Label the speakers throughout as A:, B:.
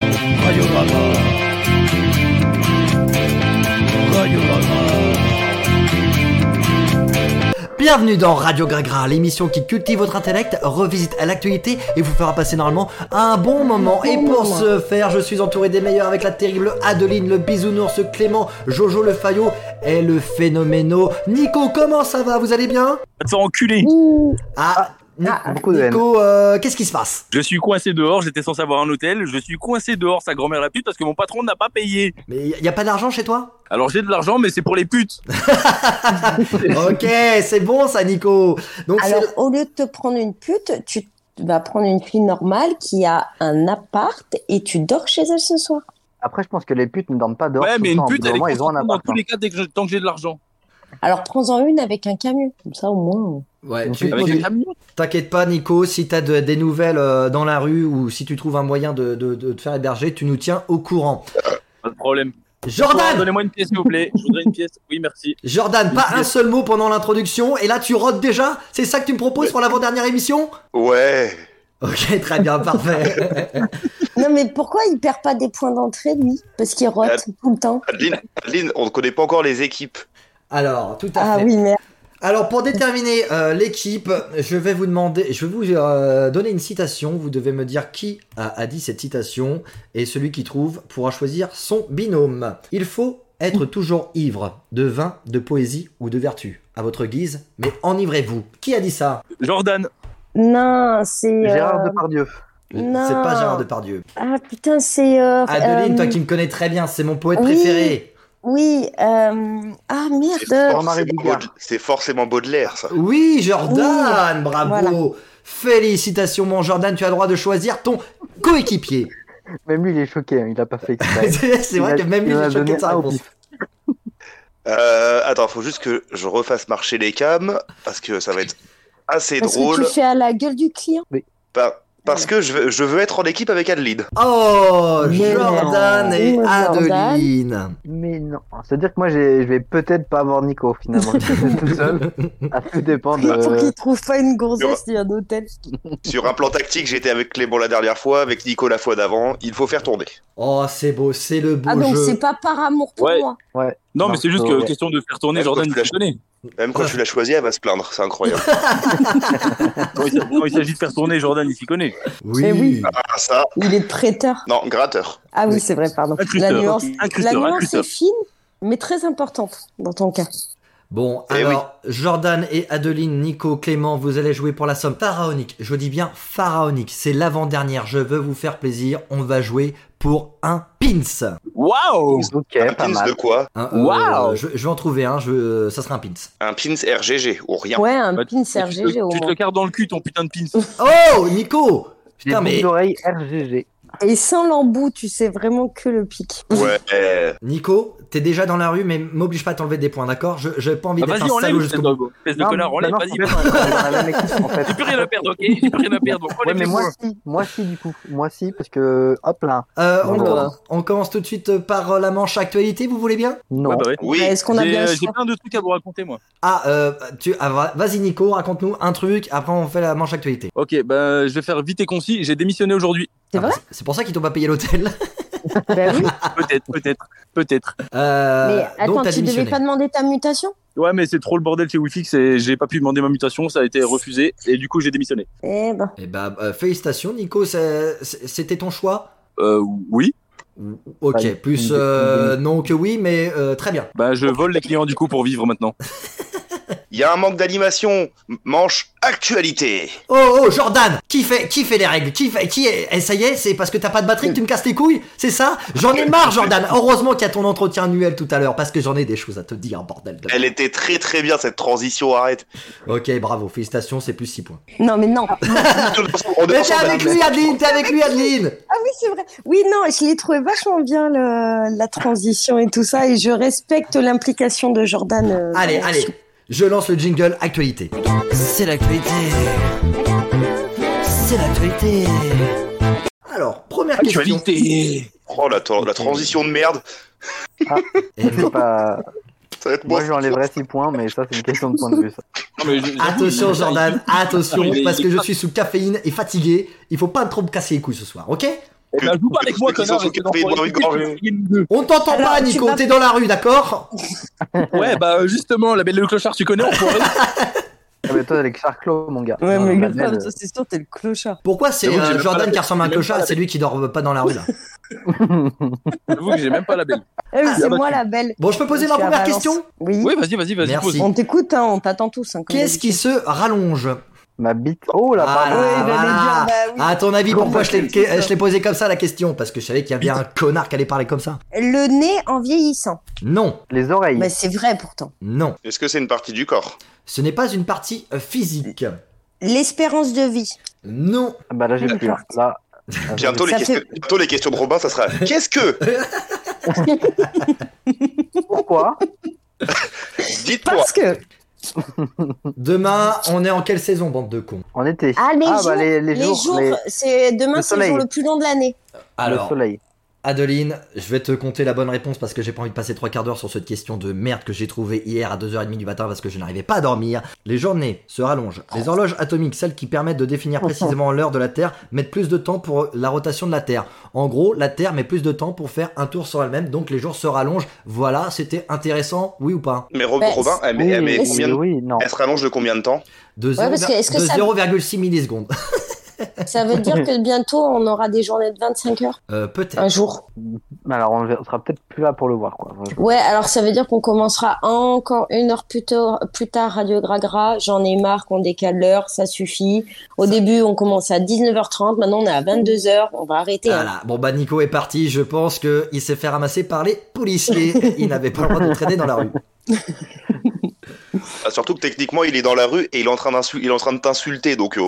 A: Radio Rama. Radio Rama.
B: Bienvenue dans Radio Gragra, l'émission qui cultive votre intellect, revisite à l'actualité et vous fera passer normalement un bon moment. Et pour ce faire, je suis entouré des meilleurs avec la terrible Adeline, le bisounours Clément, Jojo le Fayot et le phénoméno Nico. Comment ça va Vous allez bien
C: Va te faire enculer.
B: Ah, Ni-
D: Ah,
E: beaucoup de haine.
B: Nico, euh, qu'est-ce qui se passe
C: Je suis coincé dehors, j'étais censé avoir un hôtel, je suis coincé dehors, sa grand-mère la pute, parce que mon patron n'a pas payé.
B: Mais y a pas d'argent chez toi
C: Alors j'ai de l'argent, mais c'est pour les putes.
B: Ok, c'est bon ça Nico. Donc c'est
D: Alors, au lieu de te prendre une pute, tu vas prendre une fille normale qui a un appart et tu dors chez elle ce soir.
E: Après, je pense que les putes ne dorment pas dehors.
C: ouais,
E: tout
C: mais
E: le
C: une
E: temps.
C: pute,
E: Au bout d'un
C: elle est
E: moment, ils ont un
C: contente dans
E: appart.
C: tous les cas dès que je- tant que j'ai de l'argent.
D: Alors, prends-en une avec un camion. Comme ça, au moins.
B: ouais,
E: on
B: tu-
E: fait
C: Avec
B: tu-
C: un camion.
B: T'inquiète pas, Nico, si t'as de- des nouvelles euh, dans la rue ou si tu trouves un moyen de, de- de te faire héberger, tu nous tiens au courant.
C: Pas de problème.
B: Jordan
C: Donnez-moi une pièce, s'il vous plaît. Je voudrais une pièce. Oui, merci.
B: Jordan, pas un seul mot pendant l'introduction et là tu rotes déjà C'est ça que tu me proposes pour l'avant-dernière émission
F: Ouais.
B: Ok, très bien, parfait.
D: Non, mais pourquoi il perd pas des points d'entrée, lui Parce qu'il rote tout le temps.
F: Adeline, Adeline, on ne connaît pas encore les équipes.
B: Alors, tout à
D: Ah
B: fait.
D: oui, merde.
B: Alors, pour déterminer euh, l'équipe, je vais vous demander, je vais vous euh, donner une citation. Vous devez me dire qui a, a dit cette citation et celui qui trouve pourra choisir son binôme. Il faut être toujours ivre de vin, de poésie ou de vertu, à votre guise, mais enivrez-vous. Qui a dit ça
C: Jordan,
D: Non, c'est. euh,
E: hein. Gérard Depardieu.
D: Non.
B: C'est pas Gérard Depardieu.
D: Ah putain, c'est. euh,
B: Adeline,
D: euh,
B: toi qui me connais très bien, c'est mon poète
D: oui.
B: préféré.
D: Oui. euh, Ah
F: C'est
D: merde.
E: Jean-Marie
F: forcément
E: Bigard.
F: Baud- C'est forcément Baudelaire, ça.
B: Oui, Jordan, bravo.
D: Voilà.
B: Félicitations, mon Jordan, tu as le droit de choisir ton coéquipier.
E: Même lui, il est choqué. hein, Il a pas fait exprès.
B: C'est c'est vrai
E: Il
B: que
E: a-
B: même lui,
E: il
B: il
E: en
B: est
E: a
B: choqué
E: donné
B: de sa
E: un au
B: réponse.
F: Euh, attends, faut juste que je refasse marcher les cams parce que ça va être assez
D: Parce que
F: drôle.
D: tu fais à la gueule du client.
F: Par- parce que je veux, je veux être en équipe avec Adeline.
B: Oh,
D: Mais
B: Jordan
D: non.
B: et
D: Oh,
B: Adeline.
E: mais non. C'est-à-dire que moi, j'ai- je vais peut-être pas avoir Nico finalement. Je vais être tout seul. À tout dépend
D: Pour
E: de.
D: qu'il trouve pas une gonzesse, il y a un hôtel.
F: Sur un plan tactique, j'étais avec Clément la dernière fois, avec Nico la fois d'avant. Il faut faire tourner.
B: Oh, c'est beau, c'est le beau
D: Ah donc, c'est
B: jeu.
D: pas par amour pour
C: Ouais.
D: moi.
C: non, mais
E: Non,
C: c'est juste
E: faut-
C: que
E: ouais.
C: question de faire tourner
F: Ouais,
C: Jordan,
F: faut
C: il
F: que
C: l'a
F: tu
C: donné.
F: Même quand tu la choisis, elle va se plaindre. C'est incroyable.
C: Quand il quand il s'agit de faire tourner Jordan, il s'y connaît.
D: Mais oui.
F: Ah, ça.
D: Il est prêteur.
F: Non, gratteur.
D: Ah oui, c'est vrai, pardon.
C: Un
D: La
C: cutter,
D: nuance,
C: un cutter,
D: la
C: un
D: nuance
C: cutter.
D: est fine, mais très importante dans ton cas.
B: Bon,
F: Eh
B: alors, Jordan et Adeline, Nico, Clément, vous allez jouer pour la somme pharaonique. Je dis bien pharaonique. C'est l'avant-dernière. Je veux vous faire plaisir. On va jouer pour un pins.
C: Waouh
E: Ok,
F: un
E: pas
F: pins
E: mal.
F: de quoi
B: Hein,
C: Waouh.
B: je, je vais en trouver un. Je, euh, ça sera un pins.
F: Un pins RGG ou rien.
D: Ouais, un
C: Bah,
D: pin
C: Tu te-
D: RGG au
C: tu te
D: moins.
C: le carres dans le cul, ton putain de pins.
B: Oh, Nico
E: J'ai
B: Putain, mais
E: des oreilles RGG.
D: Et sans l'embout, tu sais vraiment que le pic.
F: Ouais. euh,
B: Nico, t'es déjà dans la rue, mais m'oblige pas à t'enlever des points, d'accord Je- J'ai pas envie
C: Ah,
B: d'être
C: Vas-y,
B: un
C: enlève,
B: salaud
C: espèce
B: jusqu'au
C: de- espèce de
E: Non,
C: connard,
E: mais-
C: enlève,
E: non,
C: vas-y.
E: non, on est dans la même équipe, en fait.
C: J'ai plus rien à perdre, ok J'ai plus rien à perdre.
E: Ouais,
C: Enlève
E: mais
C: les
E: moi
C: points.
E: si, moi si du coup, moi si, parce que hop là,
B: Euh, on,
E: Voilà.
B: commence- on commence tout de suite par euh, la manche actualité, vous voulez bien
E: non.
C: Ouais, bah ouais.
F: Oui.
D: Ouais, Est-ce qu'on a
C: J'ai
D: bien le
C: euh, j'ai
D: choix
C: plein de trucs à vous raconter, moi.
B: Ah, euh, tu, ah, va- vas-y Nico, raconte-nous un truc, après on fait la manche actualité.
C: Ok, ben je vais faire vite et concis. J'ai démissionné aujourd'hui.
D: C'est
B: Ah, bah,
D: vrai
B: C'est pour ça qu'ils t'ont pas payé l'hôtel.
D: Ben oui.
C: Peut-être, peut-être, peut-être.
B: Euh,
D: Mais attends,
B: donc t'as
D: tu
B: démissionné.
D: devais pas demander ta mutation
C: Ouais, mais c'est trop le bordel chez Wifix et j'ai pas pu demander ma mutation. Ça a été refusé et du coup j'ai démissionné.
D: Eh ben,
B: Eh bah, euh, félicitations Nico, c'est- c'est- c'était ton choix
C: Euh, oui.
B: Ok,
E: Ouais,
B: plus
E: une-
B: euh, non que oui, mais euh, très bien.
C: Ben je vole les clients du coup pour vivre maintenant.
F: Il y a un manque d'animation. M- Manche actualité.
B: Oh oh Jordan, qui fait qui fait les règles, qui fait qui est, eh, ça y est, c'est parce que t'as pas de batterie que tu me casses les couilles, c'est ça J'en ai marre Jordan. Heureusement qu'il y a ton entretien annuel tout à l'heure parce que j'en ai des choses à te dire bordel. De...
F: Elle était très très bien cette transition. Arrête.
B: Ok, bravo, félicitations, c'est plus 6 points.
D: non mais non.
F: On est
B: Mais t'es
F: ensemble,
B: avec
F: hein.
B: lui Adeline, t'es avec lui Adeline.
D: Ah oui, c'est vrai. Oui, non, je l'ai trouvé vachement bien le- la transition et tout ça, et je respecte l'implication de Jordan. euh,
B: Allez,
D: dans-
B: allez, je lance le jingle actualité.
G: C'est l'actualité. C'est l'actualité.
B: Alors, première question.
C: Actualité.
F: Oh la, tra- la transition de merde.
B: Eh,
E: C'est pas-
F: Ça va être
E: Moi
F: bon.
E: j'enlèverais 6 poins, mais ça c'est une question de point de vue. Ça.
C: Non, mais je-
B: Eh, Attention Jordan, attention,
C: Il est-
B: parce que
C: il est
B: je
C: pas-
B: suis sous caféine et fatigué, il faut pas trop me casser les couilles ce soir, ok
H: Eh ben, joue pas avec moi, connard.
F: Ceux qui sont occupés
H: parce que
F: dans
H: dans
F: les
H: Forest Hill, deux.
B: On t'entend
D: Alors,
B: pas,
D: tu
B: Nico,
D: vas-
B: t'es dans la rue, d'accord
H: Ouais, bah justement, la belle et le clochard, tu connais, on pourrait.
E: Ah, mais toi, avec Charclo, mon gars.
G: Ouais,
E: Non, euh.
G: mais
E: la
G: grave,
E: belle.
G: toi, c'est sûr, t'es le clochard.
B: Pourquoi c'est
H: J'avoue que
B: euh,
H: j'ai même pas
B: Jordan
H: la-
B: qui ressemble à un
H: j'ai même
B: clochard
H: pas
B: et
H: la-
B: c'est lui qui dort pas dans la rue là
H: J'avoue que j'ai même pas la
B: Mmh.
H: belle.
D: Eh oui,
H: Ah,
D: c'est
H: bah,
D: moi la belle.
B: Bon, je peux poser
D: Je
B: ma
D: suis à
B: première
D: Valence.
B: question
D: Oui.
H: Oui, vas-y, vas-y, vas-y.
B: Merci.
H: pose.
D: On t'écoute, hein, on t'attend tous. hein, comme
B: Qu'est-ce qui
D: d'habitude.
B: se rallonge
E: Ma bite. Oh là,
B: Ah,
E: pardon.
B: là,
D: Ouais, j'allais
B: voilà.
D: dire, bah oui.
B: Ah, À ton avis,
E: Comment
B: pourquoi je l'ai
E: c'est ça
B: je l'ai posé comme ça la question Parce que je savais qu'il y avait un connard qui allait parler comme ça.
D: Le nez en vieillissant.
B: Non,
E: Les oreilles.
D: Bah, c'est vrai pourtant.
B: non.
F: Est-ce que c'est une partie du corps
B: Ce n'est pas une partie euh, physique.
D: L'espérance de vie.
B: Non.
E: Ah, Bah là, j'ai
D: D'accord.
E: plus. hein. Là.
F: bientôt les,
D: Ça
F: questions,
D: fait-
F: bientôt, les questions de Robin, ça sera Qu'est-ce que
E: Pourquoi
F: Dites-moi
D: Parce que.
B: Demain, on est en quelle saison, bande de cons
E: En été.
D: Ah, les
E: bah,
D: jours.
E: les, les
D: les
E: jours.
D: jours,
E: les-
D: c'est demain,
E: le
D: c'est le jour
E: soleil.
D: le plus long de l'année.
E: Le
B: Alors,
E: soleil.
B: Adeline, je vais te compter la bonne réponse parce que j'ai pas envie de passer trois quarts d'heure sur cette question de merde que j'ai trouvée hier à 2h30 du matin parce que je n'arrivais pas à dormir. Les journées se rallongent. Les horloges atomiques, celles qui permettent de définir précisément l'heure de la Terre, mettent plus de temps pour la rotation de la Terre. En gros, la Terre met plus de temps pour faire un tour sur elle-même, donc les jours se rallongent. Voilà, c'était intéressant, oui ou pas
F: Mais Ro-
D: Bah,
F: Robin, elle, met-
E: Oui,
F: elle met
E: oui,
F: combien de-
E: oui, non.
F: elle se rallonge de combien de temps
B: De
D: Ouais, parce que est-ce que ça-
B: 0,6 millisecondes.
D: Ça veut dire que bientôt, on aura des journées de 25 heures.
B: Euh, Peut-être.
D: Un jour.
E: Alors, on ver- on sera peut-être plus là pour le voir, quoi.
D: Ouais, alors ça veut dire qu'on commencera encore une heure plus tard, plus tard Radio Gragra. J'en ai marre qu'on décale l'heure, ça suffit. Au début, on commence à 19h30, maintenant on est à 22h, on va arrêter. hein.
B: Voilà. Bon bah Nico est parti. Je pense que il s'est fait ramasser par les policiers. il n'avait pas le droit de traîner dans la rue.
F: Ah, Surtout que techniquement, il est dans la rue et il est en train d'insul- il est en train de t'insulter. Donc, euh,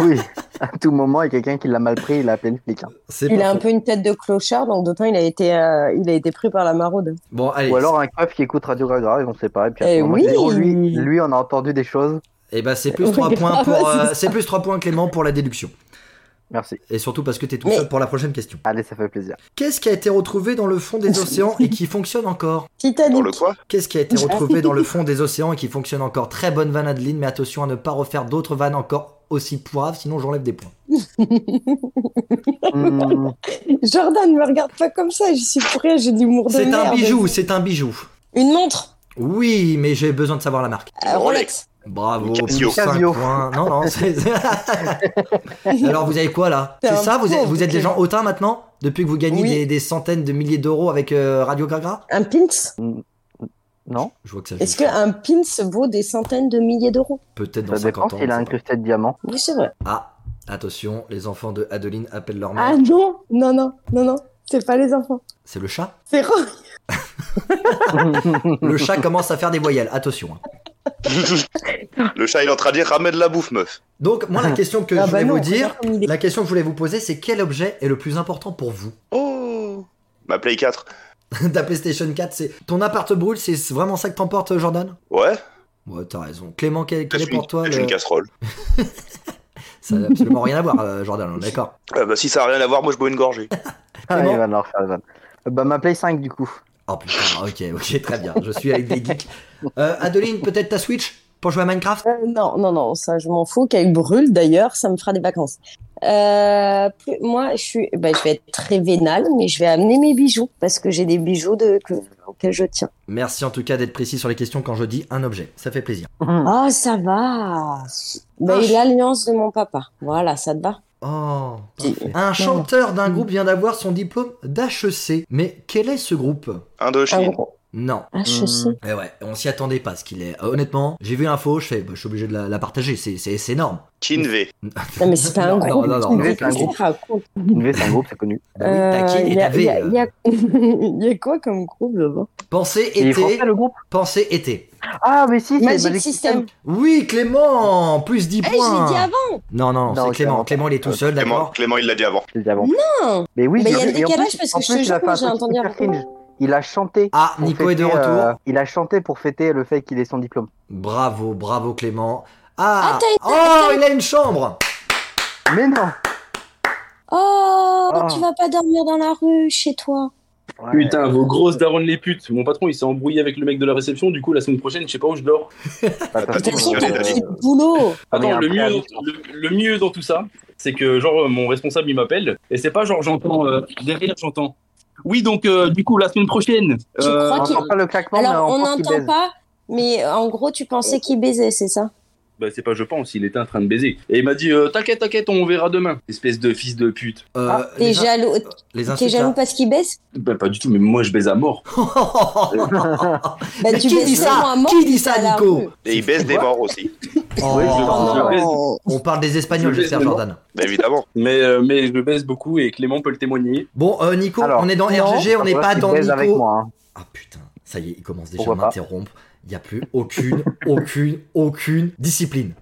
E: Oui. À tout moment, il y a quelqu'un qui l'a mal pris, il a appelé le flic. hein.
B: C'est
D: Il
B: pas
D: a un
B: faux.
D: peu une tête de clochard, donc d'autant il a été, euh, il a été pris par la maraude.
B: Bon allez.
E: Ou alors un coef qui écoute Radio Gragra, ils vont séparer. Puis à
D: Eh
E: ce moment,
D: oui.
E: zéro, lui, lui, on a entendu des choses.
B: Et bah c'est plus
D: Ouais,
B: 3 points
D: grave,
B: pour
D: c'est
B: euh,
D: ça.
B: c'est plus 3 points Clément pour la déduction
E: Merci.
B: et surtout parce que t'es tout
D: Mais-
B: seul pour la prochaine question.
E: Allez, ça fait plaisir.
B: Qu'est-ce qui a été retrouvé dans le fond des océans et qui fonctionne encore
F: dans
D: Titanic.
F: le quoi
B: Qu'est-ce qui a été
D: Ah.
B: retrouvé dans le fond des océans et qui fonctionne encore Très bonne vanne Adeline mais attention à ne pas refaire d'autres vannes encore aussi poivres sinon j'enlève des points.
E: Hmm,
D: Jordan, me regarde pas comme ça, je suis pour rien, j'ai de l'humour de
B: C'est un
D: merde.
B: bijou, c'est un bijou.
D: Une montre
B: Oui, mais j'ai besoin de savoir la marque.
D: Euh, Rolex.
B: Bravo,
F: Casio.
B: 5
E: Casio.
B: points. Non, non, c'est- Alors, vous avez quoi là
D: T'es
B: C'est
D: un
B: ça vous êtes,
D: pauvre,
B: vous êtes des
D: Clément.
B: gens hautains maintenant Depuis que vous gagnez
D: Oui.
B: des, des centaines de milliers d'euros avec euh, Radio Gagra
D: Un pins
E: non,
B: Je vois que ça joue.
D: Est-ce qu'un pins vaut des centaines de milliers d'euros
B: Peut-être dans
E: ça dépend
B: 50 ans.
E: s'il a
B: on saura.
E: incrusté de diamants.
D: Oui, c'est vrai.
B: Ah, attention, les enfants de Adeline appellent leur mère.
D: Ah non, non, non, non, non, c'est pas les enfants.
B: C'est le chat
D: C'est Ro-
B: Le chat commence à faire des voyelles, attention. hein.
F: Le chat, il est en train de dire Ramène la bouffe, meuf.
B: Donc, moi, la question que
D: Ah
B: je
D: bah
B: voulais
D: non,
B: vous
D: regarde
B: dire,
D: comme il est.
B: la question que je voulais vous poser, c'est quel objet est le plus important pour vous
F: Oh Ma Play 4.
B: Ta PlayStation 4, c'est. Ton appart brûle, c'est vraiment ça que t'emportes, Jordan
F: Ouais
B: Ouais, t'as raison. Clément, quel, quel
F: C'est
B: est pour toi le...
F: une casserole.
B: Ça n'a absolument rien à voir, euh, Jordan, on est d'accord.
F: Ah, bah, si ça a rien à voir, moi, je bois une gorgée.
E: Ah,
B: bon.
E: il va leur faire le van. Euh, Bah, ma Play 5, du coup.
B: Oh putain, ok, ok, très bien. Je suis avec des geeks. Euh, Adeline, peut-être ta Switch pour jouer à Minecraft
D: Euh, non, non, non, ça je m'en fous. Qu'elle brûle d'ailleurs, ça me fera des vacances. Euh, plus- moi, je suis, bah, je vais être très vénale, mais je vais amener mes bijoux parce que j'ai des bijoux de, que- auxquels je tiens.
B: Merci en tout cas d'être précis sur les questions quand je dis un objet. Ça fait plaisir.
D: Oh, ça va. Bah, il a l'alliance de mon papa. Voilà, ça te va.
B: Oh.
D: Qui- Mmh.
B: Un chanteur d'un groupe vient d'avoir son diplôme d'HEC. Mais quel est ce groupe Ah
D: Un
F: Indochine.
D: gros
B: Non.
D: HEC.
B: Eh ouais, on s'y attendait pas, ce qu'il est. Euh, honnêtement, j'ai vu l'info, je fais, bah, je suis obligé de la, la partager, c'est- c'est c'est énorme.
F: Kinvé.
D: Non, mais c'est pas un
B: Non,
D: groupe.
B: non, non,
E: non,
D: Qu'est-ce
E: c'est un
D: que tu
E: groupe.
D: racontes
E: Une V, c'est un groupe, c'est connu.
B: Bah oui, t'as
D: Euh,
B: Kin
D: Il
B: et
D: y
B: t'as
D: a- il
B: V.
D: y a- il y
B: euh.
D: a- il y a quoi comme groupe là-bas
B: Pensez
E: Il est
B: euh, été,
E: français, le groupe
B: pensez été.
E: Ah, mais si, c'est
D: Magic System.
B: Oui, Clément, plus 10
D: Eh, je
B: points.
D: l'ai dit avant.
B: Non, non, non,
E: Non,
B: c'est
E: ok,
B: Clément.
E: avant.
B: Clément, il
D: Euh,
B: est tout seul,
F: Clément,
B: d'accord
F: Clément, il l'a dit avant.
E: Je l'ai dit avant.
D: Non.
E: Mais oui,
D: Mais il y a
E: j'ai
D: le
E: vu. Et en
D: décalage
E: plus-
D: parce que
E: en
D: je
E: plus,
D: te
E: il
D: jure
E: a fait
D: que
E: un
D: j'ai
E: truc
D: entendu un
E: super cringe. Il a chanté.
B: Ah,
E: pour
B: Nico est de
E: fêter,
B: retour.
E: euh, il a chanté pour fêter le fait qu'il ait son diplôme.
B: Bravo, bravo, Clément. Ah,
D: Ah, t'as été-
B: oh, il a une chambre.
E: Mais non
D: Oh,
E: Ah.
D: Ah. tu vas pas dormir dans la rue chez toi.
E: Ouais.
C: Putain, vos grosses darons les putes. Mon patron, il s'est embrouillé avec le mec de la réception. Du coup, la semaine prochaine, je sais pas où je dors.
D: T'as pris
F: Attention,
D: ton
F: les
D: petit boulot.
C: Attends,
E: Ah Oui,
C: le
E: après,
C: mieux,
E: avec-
C: le, le mieux dans tout ça, c'est que genre euh, mon responsable il m'appelle et c'est pas genre j'entends euh, derrière j'entends. Oui donc euh, du coup la semaine prochaine.
D: Tu
C: euh,
D: crois
E: On
D: qu'il-
E: entend pas le claquement, mais
D: Alors, on
E: entend qu'il
D: n'entend
E: baise.
D: pas, mais euh, en gros, tu pensais qu'il baisait, c'est ça
C: bah, c'est pas je pense, il était en train de baiser et il m'a dit euh, t'inquiète t'inquiète on verra demain. Espèce de fils de pute.
B: Euh,
E: Ah,
D: T'es
B: les, in-
D: jaloux,
B: les
D: t'es
B: insultes.
D: jaloux parce qu'il baisse
C: Bah pas du tout mais moi je baise à mort.
D: Bah,
B: Mais
D: tu
B: qui
D: baisses
B: dit ça
D: vraiment à mort,
B: Qui
D: tu
B: dit
D: fais
B: ça,
D: à la
B: Nico
D: rue.
F: Et ils baissent des morts aussi,
B: Oh,
E: Oui, je-
C: je
B: non.
C: baisse.
D: Oh.
B: On parle des Espagnols,
C: Je-
B: j'espère,
C: je-
B: Jordan.
F: évidemment.
C: Mais euh, mais je baise beaucoup et Clément peut le témoigner.
B: Bon, euh, Nico,
E: Alors,
B: on est dans
E: non,
B: RGG, on n'est
E: Faudrait
B: pas
E: qu'il
B: dans
E: baise avec
B: Nico.
E: moi, hein.
B: Ah putain, ça y est, il commence déjà à
E: Pourquoi pas
B: m'interrompre. Il n'y a plus aucune, aucune, aucune discipline.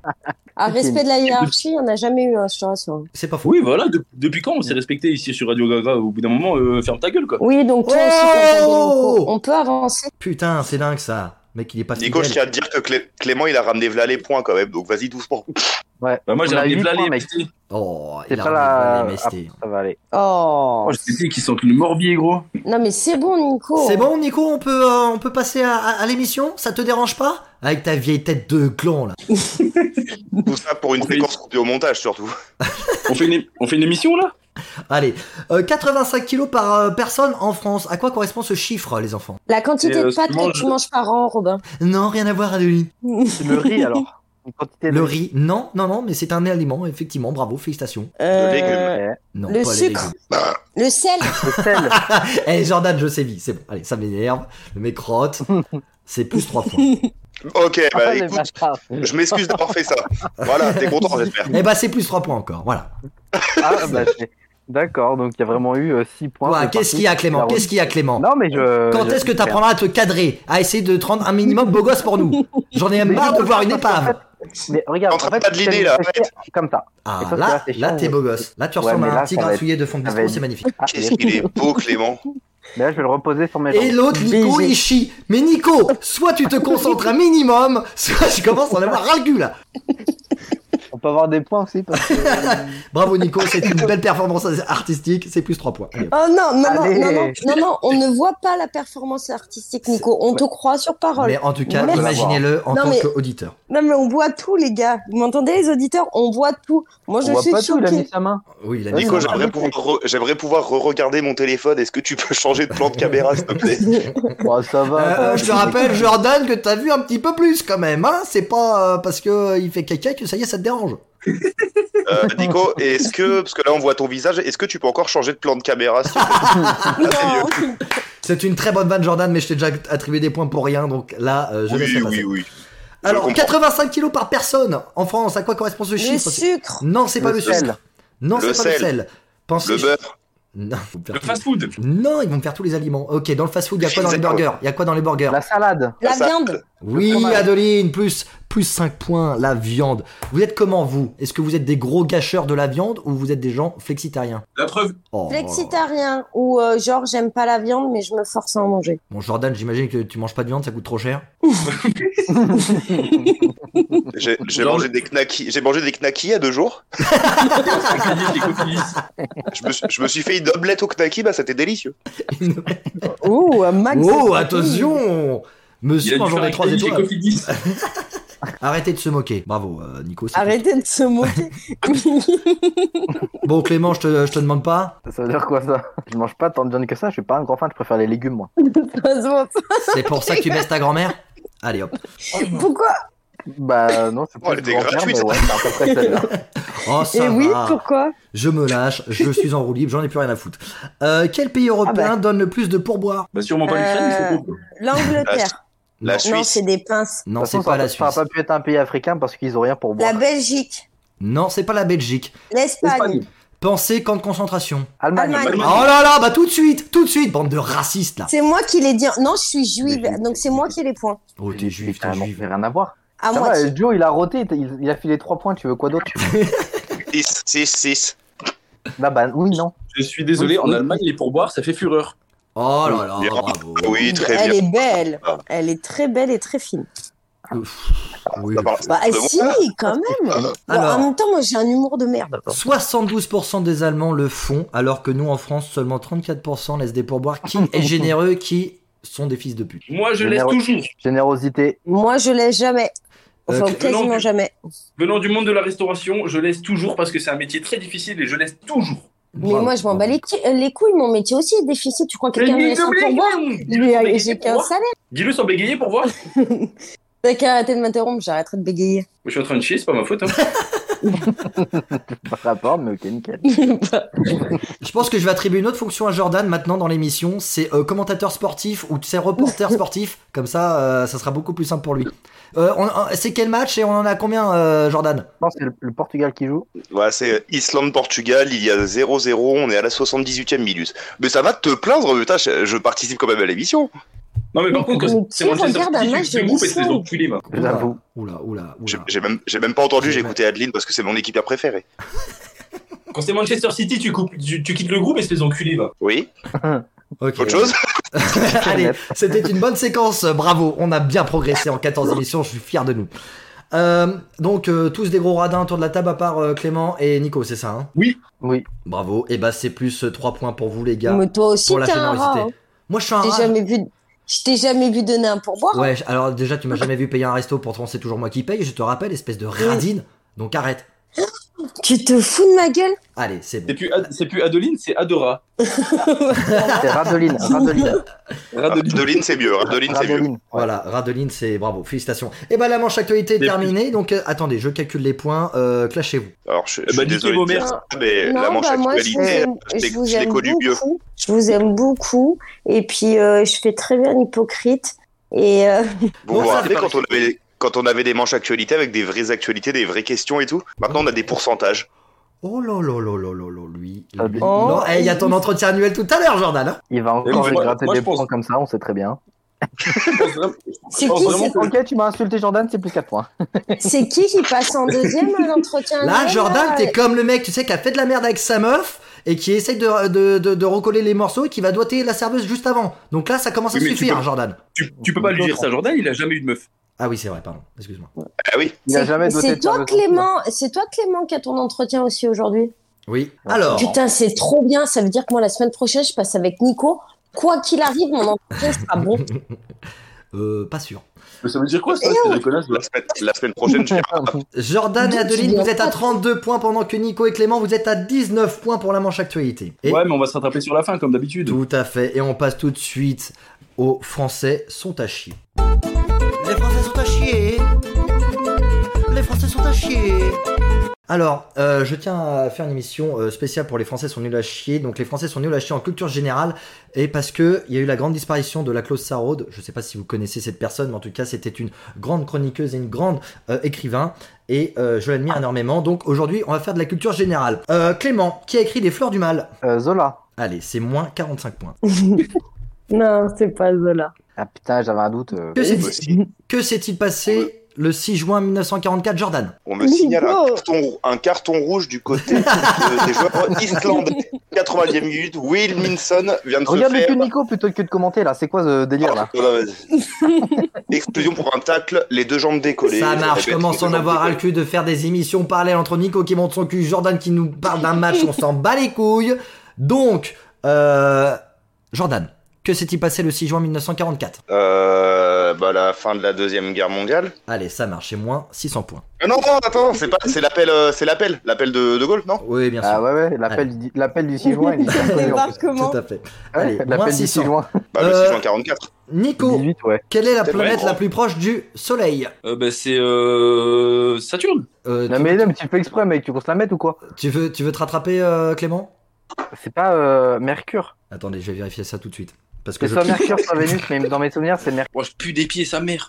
D: Ah, respect de la hiérarchie, on n'a jamais eu, un je te rassure.
B: C'est pas faux.
C: Oui voilà de- depuis quand on s'est respecté ici sur Radio Gaga au bout d'un moment euh, ferme ta gueule quoi.
D: Oui, donc toi aussi,
B: Oh
D: quand t'as des locaux, on peut avancer.
B: Putain, c'est dingue ça. Mec, il est pas
F: Nico, je tiens à
B: fidèle.
F: te dire que Clé- Clément, il a ramené v'là les points quand même, donc vas-y doucement.
C: Bah moi
E: On
C: j'ai
E: a
C: ramené
E: huit
C: là
E: points,
C: les
E: mec.
C: MST.
B: Oh,
E: C'est
B: il a
E: pas
B: la...
E: la-
B: les MST.
E: Ça va aller.
D: Oh,
C: Oh, je sais qui sentent le morbier gros.
D: non mais c'est bon, Nico.
B: C'est bon, Nico, on peut, euh, on peut passer à, à- à l'émission Ça te dérange pas Avec ta vieille tête de clan, là.
F: Tout ça pour une
C: Oui.
F: séquence coupée au montage surtout.
C: On fait une on fait une émission là
B: Allez, euh, 85 kilos par euh, personne en France. À quoi correspond ce chiffre, les enfants
D: La quantité
C: Et, euh,
D: de pâtes
C: ce que
D: que tu manges par an, Robin.
B: Non, rien à voir, Adeline.
E: Le riz, alors. Une quantité de
B: Le riz, non, non, non, mais c'est un aliment, effectivement. Bravo, félicitations.
D: Euh,
F: légumes.
E: Ouais.
B: Non,
D: Le
B: pas les
D: sucre.
B: légumes.
D: Le sel.
E: Le sel.
B: Eh, Jordan, je sévis, c'est bon. Allez, ça m'énerve. Le mec crotte. C'est plus 3 points.
F: Ok,
E: Ah,
F: bah
E: les
F: écoute,
E: vaches.
F: je m'excuse d'avoir fait ça. Voilà, t'es content, j'espère.
B: Eh bah, c'est plus 3 points encore, voilà.
E: Ah, bah, j'ai- D'accord, donc il y a vraiment eu 6 points.
B: Voilà,
E: C'est
B: qu'est-ce
E: parti.
B: qu'il y a, Clément
E: La
B: Qu'est-ce qu'il y a, Clément
E: Non, euh, mais je.
B: Quand est-ce que t'apprendras à te cadrer À essayer de te rendre un minimum beau gosse pour nous J'en ai
E: Mais
B: marre
E: non,
B: de voir une
E: parce qu'en
B: épave
E: Mais regarde,
F: En train de pas de l'idée, là,
E: c'est- Comme ça.
B: Ah,
E: Et toi,
B: là,
E: c'est
B: là,
E: chiant,
B: t'es
E: mais-
B: beau gosse. Là, tu
E: Ouais,
B: ressembles
E: mais
B: à
E: là,
B: un petit
E: ça va être-
B: grassouillet de fond de
E: ça va
B: bistrot,
E: être-
B: c'est magnifique.
E: Ah,
F: Qu'est-ce qu'il est beau, Clément.
E: Mais là, je vais le reposer sur mes
B: Et
E: jambes.
B: l'autre, Nico,
D: Baiser.
B: il chie. Mais Nico, soit tu te concentres un minimum, soit je commence à en avoir ras le cul, là.
E: On peut avoir des points aussi parce que.
B: Bravo, Nico, c'est une belle performance artistique. C'est plus 3 points. Allez.
D: Oh non, non, non,
E: Allez.
D: non, non, non, non, on ne voit pas la performance artistique, Nico. On te croit sur parole.
B: Mais en tout cas,
D: Merci.
B: imaginez-le en
D: Oh, Non,
B: tant
D: mais-
B: qu'auditeur.
D: Non mais on voit tout, les gars. Vous m'entendez, les auditeurs On voit tout. Moi, je
E: on voit
D: suis
E: pas tout, il a mis
D: choquée.
E: sa main.
B: Oui, il a mis
F: Nico,
E: Ouais,
B: son-
F: j'aimerais
E: ouais.
F: pouvoir, re- j'aimerais pouvoir re-regarder mon téléphone. Est-ce que tu peux changer de plan de caméra, s'il te plaît
E: Bon, ça
B: Euh,
E: va.
B: euh, je te rappelle, Jordan, que t'as vu un petit peu plus quand même. Hein c'est pas euh, parce que euh, il fait caca que ça y est, ça te dérange.
F: Euh, Nico, est-ce que, parce que là on voit ton visage, est-ce que tu peux encore changer de plan de caméra s'il te plaît
D: Non.
B: C'est une très bonne vanne, Jordan, mais je t'ai déjà attribué des points pour rien, donc là, euh, je laisse
F: Oui,
B: ça
F: oui,
B: passer.
F: oui. Je
B: Alors,
F: comprends.
B: 85 kilos par personne en France, à quoi correspond ce
D: Le
B: chiffre C'est-
D: sucre.
B: Non, c'est pas le sel. Non, c'est
F: Le
B: pas le
F: sel.
B: sel. Pensez...
F: Le beurre,
B: Non, ils vont me faire
C: Le
B: tous-
C: fast-food.
B: Non, ils vont me faire tous les aliments. Ok, dans le fast-food, il y a quoi dans les
F: Exactement.
B: burgers Il y a quoi dans les burgers
E: La salade.
D: La
F: ça-
D: viande.
B: Oui,
E: fromage.
B: Adeline, plus, plus 5 points, la viande. Vous êtes comment, vous Est-ce que vous êtes des gros gâcheurs de la viande ou vous êtes des gens flexitariens
C: La preuve.
B: oh.
D: Flexitarien. Ou euh, genre, j'aime pas la viande, mais je me force à en manger.
B: Bon, Jordan, j'imagine que tu manges pas de viande, ça coûte trop cher.
F: j'ai j'ai
C: Genre-
F: mangé des knackis, j'ai mangé des knackis il y a deux jours.
C: les coquilles.
F: Je me, suis- je me suis fait une omelette au knacki, bah c'était délicieux.
D: Ah, Oh, un max.
B: oh, attention
C: Il
B: Monsieur
C: a dû
B: mangeant
C: faire
B: des
C: la
B: 3
C: coquille, les
B: étoiles.
C: coquilles 10.
B: Arrêtez de se moquer. Bravo, euh, Nico. c'est
D: Arrêtez de se moquer.
B: tout. Bon, Clément, je te, je te demande pas.
E: Ça veut dire quoi ça Je mange pas tant de viande que ça, je suis pas un grand fan, je préfère les légumes moi.
D: Heureusement.
B: C'est pour ça que tu baisses ta grand-mère Allez, hop.
D: Pourquoi
E: Bah non, c'est
F: Oh,
E: pas
F: elle
E: une
F: était
E: grande
F: gratuite.
E: merde, mais ouais, c'est à peu près celle-là.
B: Oh, ça
D: Et Eh oui,
B: va.
D: pourquoi
B: Je me lâche, je suis en roue libre, j'en ai plus rien à foutre. Euh, quel pays européen donne le plus de pourboire
C: Bah sûrement pas l'Ukraine,
D: Euh,
C: c'est trop.
D: L'Angleterre.
F: La
D: Non,
F: Suisse,
D: c'est des pinces.
B: Non,
E: De toute façon,
B: c'est pas
E: ça-
B: la
E: Ça
B: Suisse.
E: n'a pas pu être un pays africain parce qu'ils ont rien pour boire.
D: La Belgique.
B: Non, c'est pas la Belgique.
D: L'Espagne.
B: Pensez camp de concentration.
E: Allemagne.
D: Allemagne.
B: Oh là là, bah tout de suite, tout de suite, bande de racistes là.
D: C'est moi qui les dit. Non, je suis juive,
E: Mais-
D: donc c'est moi qui ai les points.
B: Oh, t'es juif, t'es
E: Carrément,
B: juif.
E: mais rien à voir.
D: À
E: Ça
D: moitié.
E: va, Joe il a roté, il, il a filé 3 points, tu veux quoi d'autre
F: 6, 6, 6.
E: Là bah oui, non.
C: Je suis désolé, en Allemagne, les pourboires, ça fait fureur.
B: Oh là là,
F: Bien.
B: bravo.
F: Ah Oui, très
D: Elle
F: bien.
D: est belle.
F: Ah.
D: Elle est très belle et très fine.
B: Oui.
F: Ça parle-
D: Bah
F: c'est bon,
D: si,
F: ça
D: quand même. Bon,
B: Alors.
D: en même temps, moi j'ai un humour de merde.
B: 72% des Allemands le font, alors que nous en France, seulement 34% laissent des pourboires qui est généreux, qui sont des fils de pute.
C: Moi, je laisse
E: Généreux.
C: toujours.
E: Générosité.
D: Moi je laisse jamais. Enfin,
B: Euh,
C: non,
D: quasiment
C: mais-
D: jamais.
C: Venant du monde de la restauration, je laisse toujours parce que c'est un métier très difficile et je laisse toujours.
D: Mais moi je m'en bats les, cou- euh, les couilles, mon métier aussi est déficit. Tu crois que quelqu'un me laisse un pourboire Lui, euh, J'ai qu'un salaire.
C: Dis-le sans bégayer pour voir. Moi,
D: T'as qu'à arrêter de m'interrompre, j'arrêterai de bégayer.
C: Je suis en train de chier, c'est pas ma faute. hein.
E: Pas rapport, mais ok, nickel.
B: Je pense que je vais attribuer une autre fonction à Jordan maintenant dans l'émission, c'est euh, commentateur sportif ou c'est reporter sportif, comme ça, euh, ça sera beaucoup plus simple pour lui. Euh, on- on- c'est quel match et on en a combien, euh, Jordan
E: Je pense que c'est le, le Portugal qui joue.
F: Voilà, c'est Islande-Portugal, il y a 0-0, on est à la 78e minute. Mais ça va te plaindre, putain, je, je participe quand même à l'émission.
C: Non, mais par
D: Mais-
C: contre, quand
D: mais
C: c'est- c'est
D: qui
C: Manchester
D: regarde un
C: City,
D: match
C: je
D: de
C: vous coupe et c'est les
D: Ligue
C: enculés, va.
E: J'avoue.
B: Oula, oula,
F: J'ai
B: oula.
F: j'ai même, j'ai même pas entendu, j'ai
B: Ouais.
F: écouté Adeline parce que c'est mon équipe préférée.
C: Quand c'est Manchester City, tu, coupes, tu, tu quittes le groupe et c'est les enculés, va.
F: Oui,
B: Ok.
F: autre chose
B: Allez, c'était une bonne séquence, bravo, on a bien progressé en 14 émissions, je suis fier de nous. Euh, donc euh, tous des gros radins autour de la table à part euh, Clément et Nico, c'est ça hein
C: Oui.
E: Oui.
B: Bravo, et bah c'est plus 3 points pour vous les gars,
D: Mais toi aussi
B: pour la
D: t'es un rat. hein.
B: générosité. Moi je suis un
D: Je t'ai
B: rat.
D: jamais vu- Je t'ai jamais vu donner un pourboire.
B: Ouais, je- alors déjà tu m'as jamais vu payer un resto, pourtant c'est toujours moi qui paye, je te rappelle, espèce de radine, donc arrête.
D: Tu te fous de ma gueule
B: Allez, c'est bon.
C: C'est plus, Ad- c'est plus Adeline, c'est Adora.
D: Ah.
E: C'est Radoline. Radoline.
C: Adeline.
F: Radoline, Ah, c'est mieux,
B: Ah,
F: Radoline, c'est mieux.
E: Radoline.
B: Voilà, Radeline, c'est bravo, félicitations. Et bah la manche actualité est
C: Mais-
B: terminée, donc euh, attendez, je calcule les points, euh, clashez-vous.
F: Alors, je, je
C: Eh ben,
F: suis
C: niquez
F: désolé,
C: vos
F: de dire
C: mères.
F: ça, mais Euh, la manche
D: bah, moi, je vous
F: actualité,
D: aime-
F: je l'ai-
D: je vous
F: je l'ai
D: aime
F: connu mieux.
D: beaucoup. Je vous aime beaucoup. Et puis, euh, je fais très bien l'hypocrite. Et euh,
F: Vous
B: Non,
F: vous
B: ça,
F: rappelez
C: c'est
F: quand on avait quand on avait des manches actualités avec des vraies actualités, des vraies questions et tout. Maintenant, on a des pourcentages.
B: Oh là là là là là là, lui.
E: Ah,
B: lui.
D: oh,
B: non, eh, il y a ton entretien annuel tout à l'heure, Jordan. hein.
E: Il va
C: Et moi,
E: encore lui gratter
C: moi, je
E: des
C: pense-
E: points comme ça, on sait très bien.
C: Je pense vraiment-
D: c'est
C: je pense
D: qui,
C: vraiment
D: c'est-
C: que-
E: Ok, tu m'as insulté Jordan, c'est plus 4 points.
D: c'est qui qui passe en deuxième à l'entretien
B: Là,
D: annuel,
B: Jordan,
D: là euh,
B: t'es comme le mec, tu sais, qui a fait de la merde avec sa meuf et qui essaye de, de, de- de recoller les morceaux et qui va doiter la serveuse juste avant. Donc là, ça commence à
C: Oui, mais tu
B: suffire,
C: peux-
B: Jordan.
C: tu, tu peux pas lui dire ça, Jordan, il a jamais eu de meuf.
B: Ah oui, c'est vrai, pardon, excuse-moi.
F: Ah oui,
E: Il a
D: C'est-
E: jamais doté
D: C'est
E: de
D: toi,
E: faire le
D: Clément, c'est toi, Clément, qui a ton entretien aussi aujourd'hui.
B: Oui,
C: Ah,
E: Ouais.
B: alors.
D: Putain, c'est trop bien. Ça veut dire que moi, la semaine prochaine, je passe avec Nico. Quoi qu'il arrive, mon entretien sera bon.
B: Euh, pas sûr.
C: Mais ça veut dire quoi, ça C'est des connasses, là.
F: la semaine, la semaine prochaine, je vais-
B: Jordan et
D: Donc,
B: Adeline,
D: il y a
B: vous êtes à
D: pas-
B: 32 points pendant que Nico et Clément, vous êtes à 19 points pour la manche actualité. Et
C: Ouais, mais on va se rattraper sur la fin, comme d'habitude.
B: Tout à fait. Et on passe tout de suite aux Français sont à chier.
G: Les Français sont à chier. Les Français sont à chier.
B: Alors, euh, je tiens à faire une émission euh, spéciale pour les Français sont nuls à chier. Donc, les Français sont nuls à chier en culture générale, et parce que il y a eu la grande disparition de la Clause Sarraud. Je ne sais pas si vous connaissez cette personne, mais en tout cas, c'était une grande chroniqueuse et une grande euh, écrivain, et euh, je l'admire énormément. Donc, aujourd'hui, on va faire de la culture générale. Euh, Clément, qui a écrit Les Fleurs du Mal
E: Euh, Zola.
B: Allez, c'est moins 45 points.
D: Non, c'est pas Zola.
E: Ah putain, j'avais un doute. euh.
B: Que s'est-
F: aussi.
B: que s'est-il
F: bah.
B: passé le 6 juin 1944, Jordan
F: on me signale un
D: Nico.
F: carton, un carton rouge du côté de- des joueurs islandais. 90e minute, Wilminson vient de
E: Regarde
F: se
E: le
F: faire. Ah,
E: cul de Nico plutôt que de commenter là. C'est quoi ce délire là
F: Voilà, vas-y. Explosion pour un tacle, les deux jambes décollées.
B: Ça
F: Je
B: marche,
F: répète,
B: commence
F: les
B: à en
F: deux
B: avoir
F: jambes
B: à le cul de faire des émissions parallèles entre Nico qui monte son cul, Jordan qui nous parle d'un match, on s'en bat les couilles. Donc, euh, Jordan, que s'est-il passé le 6 juin 1944
F: décollées. Euh, bah, la fin de la deuxième guerre mondiale.
B: Allez, ça marche, c'est moins 600 points.
F: Ah non, non, attends, c'est pas, c'est l'appel, euh, c'est l'appel, l'appel de, de Gaulle, non
B: Oui, bien sûr.
E: Ah ouais, ouais, l'appel du- l'appel du 6 juin, il est bien connu, en plus.
D: Débarquement.
B: Tout à fait. Allez,
E: Ouais,
B: moins
E: L'appel du
B: 600.
E: 6 juin.
F: Bah, le
B: Euh,
F: 6 juin 44.
B: Nico,
E: 18, ouais.
B: quelle est la
F: C'est vrai,
B: planète
F: gros.
B: la plus proche du Soleil
C: Euh, bah, c'est euh, Saturne.
B: Euh,
E: Non
B: tu,
E: mais, non, mais tu le fais exprès, mec, tu comptes la mettre ou quoi
B: tu veux, tu veux te rattraper, euh, Clément
E: C'est pas euh, Mercure.
B: Attendez, je vais vérifier ça tout de suite. Parce que
E: C'est
B: je...
E: soit Mercure, soit Vénus, mais dans mes souvenirs, c'est Mercure.
C: Oh, je pue des pieds, sa mère.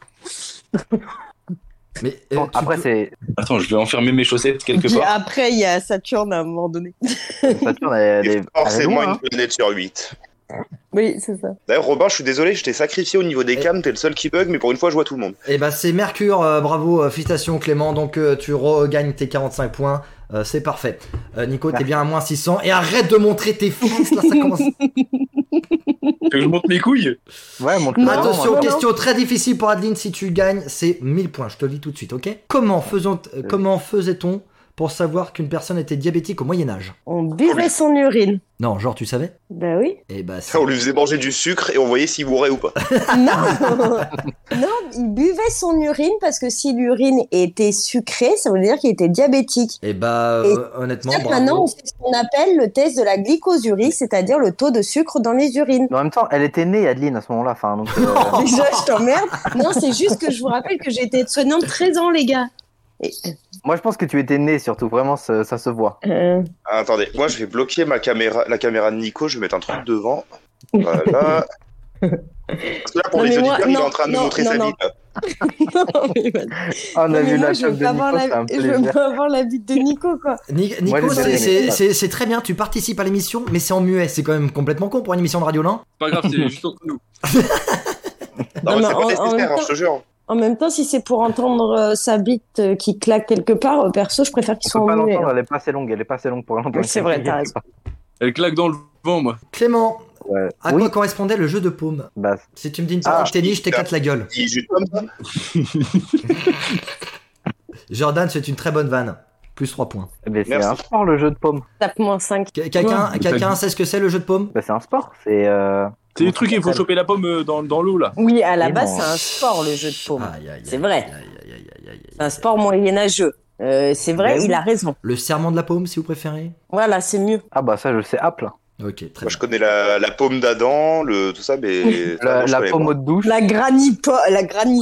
B: Mais, euh, tu
E: Après,
B: peux-
E: c'est
C: Attends, je vais enfermer mes chaussettes quelque
D: Puis
C: part.
D: après, il y a Saturne à un moment donné.
E: Saturne, elle,
F: Et
E: est. elle est
F: forcément
E: loin, hein.
F: une planète sur 8.
D: Oui, c'est ça.
F: D'ailleurs, Robin, je suis désolé, je t'ai sacrifié au niveau des cams, t'es le seul qui bug, mais pour une fois, je vois tout le monde.
B: Eh ben c'est Mercure, euh, bravo, euh, félicitations Clément, donc euh, tu regagnes tes 45 points, euh, c'est parfait. Euh, Nico, t'es bien à moins 600, et arrête de montrer tes fesses, là ça commence...
C: Fais que je monte mes couilles.
E: Ouais, mon euh,
D: Non,
B: Attention,
D: non, non.
B: question très difficile pour Adeline. Si tu gagnes, c'est 1000 points. Je te le dis tout de suite, ok Comment, faisons- euh, comment faisait-on pour savoir qu'une personne était diabétique au Moyen-Âge
D: On buvait son urine.
B: Non, genre, tu savais
D: Bah oui.
B: Eh bah, c'est-
F: On lui faisait manger du sucre et on voyait s'il bourrait ou pas.
D: Non, non, il buvait son urine parce que si l'urine était sucrée, ça voulait dire qu'il était diabétique.
B: Eh bah,
D: Et-
B: euh, honnêtement,
D: C'est-à-dire que
B: bravo.
D: maintenant, on fait ce qu'on appelle le test de la glycosurie, c'est-à-dire le taux de sucre dans les urines.
E: Mais en même temps, elle était née, Adeline, à ce moment-là. Enfin, donc, euh,
D: Déjà, je t'emmerde. Non, c'est juste que je vous rappelle que j'ai été soignante 13 ans, les gars.
E: moi, je pense que tu étais née, surtout. Vraiment, ça, ça se voit.
D: Euh,
F: Ah, attendez, moi je vais bloquer ma caméra, la caméra de Nico, je vais mettre un truc devant. Voilà. Parce que là, pour
D: Non,
F: les
D: mais moi-
F: auditeurs, il est
D: non,
F: en train de nous
D: non,
F: montrer
D: non,
F: sa
D: non.
F: vie. là.
E: Ah, on
D: bah,
E: a
D: mais
E: vu
D: moi,
E: la
D: je
E: choc
D: veux
E: de
D: pas avoir
E: Nico,
D: la-
E: c'est un peu
D: je veux
E: léger.
D: pas avoir la bite de Nico, quoi.
B: Ni-
E: Moi,
B: Nico,
E: les
B: c'est-
E: derniers,
B: c'est
E: voilà.
B: c'est- c'est très bien. Tu participes à l'émission, mais c'est en muet. C'est quand même complètement con pour une émission de Radio Lin.
C: C'est Pas grave, c'est juste entre nous.
F: Non,
D: Non,
F: mais
D: mais
F: c'est
D: en-
F: pas
D: en même
F: nécessaire, hein, je te jure.
D: En même temps, si c'est pour entendre euh, sa bite euh, qui claque quelque part, euh, perso, je préfère qu'il
E: On
D: soit
E: peut pas
D: en muet.
E: l'entendre, elle est pas assez longue, elle est pas assez longue pour l'entendre.
D: Oui, c'est vrai, t'as raison.
C: Elle claque dans le vent, moi.
B: Clément,
E: Ouais.
B: à
E: Oui,
B: quoi correspondait le jeu de paume
E: bah,
B: Si tu me dis une partie
E: Ah,
B: de tennis, je t'éclate la gueule.
F: Il est juste comme ça.
B: Jordan, c'est une très bonne vanne. Plus 3 points.
E: mais c'est
F: Merci.
E: un sport, le jeu de paume.
D: Tape moins 5.
B: Qu- Quelqu'un
C: Ouais.
B: quelqu'un sait ce que c'est le jeu de paume
E: Bah, c'est un sport, c'est. euh,
C: C'est des trucs, il faut choper la pomme euh, dans, dans l'eau, là.
D: Oui, à la
E: Mais
D: base,
E: non.
D: c'est un sport, le jeu de paume.
B: Aïe, aïe, aïe,
D: C'est vrai.
B: aïe, aïe, aïe, aïe, aïe,
D: C'est un
B: aïe.
D: sport moyenâgeux. Euh, c'est vrai,
B: Ben
E: Mais oui.
D: il a raison.
B: Le serment de la paume, si vous préférez.
D: Voilà, c'est mieux.
E: Ah, bah, ça, je sais, à plein.
B: Ok, très
F: Moi,
B: bien.
F: je connais la, la paume d'Adam, le tout ça, mais. ça,
E: La,
F: non, je
E: la
F: connais
E: pomme
F: pas.
E: de douche.
D: La granny, la granny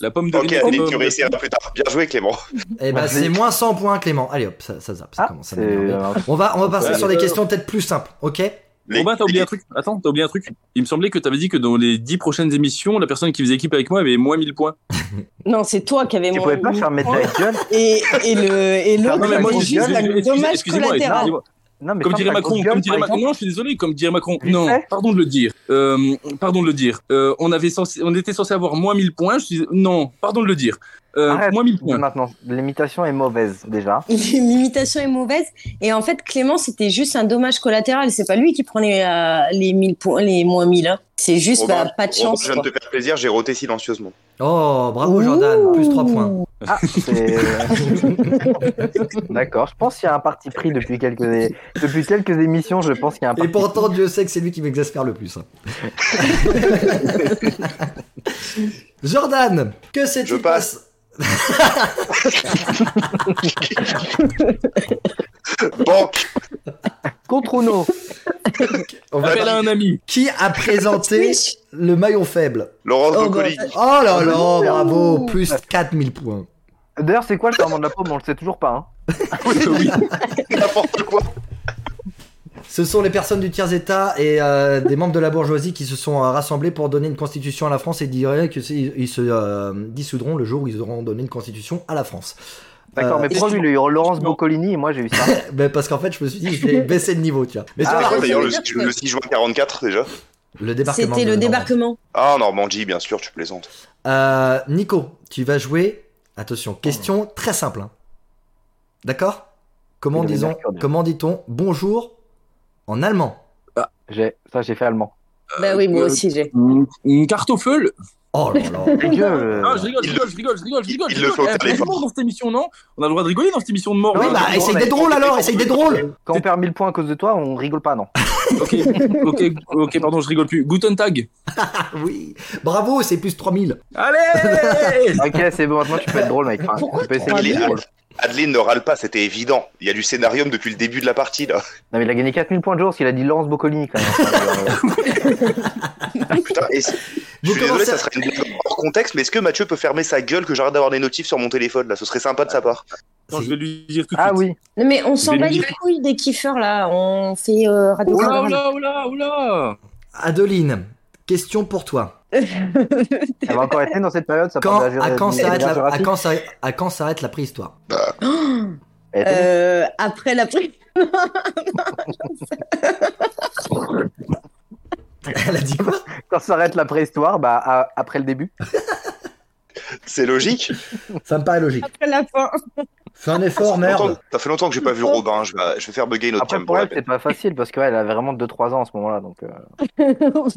C: La pomme de euh,
F: Ok,
C: la
F: allez,
C: pomme.
E: bah,
F: tu réussiras plus tard. Bien joué, Clément.
B: Eh ben,
E: Vas-y.
B: c'est moins 100 points, Clément. Allez hop, ça, ça zappe. Ça
E: Ah,
B: commence à
E: c'est
B: m'énerver.
E: un-
B: On va, on va passer
C: Ouais,
B: sur des
C: euh,
B: questions peut-être plus simples, ok
F: Les-
C: Robin, bah, t'as oublié un
F: les-
C: truc. Attends, t'as oublié un truc. Il me semblait que t'avais dit que dans les 10 prochaines émissions, la personne qui faisait équipe avec moi avait moins 1000 points.
D: Non, c'est toi qui avais
E: Tu
D: mon-
E: pouvais pas fermer de la gueule
D: Et, et le- et
E: Ah,
D: l'autre,
E: non, mais moi,
D: il
E: je
D: dit,
E: dis-
D: la- le
C: excusez-
D: dommage
C: excusez-moi,
D: collatéral.
C: excusez-moi.
E: Non, mais
C: Comme
E: ferme
C: dirait
E: ta
C: Macron,
E: grosse gueule,
C: comme dirait
E: par
C: Macron.
E: exemple.
C: Non, je suis désolé, comme dirait Macron.
E: Vite
C: non,
E: fait.
C: pardon de le dire. Euh, pardon de le dire. Euh, on avait censé, on était censé avoir moins 1000 points. Je suis... Non, pardon de le dire. Euh,
E: Arrête.
C: moins 1000 points.
E: Maintenant, l'imitation est mauvaise déjà.
D: L'imitation est mauvaise. Et en fait, Clément, c'était juste un dommage collatéral. C'est pas lui qui prenait euh, les, 1000 points, les moins 1000. hein. C'est juste
F: Robin,
D: bah, pas de
F: Robin,
D: chance.
F: oh je viens
D: quoi.
F: de te faire plaisir, j'ai roté silencieusement.
B: Oh, bravo Jordan, plus 3 points.
E: Ah, c'est. euh, D'accord, je pense qu'il y a un parti pris depuis quelques, depuis quelques émissions. Je pense qu'il y a un
B: Et
E: parti
B: pourtant, Dieu sait que c'est lui qui m'exaspère le plus. hein. Jordan, que s'est-il
F: Je passe.
B: passé-
F: Banque
E: Contre Uno
B: On va-
C: Appelle à un ami.
B: Qui a présenté
D: Twitch.
B: le maillon faible
F: Laurence
D: Oh,
F: Boccoli.
D: bah,
B: Oh là là,
E: Ouh.
B: bravo, plus 4000 points.
E: D'ailleurs, c'est quoi le serment de la paume On le sait toujours pas. Hein.
C: Oui.
F: N'importe quoi.
B: Ce sont les personnes du tiers-état et euh, des membres de la bourgeoisie qui se sont euh, rassemblés pour donner une constitution à la France et diraient qu'ils se euh, dissoudront le jour où ils auront donné une constitution à la France.
E: D'accord,
B: Euh,
E: mais pourquoi
C: est-ce
E: il a eu Laurence Boccolini et moi j'ai eu ça
B: Ben, parce qu'en fait, je me suis dit, je vais baisser le niveau, tiens. Mais
E: Ah,
B: tu
F: C'est
B: vois,
F: quoi
D: ouais,
F: d'ailleurs
D: ça
F: le,
D: veut dire
F: le
D: que-
F: 6 juin 44 déjà
B: le débarquement.
D: C'était
B: de
D: le
B: Normandie.
D: débarquement.
F: Ah, Normandie, bien sûr, tu plaisantes.
B: Euh, Nico, tu vas jouer. Attention, question
D: Oh.
B: très simple. hein. D'accord Comment
E: Il avait
B: disons
E: l'air curieux.
B: Comment dit-on bonjour en allemand
E: J'ai- Ça, j'ai fait allemand.
D: bah oui, moi
C: euh,
D: aussi, j'ai.
C: Une- Une carte au feu. le-
B: Oh là là.
E: Ta gueule
C: Ah, je rigole, je
F: Il-
C: rigole, je rigole, je rigole, je rigole.
F: Euh, il
C: je
F: le
C: rigole.
F: faut
C: Eh,
F: faire l'effort.
C: franchement, dans cette émission, non On a le droit de rigoler dans cette émission de mort.
B: Oui,
E: Non,
B: bah
E: mais
B: essaye
E: bon,
B: des
E: mais-
B: drôles alors, essaye des drôles.
E: Quand on perd 1000 points à cause de toi, on rigole pas, non
C: Ok, ok, ok, pardon, je rigole plus. Guten Tag.
B: Ah oui. Bravo, c'est plus 3000.
C: Allez
E: Ok, c'est bon, maintenant tu peux être drôle, mec. Enfin,
D: Pourquoi
E: tu peux essayer
D: trois
E: d'être
F: mille
E: drôle.
F: Adeline ne râle pas, c'était évident. Il y a du scénarium depuis le début de la partie là.
E: Non, mais il a gagné 4000 points de jour parce qu'il a dit Laurence Boccolini quand même. Enfin, euh,
F: Putain, et c'est- je suis désolé, ça serait une blague hors contexte, mais est-ce que Mathieu peut fermer sa gueule que j'arrête d'avoir des notifs sur mon téléphone là Ce serait sympa de sa part.
C: Attends, je vais lui dire tout de suite.
E: Ah oui,
D: Non, mais on s'en
C: vais
D: bat
C: lui
D: les couilles des kiffeurs, là. On fait euh, radio.
C: Oh là, oh
D: Caravane.
C: là, oh là, oh là
B: Adeline, question pour toi.
E: elle va encore être née dans cette
F: Ah,
E: période, ça
B: Quand,
F: bah,
E: parle de la
B: à, quand
E: géographie- de
B: s'arrête
E: la
B: la, à,
E: géographie.
B: quand s'arrête- à quand s'arrête la préhistoire
E: Elle était née.
D: Euh, après la prime.
B: Elle a dit quoi
E: Quand s'arrête la préhistoire, bah à- après le début.
F: C'est logique
B: Ça me paraît logique.
D: Après la fin.
B: Fais un effort,
F: Longtemps-
B: merde.
F: Ça fait longtemps que j'ai pas vu Robin. Je vais, je vais faire bugger notre
E: Après,
F: cam
E: pour
F: pour la
E: elle,
F: peine.
E: c'est pas facile parce que ouais, elle a vraiment 2-3 ans à ce moment-là. Donc, euh,
F: Oh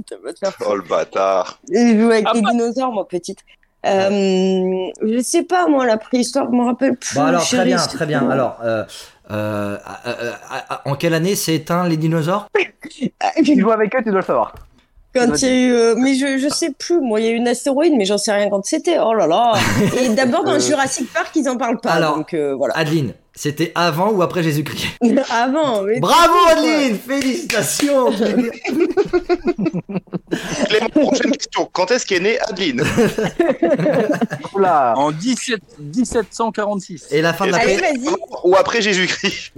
F: le bâtard.
D: Je jouais avec les dinosaures, moi, petite. Euh, je sais pas, moi, la préhistoire, je me rappelle plus.
B: Bon, alors, très
D: chérie,
B: bien,
D: c'est
B: très bien.
D: tout.
B: Alors, euh, euh, à- à- à- à- en quelle année s'est éteint les dinosaures
D: Ah,
E: tu joues avec eux, tu dois le savoir.
D: Quand il y a eu. euh, mais je, je sais plus, moi, il y a eu une astéroïde, mais j'en sais rien quand c'était. Oh là là. Et d'abord, dans
E: Euh.
D: Jurassic Park, ils en parlent pas.
B: Alors.
D: Donc, euh, voilà.
B: Adeline, c'était avant ou après Jésus-Christ
D: Avant, mais.
B: Bravo Adeline, félicitations
F: Clément, prochaine question. Quand est-ce qu'est née Adeline
E: Oula,
H: En 17 1746.
B: Et la fin de la
D: Allez,
B: paix
D: vas-y.
F: Ou après Jésus-Christ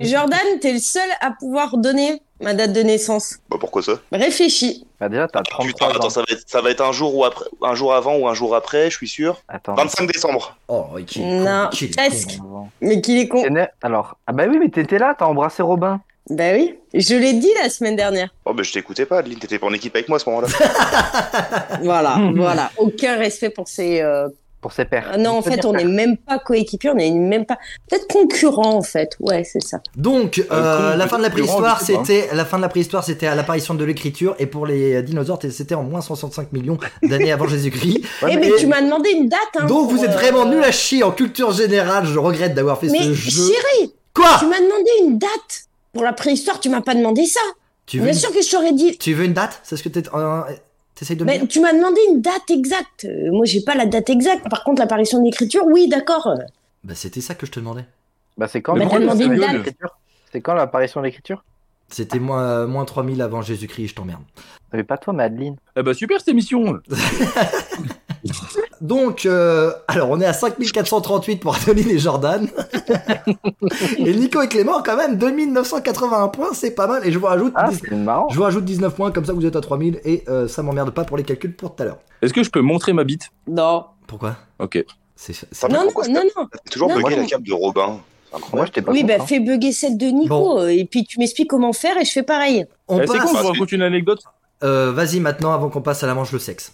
D: Jordan, t'es le seul à pouvoir donner ma date de naissance.
F: Bah pourquoi ça
D: Réfléchis.
E: bah déjà, t'as
F: Putain,
E: 33 ans.
F: attends, ça va être, ça va être un jour ou après, un jour avant ou un jour après, je suis sûr.
E: Attends.
F: 25 décembre.
B: Oh, ok.
D: Non, Eh, presque. Mais qu'il est con.
E: T'es né- Alors, ah bah oui, mais t'étais là, t'as embrassé Robin.
D: Bah oui, je l'ai dit la semaine dernière.
F: Oh bah je t'écoutais pas, Adeline, t'étais pas en équipe avec moi à ce moment-là.
D: Voilà, voilà. Aucun respect pour ces. euh,
E: Pour ses pères.
D: Ah Non, en fait, on n'est même pas coéquipiers, on n'est même pas. Peut-être concurrents, en fait. Ouais, c'est ça.
B: Donc, euh,
H: Euh, con,
B: la fin de la
H: je comprends,
B: préhistoire,
H: je sais pas.
B: c'était la fin de la préhistoire, c'était à l'apparition de l'écriture, et pour les dinosaures, c'était en moins 65 millions d'années avant Jésus-Christ.
D: eh, mais, tu m'as demandé une date. Hein,
B: Donc,
D: pour,
B: vous êtes
D: euh,
B: vraiment nul à chier en culture générale. Je regrette d'avoir fait ce
D: Mais
B: jeu. Ah.
D: chérie,
B: Quoi
D: tu m'as demandé une date. Pour la préhistoire, tu m'as pas demandé ça.
B: tu veux,
D: Bien
B: une...
D: sûr que je t'aurais dit.
B: tu veux une date C'est ce que t'es- euh, t'essayes de me
D: Mais
B: dire
D: tu m'as demandé une date exacte. Euh, Moi, j'ai pas la date exacte. Par contre, l'apparition de l'écriture, oui, d'accord.
B: Bah, c'était ça que je te demandais.
E: Bah c'est quand
H: Mais
E: la-
D: pourquoi
E: la-
D: t'as demandé
E: la-
D: une
E: la- l'écriture C'est quand l'apparition de l'écriture
B: C'était moins, euh, moins 3000 avant Jésus-Christ, je t'emmerde.
E: Mais pas toi, mais Adeline.
H: Eh
C: ben,
H: bah super cette émission.
B: Donc, euh, alors, on est à 5438 pour Adeline et Jordan. et Nico et Clément, quand même, 2981 points, c'est pas mal. Et je vous rajoute
E: Ah,
B: 10
E: c'est marrant.
B: Je vous rajoute 19 points, comme ça vous êtes à 3000 et euh, ça m'emmerde pas pour les calculs pour tout à l'heure.
H: Est-ce que je peux montrer ma bite
D: Non.
B: Pourquoi
H: Ok.
B: C'est c'est-
F: Ça Ah, mais
D: Non, non,
F: pourquoi c'est
D: non, non.
F: T'as toujours
D: Non,
F: bugué
D: non.
F: la cape de Robin. C'est
E: Moi,
F: incroyable.
E: j'étais pas
D: Oui,
E: contre, hein.
D: bah, fais bugger celle de Nico.
B: Bon.
D: euh, Et puis, tu m'expliques comment faire et je fais pareil.
B: On
H: Eh, C'est
B: passe.
H: con, je vous raconte une anecdote.
B: Euh, Vas-y maintenant avant qu'on passe à la manche le sexe.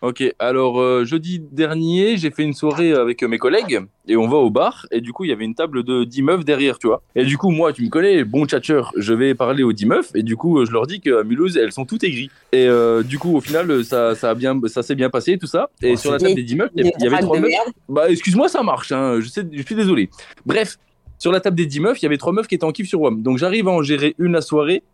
H: Ok, alors euh, jeudi dernier, j'ai fait une soirée avec euh, mes collègues et on va au bar et du coup il y avait une table de 10 meufs derrière, tu vois. Et du coup moi, tu me connais, bon tchatcheur, je vais parler aux 10 meufs et du coup euh, je leur dis qu'à Mulhouse elles sont toutes aigries. Et euh, du coup au final euh, ça, ça, a bien, ça s'est bien passé tout ça. Et
B: Oh,
H: sur la
D: c'est-
H: table des 10 meufs, il y- il y avait
D: Drague
H: trois
D: de
H: meufs.
D: merde.
H: Bah excuse-moi, ça marche, hein, je, sais, je suis désolé. Bref, sur la table des 10 meufs, il y avait trois meufs qui étaient en kiff sur WAM. Donc j'arrive à en gérer une la soirée,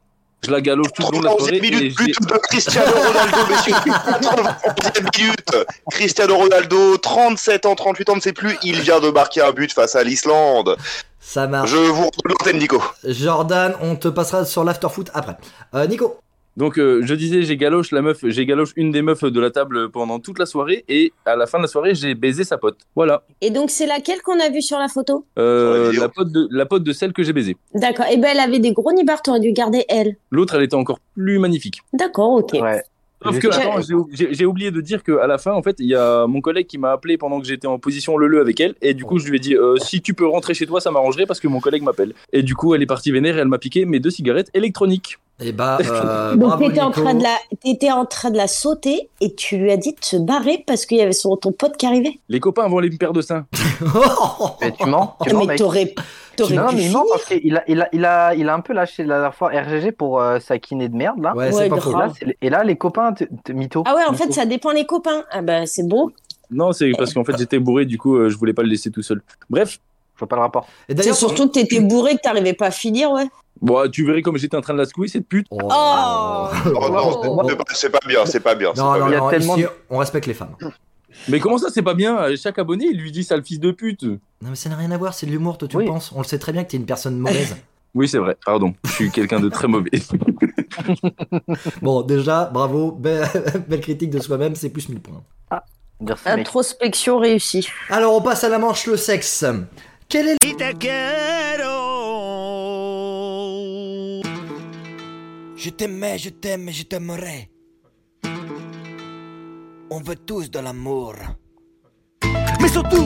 H: je la galoche tout le long de la
F: 31
H: soirée. et
F: minutes,
H: je l'ai-
F: but de Cristiano Ronaldo, messieurs. 31 minutes. Cristiano Ronaldo, 37 ans, 38 ans, on ne sait plus. Il vient de marquer un but face à l'Islande.
B: Ça marche.
F: Je vous redonne l'antenne, Nico.
B: Jordan, on te passera sur l'afterfoot après. Euh, Nico,
H: Donc euh, je disais j'ai galoche la meuf, j'ai galoche une des meufs de la table pendant toute la soirée et à la fin de la soirée j'ai baisé sa pote. Voilà.
D: Et donc, c'est laquelle qu'on a vue sur la photo
H: Euh,
F: Sur la vidéo.
H: la pote de la pote de celle que j'ai baisée.
D: D'accord. Et ben, elle avait des gros nibards, t'aurais dû garder elle.
H: L'autre elle était encore plus magnifique.
D: D'accord, ok.
E: Ouais.
H: Sauf
E: Juste-
H: que attends, j'ai ou- j'ai j'ai oublié de dire que à la fin en fait il y a mon collègue qui m'a appelé pendant que j'étais en position le avec elle et du coup je lui ai dit euh, si tu peux rentrer chez toi ça m'arrangerait parce que mon collègue m'appelle. Et du coup elle est partie vénère et elle m'a piqué mes deux cigarettes électroniques.
B: eh bah
E: Ah,
B: euh,
D: Donc
B: bravo
D: t'étais en
B: Nico.
D: train de la, t'étais en train de la sauter et tu lui as dit de se barrer parce qu'il y avait son ton pote qui arrivait.
H: Les copains vont aller me perdre de seins.
E: Mais tu mens, tu mens,
D: mais
E: mec.
D: t'aurais, t'aurais
E: Non,
D: pu
E: mais il
D: finir.
E: ment parce qu'il a, il a, il a, il a un peu lâché la dernière fois RGG pour euh, sa kiné de merde, là.
B: Ouais, c'est
D: Ouais,
B: pas
E: Et
B: faux.
D: grave.
E: là, c'est- et là, les copains de de mytho.
D: Ah ouais, en fait ça dépend les copains. Ah ben c'est bon.
H: Non c'est parce qu'en fait j'étais bourré du coup euh, je voulais pas le laisser tout seul. Bref.
E: Je vois pas le rapport.
B: Et
D: C'est
B: d'ailleurs,
D: surtout que t'étais bourré que t'arrivais pas à finir, ouais.
H: Bon, Bah, tu verrais comme j'étais en train de la secouer, cette pute.
B: Oh.
D: Oh.
F: Oh non, c'est-
B: Oh.
F: c'est pas bien, c'est pas bien. c'est
B: Non,
F: pas
B: non,
E: Il y a
B: non,
E: tellement
B: ici,
E: de-
B: on respecte les femmes.
H: Mais comment ça, c'est pas bien Chaque abonné, il lui dit sale fils de pute.
B: Non, mais ça n'a rien à voir, c'est de l'humour, toi, tu
E: Oui.
B: penses. On le sait très bien que t'es une personne mauvaise.
H: Oui, c'est vrai, pardon. Je suis quelqu'un de très mauvais.
B: bon, déjà, bravo, belle, belle critique de soi-même, c'est plus 1000 points.
E: Dire ça, mec.
D: Introspection réussie.
B: Alors, on passe à la manche le sexe. Quel est
G: Y te quiero.
A: Je t'aimais, je t'aime et je t'aimerai. On veut tous de l'amour. Mais surtout,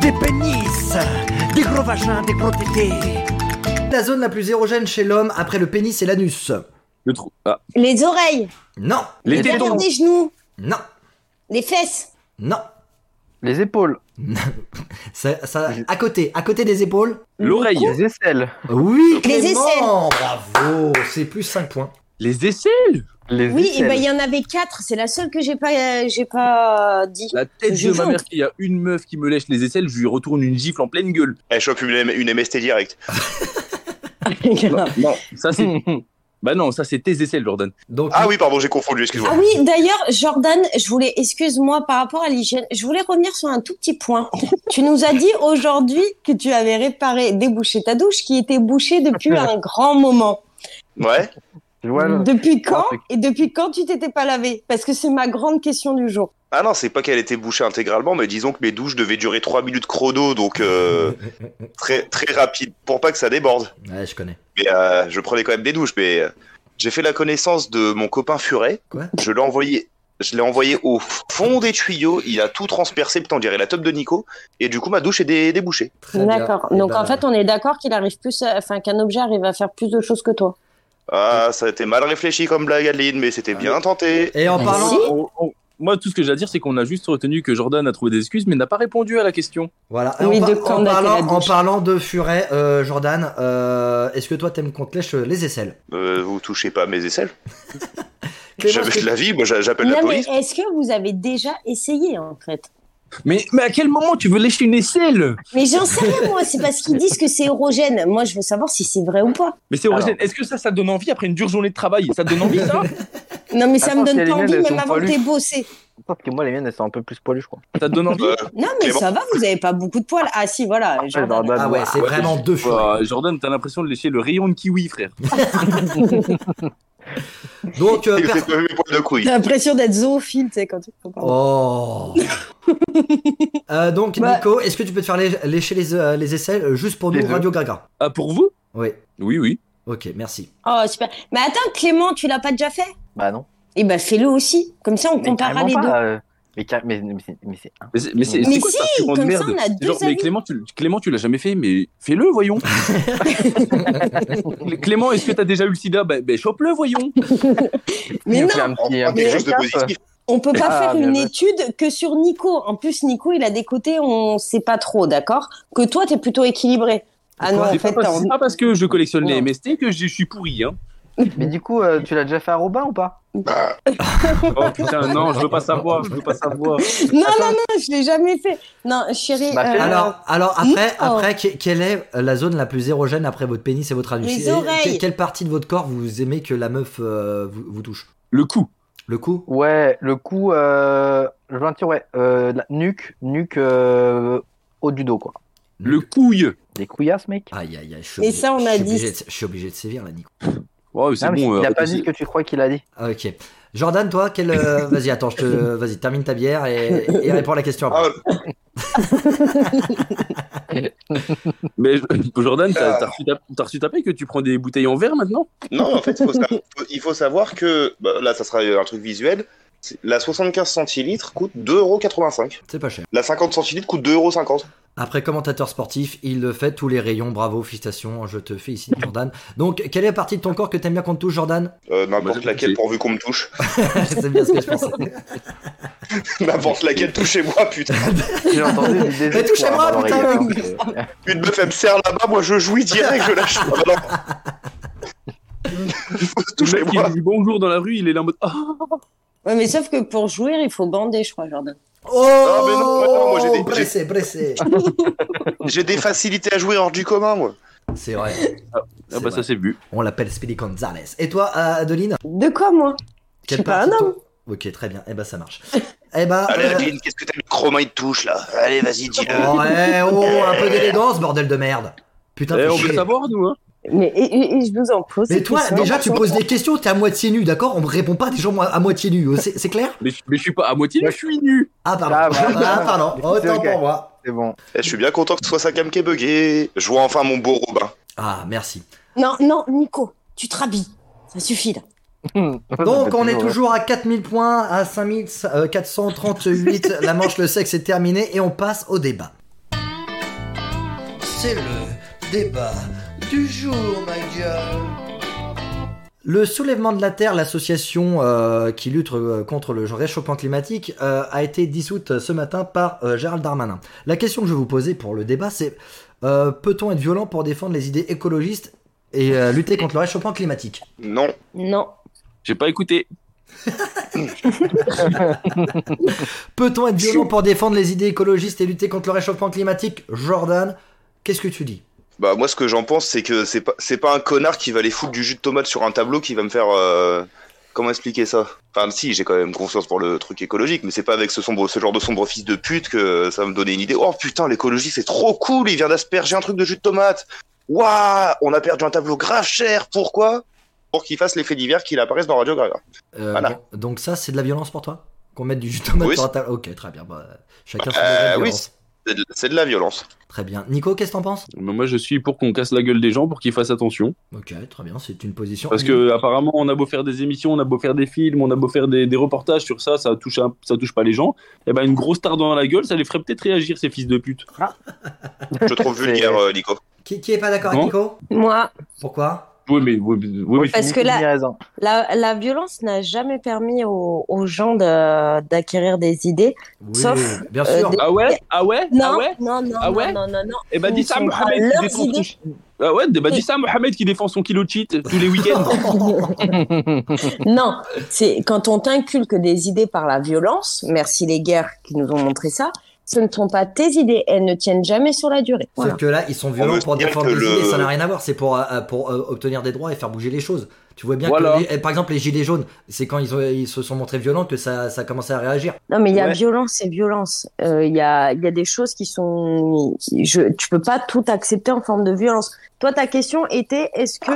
A: des pénis, des gros vagins, des gros tétés.
B: la zone la plus érogène chez l'homme après le pénis et l'anus
H: Le trou. Ah,
D: Les oreilles,
B: Non,
H: les
D: les
H: tétons.
D: derniers genoux,
B: non,
D: les fesses,
B: non,
E: Les épaules.
B: Ça, ça- à côté, à côté des épaules.
H: L'oreille.
E: Les aisselles.
B: Oui,
D: Les
B: Clément,
D: aisselles.
B: Bravo, c'est plus 5 points.
H: Les aisselles
E: Les
D: Oui, eh
E: aisselles.
D: ben, il y en avait quatre. C'est la seule que j'ai pas, euh, j'ai pas dit.
H: La tête
D: Je
H: de ma
D: jure.
H: mère qui a une meuf qui me lèche les aisselles, je lui retourne une gifle en pleine gueule.
F: Elle Eh, chope une, M- une MST direct.
H: Non, non, ça c'est.
D: Hmm.
H: bah non, ça c'est tes aisselles, Jordan.
B: Donc,
F: Ah oui, pardon, j'ai confondu, excuse-moi.
D: Ah oui, d'ailleurs, Jordan, je voulais, excuse-moi par rapport à l'hygiène, je voulais revenir sur un tout petit point. tu nous as dit aujourd'hui que tu avais réparé, débouché ta douche qui était bouchée depuis un grand moment.
F: Ouais.
E: Tu vois, là
D: Depuis quand
E: Ah,
D: et depuis quand tu t'étais pas lavé Parce que c'est ma grande question du jour.
F: Ah non, c'est pas qu'elle était bouchée intégralement, mais disons que mes douches devaient durer 3 minutes chrono, donc euh, très, très rapide, pour pas que ça déborde.
B: Ouais, je connais.
F: Mais euh, je prenais quand même des douches, mais euh, j'ai fait la connaissance de mon copain Furet.
B: Quoi
F: je l'ai envoyé. Je l'ai envoyé au fond des tuyaux, il a tout transpercé, putain, on dirait la top de Nico, et du coup ma douche est dé- débouchée.
B: Très bien.
D: D'accord.
B: Eh
D: Donc
B: ben,
D: en fait, on est d'accord qu'il arrive plus, à- enfin qu'un objet arrive à faire plus de choses que toi.
F: Ah, ça a été mal réfléchi comme blague, Adeline, mais c'était
B: Ah
F: bien tenté.
B: Et en parlant.
D: Si.
H: On- on- Moi, tout ce que j'ai à dire, c'est qu'on a juste retenu que Jordan a trouvé des excuses, mais n'a pas répondu à la question.
B: Voilà.
D: Oui,
B: en,
D: de
B: par-
D: quand
B: en
D: date la
B: parlant, en
D: douche
B: parlant de Furet, euh, Jordan, euh, est-ce que toi t'aimes qu'on te lèche euh, les aisselles
F: Euh, vous touchez pas à mes aisselles.
B: Clément,
F: J'avais
B: c'est-
F: de la vie, moi j'a- j'appelle Euh, la
D: Non, mais
F: police.
D: est-ce que vous avez déjà essayé en fait
H: Mais, mais à quel moment tu veux lécher une aisselle
D: Mais j'en sais rien moi. C'est parce qu'ils disent que c'est érogène. Moi, je veux savoir si c'est vrai ou pas.
H: Mais c'est origine. Est-ce que ça, ça te donne envie après une dure journée de travail Ça te donne envie, ça
D: Non, mais ça
E: Attends,
D: me
E: si
D: donne
E: elle
D: pas envie,
E: est mienne, elles
D: même
E: sont
D: avant que
E: poilues.
D: t'aies bossé.
E: Parce que moi, les miennes, elles sont un peu plus poilues, je crois.
H: Ça te donne envie
F: Euh,
D: Non, mais
F: Clément.
D: ça va, vous avez pas beaucoup de poils. Ah, si, voilà.
E: Ouais,
D: Jordan.
E: Jordan,
B: Ah ouais,
E: Bah, ouais.
B: c'est vraiment deux Furets.
H: Bah, Jordan, t'as l'impression de lécher le rayon de kiwi, frère.
B: Donc, euh,
F: J'ai
B: per-
F: pas vu mes poils de couille.
D: T'as l'impression d'être zoophile, tu sais, quand tu
B: Oh
D: comprends.
B: Euh, Donc,
D: Bah-
B: Nico, est-ce que tu peux te faire lé- lécher les, euh, les aisselles euh, juste pour nous,
E: Les deux.
B: Radio Gaga
H: Ah, pour vous
B: Oui,
H: Oui, oui.
B: ok, merci.
D: Oh, super. Mais attends, Clément, tu l'as pas déjà fait
E: Bah non.
D: Eh ben, fais-le aussi. Comme ça, on
E: Mais
D: comparera
E: carrément
D: les
E: pas,
D: deux.
E: euh, Mais, car- mais, mais c'est- mais c'est
H: Mais c'est, mais c'est-
E: Mais
H: c'est quoi
D: si,
H: cet argument de
D: comme ça,
H: merde
D: on a deux
H: Genre, mais
D: avis.
H: Clément, tu, Clément, tu l'as jamais fait, mais fais-le, voyons. Clément, est-ce que t'as déjà eu le sida Ben, ben, chope-le, voyons.
D: Mais
E: Il
D: non,
E: fait un petit, hein. un
F: Enfin,
E: petit
F: quelque chose de
E: récap.
F: positif.
D: on peut pas
E: Ah,
D: faire
E: bien
D: une
E: joué.
D: étude que sur Nico. En plus, Nico, il a des côtés, on sait pas trop, d'accord Que toi, t'es plutôt équilibré. Ah non,
B: Pourquoi
D: en
H: c'est,
D: fait,
H: pas
D: t'as
H: parce, c'est
D: envie.
H: pas parce que je collectionne les
D: Non.
H: MST que je, je suis pourri. Hein.
E: Mais du coup, euh, tu l'as déjà fait à Robin ou pas
F: Bah,
H: Oh putain, non, je veux pas savoir, je veux pas savoir.
D: Non, non, non, je l'ai jamais fait. Non, chérie.
E: Bah, fais-le.
D: euh,
B: Alors, alors après,
D: Nico.
B: après, que- quelle est la zone la plus érogène après votre pénis et votre anus
D: Les
B: Et que-
D: oreilles.
B: Quelle partie de votre corps vous aimez que la meuf euh, vous, vous touche
H: Le coup.
B: Le cou
E: Ouais, le coup, euh, je vais dire, ouais, euh, la nuque, nuque euh, haut du dos, quoi.
H: Le couille.
E: Des couillasses, mec.
B: Aïe, aïe, aïe, je suis
D: Et
B: obligé-
D: ça, on
B: je
D: a
B: suis
D: dit-
B: obligé de- Je suis obligé de sévir là, Nico.
H: Oh, c'est
E: Non, mais
H: bon.
E: il
H: euh,
E: a pas
H: arrêtez-
E: dit ce que tu crois qu'il a dit.
B: Ah, Ok. Jordan, toi, quel. euh, Vas-y, attends, je te. Vas-y, termine ta bière et, et réponds à la question après.
F: ah,
H: Mais je- Jordan, t'as,
E: Euh.
H: t'as reçu ta, t'as reçu ta paye que tu prends des bouteilles en verre maintenant
F: Non, en fait, il faut sa- faut- il faut savoir que bah, là, ça sera un truc visuel. c'est- La 75 centilitres coûte 2,85€.
B: C'est pas cher.
F: La 50 centilitres coûte 2,50€.
B: Après, commentateur sportif, il le fait tous les rayons. Bravo, félicitations, je te félicite, Jordan. Donc, quelle est la partie de ton corps que t'aimes bien qu'on te touche, Jordan
H: Moi, j'ai
F: Euh, N'importe laquelle,
H: touché.
F: pourvu qu'on me touche.
B: C'est bien ce que je pensais.
F: N'importe laquelle, touchez-moi, putain.
E: J'ai entendu du désespoir.
B: Mais touchez-moi,
E: dans l'oreille,
B: putain,
E: hein.
F: Une meuf, elle me serre là-bas, moi je jouis direct, je lâche. pas. Alors...
H: Le mec, il
F: touchez-moi.
H: lui dit bonjour dans la rue, il est là en mode Ah
D: Ouais, mais sauf que pour jouer, il faut bander, je crois, Jordan.
B: Oh
F: mais non, mais non, moi, j'ai des-
B: Pressé, pressé.
F: J'ai des facilités à jouer hors du commun, moi.
B: C'est vrai.
H: Ah
B: C'est
H: bah
B: vrai.
H: ça c'est vu.
B: On l'appelle Speedy Gonzalez. Et toi, euh, Adeline
D: De quoi, moi Je suis pas un
B: de
D: homme.
B: ton- Ok, très bien. Eh ben, ça marche. Eh ben.
F: Allez,
B: euh,
F: Adeline, Ah, qu'est-ce que t'as mis Chroma, il te touche là. Allez, vas-y, dis-le.
B: Oh, eh, oh, un peu d'élégance, bordel de merde. Putain,
H: Eh,
B: fais
H: on
B: chier.
H: veut savoir nous hein
D: Mais et, et- et je vous en pose.
B: Mais toi,
D: question.
B: déjà, tu poses des questions, t'es à moitié nu, d'accord On me répond pas à des gens mo- à moitié nus, c'est c'est clair
H: mais, je- mais je suis pas à moitié, nu, je suis nu
B: Ah, pardon.
E: Ah,
B: Ah,
E: bah, bah,
B: pardon.
E: c'est
B: Autant
E: ok.
B: pour moi.
E: C'est bon.
F: Eh, Je suis bien content que ce soit sa cam qui est buggée. Je vois enfin mon beau Robin.
B: Ah, merci.
D: Non, non, Nico, tu te rhabilles. Ça suffit là.
B: Donc, on est toujours à 4000 points, à euh, 5438. La manche, le sexe est terminée et on passe au débat.
G: C'est le débat du jour, my girl.
B: Le soulèvement de la Terre, l'association euh, qui lutte euh, contre le réchauffement climatique, euh, a été dissoute ce matin par euh, Gérald Darmanin. La question que je vais vous poser pour le débat, c'est euh, peut-on être violent pour défendre les idées écologistes et euh, lutter contre le réchauffement climatique
F: Non.
D: Non.
H: J'ai pas écouté.
B: Peut-on être violent pour défendre les idées écologistes et lutter contre le réchauffement climatique Jordan, qu'est-ce que tu dis
F: Bah moi ce que j'en pense c'est que c'est pas c'est pas un connard qui va aller foutre du jus de tomate sur un tableau qui va me faire euh, comment expliquer ça. Enfin si j'ai quand même conscience pour le truc écologique mais c'est pas avec ce sombre ce genre de sombre fils de pute que ça va me donner une idée. Oh putain l'écologie c'est trop cool il vient d'asperger un truc de jus de tomate. Waouh on a perdu un tableau grave cher pourquoi Pour qu'il fasse l'effet d'hiver qu'il apparaisse dans Radio Gaga.
B: Euh,
F: Voilà.
B: bon, Donc ça, c'est de la violence pour toi Qu'on mette du jus de tomate
F: Oui.
B: sur un ta- Ok, très bien. bah, chacun son degré
F: Euh,
B: de
F: oui.
B: violence.
F: C'est de- C'est de la violence.
B: Très bien. Nico, qu'est-ce que t'en penses
H: Mais moi, je suis pour qu'on casse la gueule des gens pour qu'ils fassent attention.
B: Ok, très bien, c'est une position.
H: Parce
F: euh,
H: que apparemment, on a beau faire des émissions, on a beau faire des films, on a beau faire des, des reportages sur ça, ça touche, un- ça touche pas les gens. Et ben, une grosse tarte dans la gueule, ça les ferait peut-être réagir, ces fils de pute.
F: Je trouve vulgaire euh, Nico.
B: Qui, qui est pas d'accord avec
H: Non.
B: Nico
D: Moi,
B: Pourquoi
H: Oui, mais, oui, mais- oui, mais tu-
D: parce que
E: Il
D: là,
E: a raison.
D: la, la violence n'a jamais permis aux, aux gens de- d'acquérir des idées.
B: Oui,
D: Sauf,
B: bien
D: euh,
B: sûr.
D: des-
H: Ah ouais Ah ouais
D: Non,
H: Ah ouais
D: non, non,
H: Ah
D: non,
H: ouais
D: non, non, non.
H: Eh ben,
D: Ils
H: dis ça à
D: sont pas
H: Mohamed qui
D: leurs
H: défend son
D: idées.
H: cheat. Ah ouais, bah, dis ça à Mohamed qui défend son kilo de cheat tous les week-ends.
D: Non, c'est quand on t'inculque des idées par la violence, merci les guerres qui nous ont montré ça, ce ne sont pas tes idées, elles ne tiennent jamais sur la durée. Voilà.
B: Sauf que là, ils sont violents
F: veut
B: pour
F: dire
B: défendre
F: que
B: les
F: le-
B: idées, ça n'a rien à voir. C'est pour, euh, pour euh, obtenir des droits et faire bouger les choses. Tu vois bien
H: Voilà.
B: que, les- eh, par exemple, les gilets jaunes, c'est quand ils, ont- ils se sont montrés violents que ça, ça a commencé à réagir.
D: Non, mais il y a
H: Ouais.
D: violence et violence. Euh, Il y, a, il y a des choses qui sont. qui- Je, tu peux pas tout accepter en forme de violence. Toi, ta question était est-ce que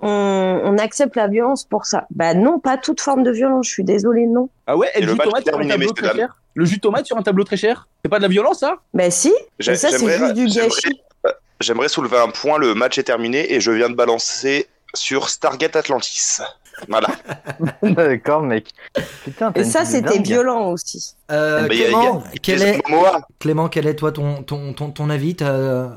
D: on, on accepte la violence pour ça Bah non, pas toute forme de violence. Je suis désolée, non.
H: Ah ouais Et
F: Et
H: le
F: le
H: jus de
F: match
H: tomate sur un
F: terminé,
H: tableau
F: messieurs,
H: très
F: dames.
H: cher Le jus de tomate sur un tableau très cher C'est pas de la violence, ça
D: Bah si.
F: J'ai-
D: Mais ça, c'est
F: j'aimerais-
D: juste du
F: j'aimerais-
D: gâchis.
F: J'aimerais soulever un point, le match est terminé et je viens de balancer sur Stargate Atlantis. Voilà.
E: D'accord, mec. Putain, t'as
D: Et
E: une
D: ça,
E: idée
D: c'était
E: dingue.
D: violent aussi.
B: Euh,
F: Mais Bah, il y a-
B: Clément,
F: il y a-
B: quel
F: Jason
B: est,
F: Momoa,
B: Clément, quel est toi ton, ton, ton, ton avis t'as- euh,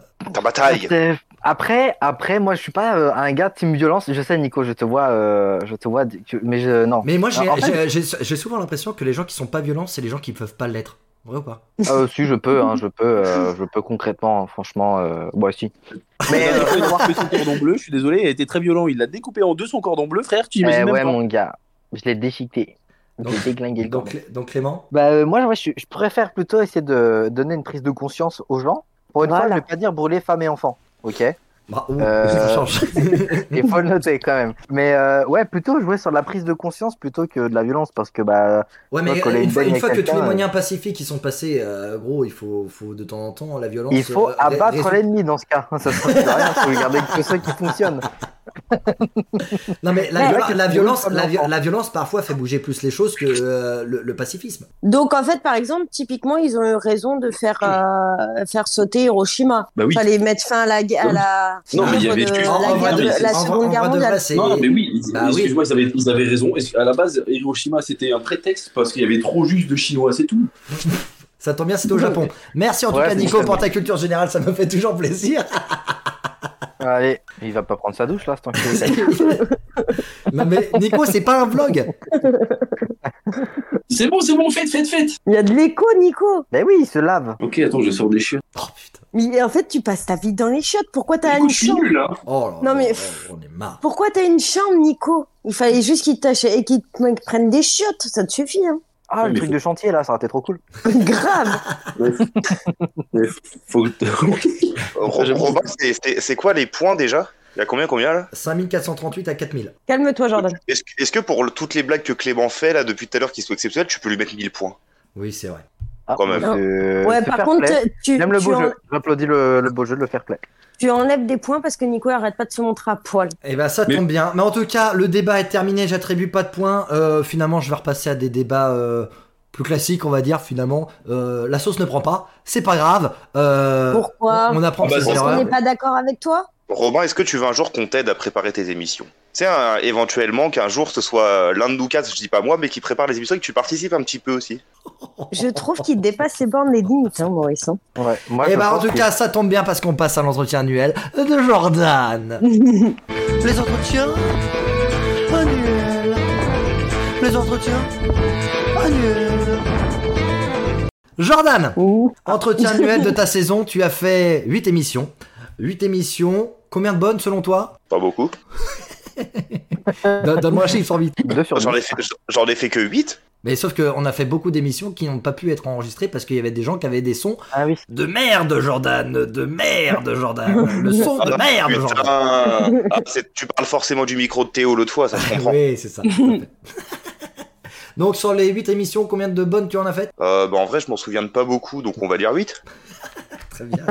F: ta bataille.
E: C'est- Après, après, moi, je suis pas euh, un gars team violence. Je sais, Nico, je te vois, euh, je te vois, tu- mais je non.
B: Mais moi, j'ai
F: Ah,
E: En fait-
B: j'ai- j'ai- j'ai souvent l'impression que les gens qui sont pas violents, c'est les gens qui peuvent pas l'être. Vrai ou pas
H: Ah
E: Euh, si, je peux, hein, je peux, euh, je peux concrètement, hein, franchement, euh, moi aussi. Mais
H: Il a
E: euh,
H: fait découper son cordon bleu, je suis désolé, il a été très violent. Il l'a découpé en deux son cordon bleu, frère, tu
E: eh
H: imagines
E: ouais,
H: même pas.
E: mon gars, je l'ai déchiqueté, je
B: Donc-
E: l'ai déglingué. le
B: donc,
E: cordon.
B: Clé- donc Clément
E: Bah, euh, moi, ouais, je, je préfère plutôt essayer de donner une prise de conscience aux gens. Pour une fois,
D: Voilà.
E: je vais pas dire brûler femmes et enfants, ok
B: Bravo,
E: Euh,
B: Bah, ça change.
E: Il faut le noter quand même. Mais euh, ouais, plutôt jouer sur la prise de conscience plutôt que de la violence, parce que bah,
B: Ouais, mais
E: Moi, coller
B: une
E: une
B: fois,
E: bonne
B: une
E: à
B: fois que tous les
E: quelqu'un,
B: moyens pacifiques qui sont passés, euh, gros, il faut, faut de temps en temps la violence.
E: il faut
B: euh, ré-
E: abattre
B: résout-
E: l'ennemi dans ce cas. Ça sert à rien, faut garder que ceux qui fonctionnent.
B: Non, mais la,
D: Ouais,
B: viola-
E: ouais,
B: la
E: c'est
B: violence,
E: comme
B: la, vi-
E: l'enfant.
B: la violence parfois fait bouger plus les choses que euh, le, le pacifisme.
D: Donc en fait, par exemple, typiquement, ils ont eu raison de faire euh, faire sauter Hiroshima.
H: Bah oui.
D: Fallait mettre fin à la guerre. à la-
H: Non, mais il y
D: de-
H: avait juste-
D: la,
H: En- en
D: guerre
H: vrai
D: de-
H: de-
D: la
B: en vrai- en
D: Seconde Guerre
B: vrai de
D: mondiale.
B: vrai, c'est-
H: Non, non, mais oui, ils-
E: Ah
B: Bah oui.
H: excuse-moi, ils, avaient, ils avaient raison. Est-ce- À la base, Hiroshima, c'était un prétexte parce qu'il y avait trop juste de Chinois, c'est tout.
B: Ça tombe bien, c'est au Japon. Merci en tout
E: Ouais,
B: cas,
E: c'est
B: Nico,
E: ça.
B: pour ta culture générale, ça me fait toujours plaisir.
E: Allez, il va pas prendre sa douche là, ce temps que
B: Non, mais Nico, c'est pas un vlog.
H: C'est bon, c'est bon, faites, faites, faites.
D: Il y a de l'écho, Nico.
E: Ben oui, il se lave.
H: Ok, attends, je sors des chiottes.
B: Oh putain.
D: Mais en fait, tu passes ta vie dans les chiottes. Pourquoi t'as une
H: Écoute, je suis
D: chambre
H: nul, hein.
B: Oh là
D: Non,
B: là,
D: mais-
B: oh, on est marre.
D: Pourquoi t'as une chambre, Nico Il fallait juste qu'ils t'achètent- et qu'ils te prennent des chiottes. Ça te suffit, hein
E: Ah,
H: Ouais,
E: le
H: mais
E: truc de chantier là, ça aurait été trop cool.
D: Grave.
H: Faut...
F: Ro-
H: J'avoue.
F: Robin, c'est- c'est c'est quoi les points déjà Il y a combien, combien là
B: 5438 à 4000.
D: Calme-toi, Jordan.
E: Euh,
F: Est-ce que- est-ce que pour le- toutes les blagues que Clément fait là depuis tout à l'heure qui sont exceptionnelles, tu peux lui mettre 1000 points
B: Oui, c'est vrai.
E: Ah,
F: Quand même.
E: c'est-
D: Ouais,
E: c'est
D: par
E: fair
D: contre, euh,
E: play.
D: tu,
E: J'aime le
D: tu,
E: beau
D: en-
E: jeu. J'applaudis le, le beau jeu, le fair play.
D: tu enlèves des points parce que Nico arrête pas de se montrer à poil.
B: Et ben ça
H: Mais-
B: tombe bien. Mais en tout cas, le débat est terminé, j'attribue pas de points. Euh, finalement, je vais repasser à des débats euh, plus classiques, on va dire, finalement. Euh, la sauce ne prend pas, c'est pas grave. Euh,
D: Pourquoi
B: on, on apprend
H: Ah bah,
B: de ses
H: c'est-
D: On
B: erreurs.
D: n'est pas d'accord avec toi
F: Robin, est-ce que tu veux un jour qu'on t'aide à préparer tes émissions Tu sais, un- éventuellement qu'un jour ce soit l'un de nous quatre, je dis pas moi, mais qui prépare les émissions et que tu participes un petit peu aussi.
D: Je trouve qu'il dépasse ses bornes les limites, hein, Maurice. hein.
E: Ouais, moi,
B: Et
E: je
B: bah en
E: pense
B: tout
E: que-
B: cas, ça tombe bien parce qu'on passe à l'entretien annuel de Jordan.
G: Les entretiens annulent les entretiens, annulent.
B: Jordan,
D: Ouh.
B: entretien annuel de ta saison, tu as fait 8 émissions. 8 émissions, combien de bonnes selon toi
F: Pas beaucoup.
B: Don- Donne-moi un chiffre sans vite.
E: Deux sur
F: J'en
E: dix.
F: ai, fait- j'en ai fait que 8.
B: Mais sauf qu'on a fait beaucoup d'émissions qui n'ont pas pu être enregistrées parce qu'il y avait des gens qui avaient des sons
E: Ah oui.
B: de merde, Jordan, de merde, Jordan, le son de merde,
F: Ah, Putain
B: Jordan.
F: Ah, c'est- Tu parles forcément du micro de Théo l'autre fois, ça
H: Ah,
F: se comprend.
B: Oui, c'est ça. tout à fait. Donc sur les 8 émissions, combien de bonnes tu en as faites
F: Euh, bah, en vrai, je m'en souviens de pas beaucoup, donc on va dire 8.
B: Très bien.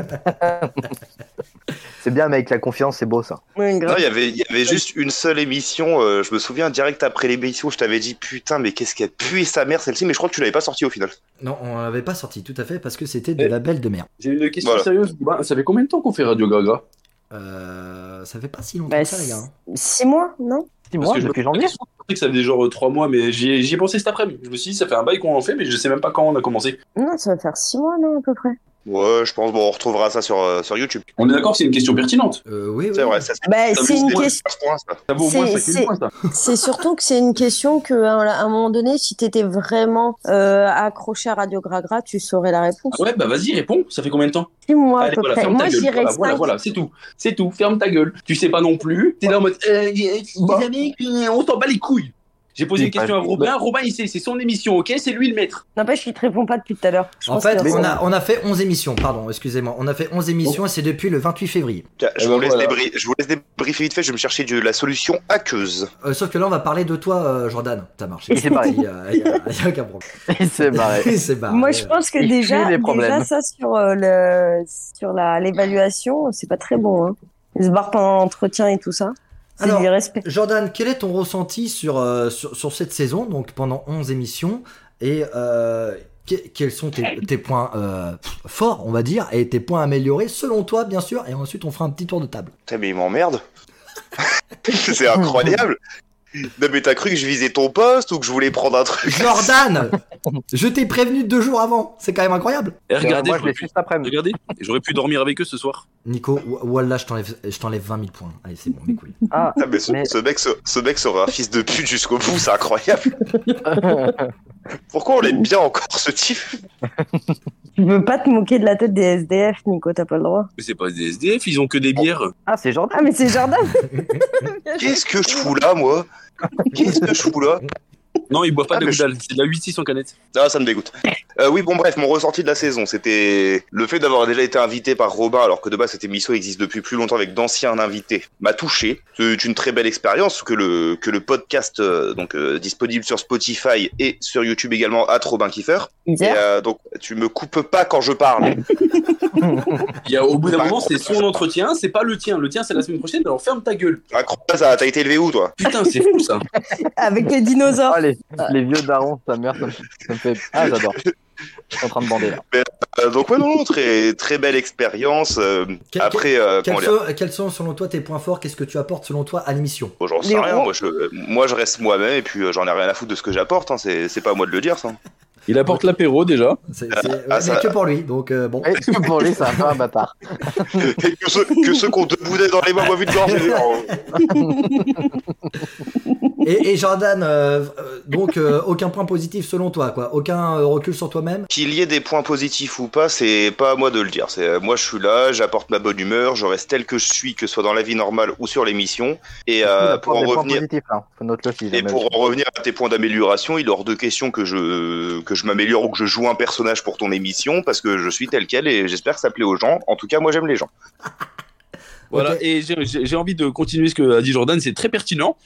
E: C'est bien, mais avec la confiance, c'est beau ça.
D: Ouais,
F: Non,
D: grave.
F: il y avait, il y avait juste une seule émission. euh, je me souviens direct après l'émission, je t'avais dit putain, mais qu'est-ce qu'elle pue sa mère celle-ci. Mais je crois que tu l'avais pas sortie au final.
B: Non, on l'avait pas sorti tout à fait parce que c'était de
H: Eh.
B: la belle de merde.
H: J'ai une question
F: Voilà.
H: sérieuse. Bah, ça fait combien de temps qu'on fait Radio Gaga
B: Euh, ça fait pas si longtemps
D: Bah,
B: que ça, les gars. hein.
D: Six mois, non
E: Six mois
H: que je-
E: depuis janvier.
H: Je pensais que ça faisait genre 3 mois, mais j'y ai, j'y ai pensé cet après-midi. Je me suis dit, ça fait un bail qu'on en fait, mais je sais même pas quand on a commencé.
D: Non, ça va faire six mois, non, à peu près.
F: Ouais, je pense. Bon, on retrouvera ça sur, euh, sur YouTube.
H: On est d'accord que c'est une question pertinente.
B: Euh, oui, oui.
F: C'est vrai, ça, c'est-
D: Bah,
F: ça
D: c'est
F: vaut-
D: une
F: c'est-
D: question.
F: c'est pas pour moi, ça.
H: Ça vaut au moins
D: C'est-
H: 5000
D: c'est-
H: points, ça.
D: C'est surtout que c'est une question que à un- à un moment donné, si t'étais vraiment euh, accroché à Radio Gragra, tu saurais la réponse.
H: Ah ouais, bah vas-y, réponds. Ça fait combien de temps
D: Six mois à
H: Allez,
D: peu
H: voilà,
D: près.
H: ferme
D: Moi,
H: ta gueule.
D: j'irais
H: Voilà, voilà,
D: cinq.
H: voilà, c'est tout. C'est tout, ferme ta gueule. Tu sais pas non plus. T'es là en mode, euh, les amis, euh, on t'en bat les couilles. J'ai posé
E: Oui,
H: une question à
E: bah,
H: Robin. Robin, il sait, c'est son émission, ok C'est lui le maître.
D: N'empêche, il te répond pas depuis tout à l'heure. Je
B: En
D: pense
B: fait,
D: qu'il
B: on
D: répond.
B: a, on a fait 11 émissions, pardon, excusez-moi. On a fait 11 émissions et c'est depuis le 28 février.
F: Tiens, je,
H: Eh
F: vous
H: ben,
F: laisse
H: voilà.
F: débri- je vous laisse débriefer vite fait. Je vais me chercher de la solution aqueuse.
B: Euh, sauf que là, on va parler de toi, euh, Jordan. T'as marché.
E: Il s'est barré.
B: Il y a, il y a- il y a aucun problème.
E: Il s'est barré.
B: Il s'est barré.
D: Moi, je pense que
E: Il
D: déjà,
E: fuit les problèmes.
D: déjà ça sur euh, le sur la l'évaluation, c'est pas très bon. Hein. Ils se barrent pendant l'entretien et tout ça. C'est
B: Alors,
D: de l'irrespect.
B: Jordan, quel est ton ressenti sur, euh, sur, sur cette saison, donc pendant 11 émissions Et euh, que- quels sont tes, tes points euh, forts, on va dire, et tes points améliorés, selon toi, bien sûr Et ensuite, on fera un petit tour de table.
F: Putain, mais il m'emmerde. c'est incroyable. Non, mais t'as cru que je visais ton poste ou que je voulais prendre un truc
B: Jordan Je t'ai prévenu deux jours avant. C'est quand même incroyable.
H: Eh,
E: Euh,
H: regardez,
E: Moi, je
H: j'aurais
E: l'ai
H: pu-
E: su cet après-midi.
H: regardez, j'aurais pu dormir avec eux ce soir.
B: Nico, wa- Wallah, je t'enlève je t'enlève 20 000 points. Allez, c'est bon, mes couilles.
E: Ah,
F: Putain, mais ce,
E: Mais-
F: ce mec, ce, ce mec sera un fils de pute jusqu'au bout, c'est incroyable. Pourquoi on l'aime bien encore ce type
D: Tu peux pas te moquer de la tête des SDF, Nico, t'as pas le droit.
H: Mais c'est pas des SDF, ils ont que des bières.
E: ah c'est Jordan.
D: Ah mais c'est Jordan.
F: Qu'est-ce que je fous là, moi Qu'est-ce que je fous là
H: Non, ils boivent pas
F: Ah,
H: de
F: mais
H: Goudal. C'est de la 8600 canette.
F: Ah, ça me dégoûte. Euh, oui, bon, bref, mon ressenti de la saison, c'était le fait d'avoir déjà été invité par Robin, alors que de base, cette émission existe depuis plus longtemps avec d'anciens invités, m'a touché. C'est une très belle expérience que le, que le podcast, euh, donc euh, disponible sur Spotify et sur YouTube également, à Robin Kiefer. Et, euh, donc, tu me coupes pas quand je parle.
H: Il y a, au bout d'un moment, c'est son entretien, c'est pas le tien. Le tien, c'est la semaine prochaine, alors ferme ta gueule.
F: Incroyable, ça, t'as été élevé où, toi
H: Putain, c'est fou ça.
D: Avec Oh, les dinosaures.
E: Ah, les, les vieux darons, sa mère, ça me, ça me fait. Ah, j'adore. Je suis en train de bander là.
F: Euh, Donc, ouais, non, non, très, très belle expérience. euh,
B: Quel-
F: après, euh, comment
B: Quels
F: dire
B: sont, quels sont, selon toi tes points forts Qu'est-ce que tu apportes selon toi à l'émission
F: Bon, j'en sais
D: Les
F: rien,
D: ronds.
F: moi je, euh, moi je reste moi-même et puis euh, j'en ai rien à foutre de ce que j'apporte, hein, c'est c'est pas à moi de le dire ça.
H: Il apporte l'apéro déjà.
B: C'est c'est- ouais,
F: ah,
B: mais
F: ça-
B: que pour lui, donc euh, bon.
E: Et pour lui, c'est un peu un bâtard.
F: Et que ceux, que ceux qui ont deux boudets dans les mains, moi vu de gorge, non.
B: Et, et Jordan, euh, euh, donc euh, aucun point positif selon toi, quoi. Aucun euh, recul sur toi-même.
F: Qu'il y ait des points positifs ou pas, c'est pas à moi de le dire. C'est euh, moi je suis là, j'apporte ma bonne humeur, je reste tel que je suis, que ce soit dans la vie normale ou sur l'émission. Et euh, pour en
E: des points
F: revenir.
E: positifs, là. Faut noter aussi.
F: Et pour en revenir à tes points d'amélioration, il est hors de question que je, que je m'améliore ou que je joue un personnage pour ton émission parce que je suis tel quel et j'espère que ça plaît aux gens. En tout cas, moi j'aime les gens.
H: Voilà,
B: Ok.
H: et j'ai- j'ai j'ai envie de continuer ce que a dit Jordan, c'est très pertinent.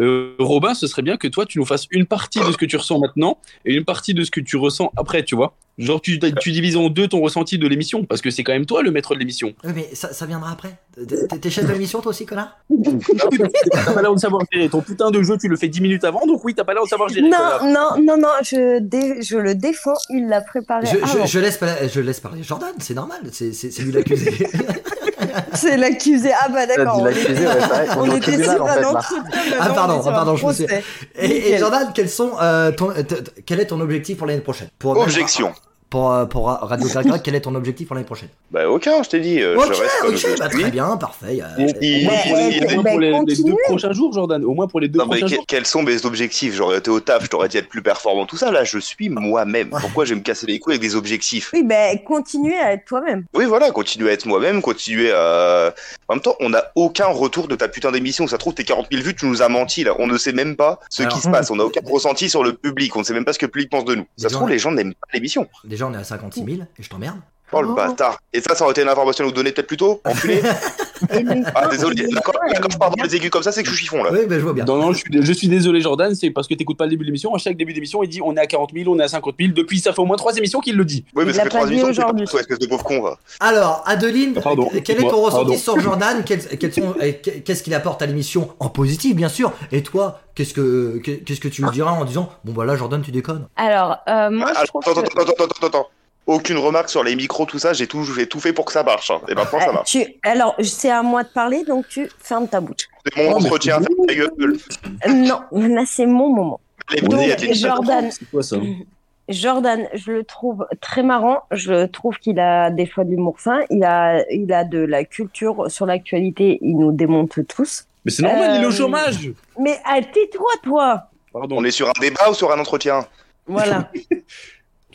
H: Euh, Robin, ce serait bien que toi, tu nous fasses une partie de ce que tu ressens maintenant et une partie de ce que tu ressens après, tu vois. Genre, tu, tu divises en deux ton ressenti de l'émission, parce que c'est quand même toi le maître de l'émission.
B: Oui, mais ça, ça viendra après. T'es- T'es chef de l'émission toi aussi, connard
H: Ah oui, t'as pas l'air de savoir gérer. Ton putain de jeu, tu le fais 10 minutes avant, donc oui, t'as pas l'air de savoir gérer.
D: Non,
H: connard.
D: non, non, non, je, dé- je le défends, il l'a préparé
B: je, je,
D: avant.
B: je laisse, pas- je laisse parler Jordan, c'est normal, c'est c'est- c'est lui l'accusé.
D: C'est l'accusé. Ah bah d'accord, on, est- on était sur un entretien.
B: Ah,
D: maintenant,
B: pardon,
D: on est
B: ah,
D: sur un
B: pardon, je me suis-
D: procès.
B: et, et
D: Nickel.
B: Jordan, quels sont, euh, ton, t- t- quel est ton objectif pour l'année prochaine pour
F: Objection.
B: pour, euh, pour Ra- Radio Gaga, quel est ton objectif pour l'année prochaine
F: Bah aucun, je t'ai dit, euh,
B: Ok,
F: je reste comme
B: ok,
F: je
B: bah,
F: suis.
B: très bien, parfait. euh,
H: Et-
F: Il-
H: Au moins
F: il-
H: pour les- au moins pour les- les deux prochains jours, Jordan. Au moins pour les deux
F: Non mais
H: prochains
F: que-
H: jours.
F: quels sont mes objectifs J'aurais été au taf, je t'aurais dit être plus performant, tout ça. Là, je suis moi-même. Pourquoi je vais me casser les couilles avec des objectifs
D: Oui, ben, continuez à être toi-même.
F: Oui, voilà, continuer à être moi-même, continuer à. En même temps, on n'a aucun retour de ta putain d'émission. Ça se trouve, tes 40 000 vues, tu nous as menti, là. On ne sait même pas ce
B: Alors,
F: qui se passe. On n'a aucun ressenti sur le public. On ne sait même pas ce que le public pense de nous.
B: Des
F: Ça se
B: gens-
F: trouve, les gens n'aiment pas l'émission.
B: Déjà, on est à 56 000 et je t'emmerde.
F: Oh le
D: Oh.
F: bâtard. Et ça, ça aurait été une information à nous donner peut-être plus tôt, enculé.
D: Et les
F: Ah,
D: gens,
F: désolé.
D: ils
F: Là, Quand
D: aiment
F: là,
D: bien,
F: quand je parle dans les aigus comme ça, c'est que je suis chiffon, là.
B: Oui, ben je vois bien.
H: Non, non, je suis, je suis désolé, Jordan, c'est parce que t'écoutes pas le début de l'émission. À chaque début d'émission, il dit on est à 40 000, on est à 50 000. Depuis, ça fait au moins trois émissions qu'il le dit.
F: Oui, mais
D: Il l'a
F: ça fait
D: pas
F: 3
D: dit
F: minutes
D: aujourd'hui.
F: que espèce de pauvre con, va.
B: Alors, Adeline,
H: Pardon,
B: quel est ton
H: excuse-moi,
B: ressenti
H: pardon.
B: sur Jordan Quels- quels sont- et qu'est- Qu'est-ce qu'il apporte à l'émission En positif, bien sûr. Et toi, qu'est-ce que qu'est-ce que tu lui diras en disant Bon, bah là, Jordan, tu déconnes
D: Alors, euh, moi, je
F: attends,
D: trouve
F: attends,
D: que...
F: attends, attends, attends, attends. Aucune remarque sur les micros, tout ça. J'ai tout, j'ai tout fait pour que ça marche. hein. Et maintenant, ça marche.
D: Ah, Tu... Alors, c'est à moi de parler, donc tu fermes ta bouche.
F: C'est mon
H: Oh, mais
F: entretien,
H: c'est
F: ferme ta gueule.
D: Euh, non, là, c'est mon moment.
F: Les
H: Oui,
F: bouteilles,
D: Donc,
F: elles étaient-
D: Jordan,
H: C'est quoi ça
D: Jordan, je le trouve très marrant. Je trouve qu'il a des fois de l'humour fin. Il a, il a de la culture sur l'actualité. Il nous démonte tous.
H: Mais c'est normal,
D: Euh,
H: il est au chômage.
D: Mais ah, tais-toi, toi.
H: Pardon.
F: On est sur un débat ou sur un entretien
D: Voilà.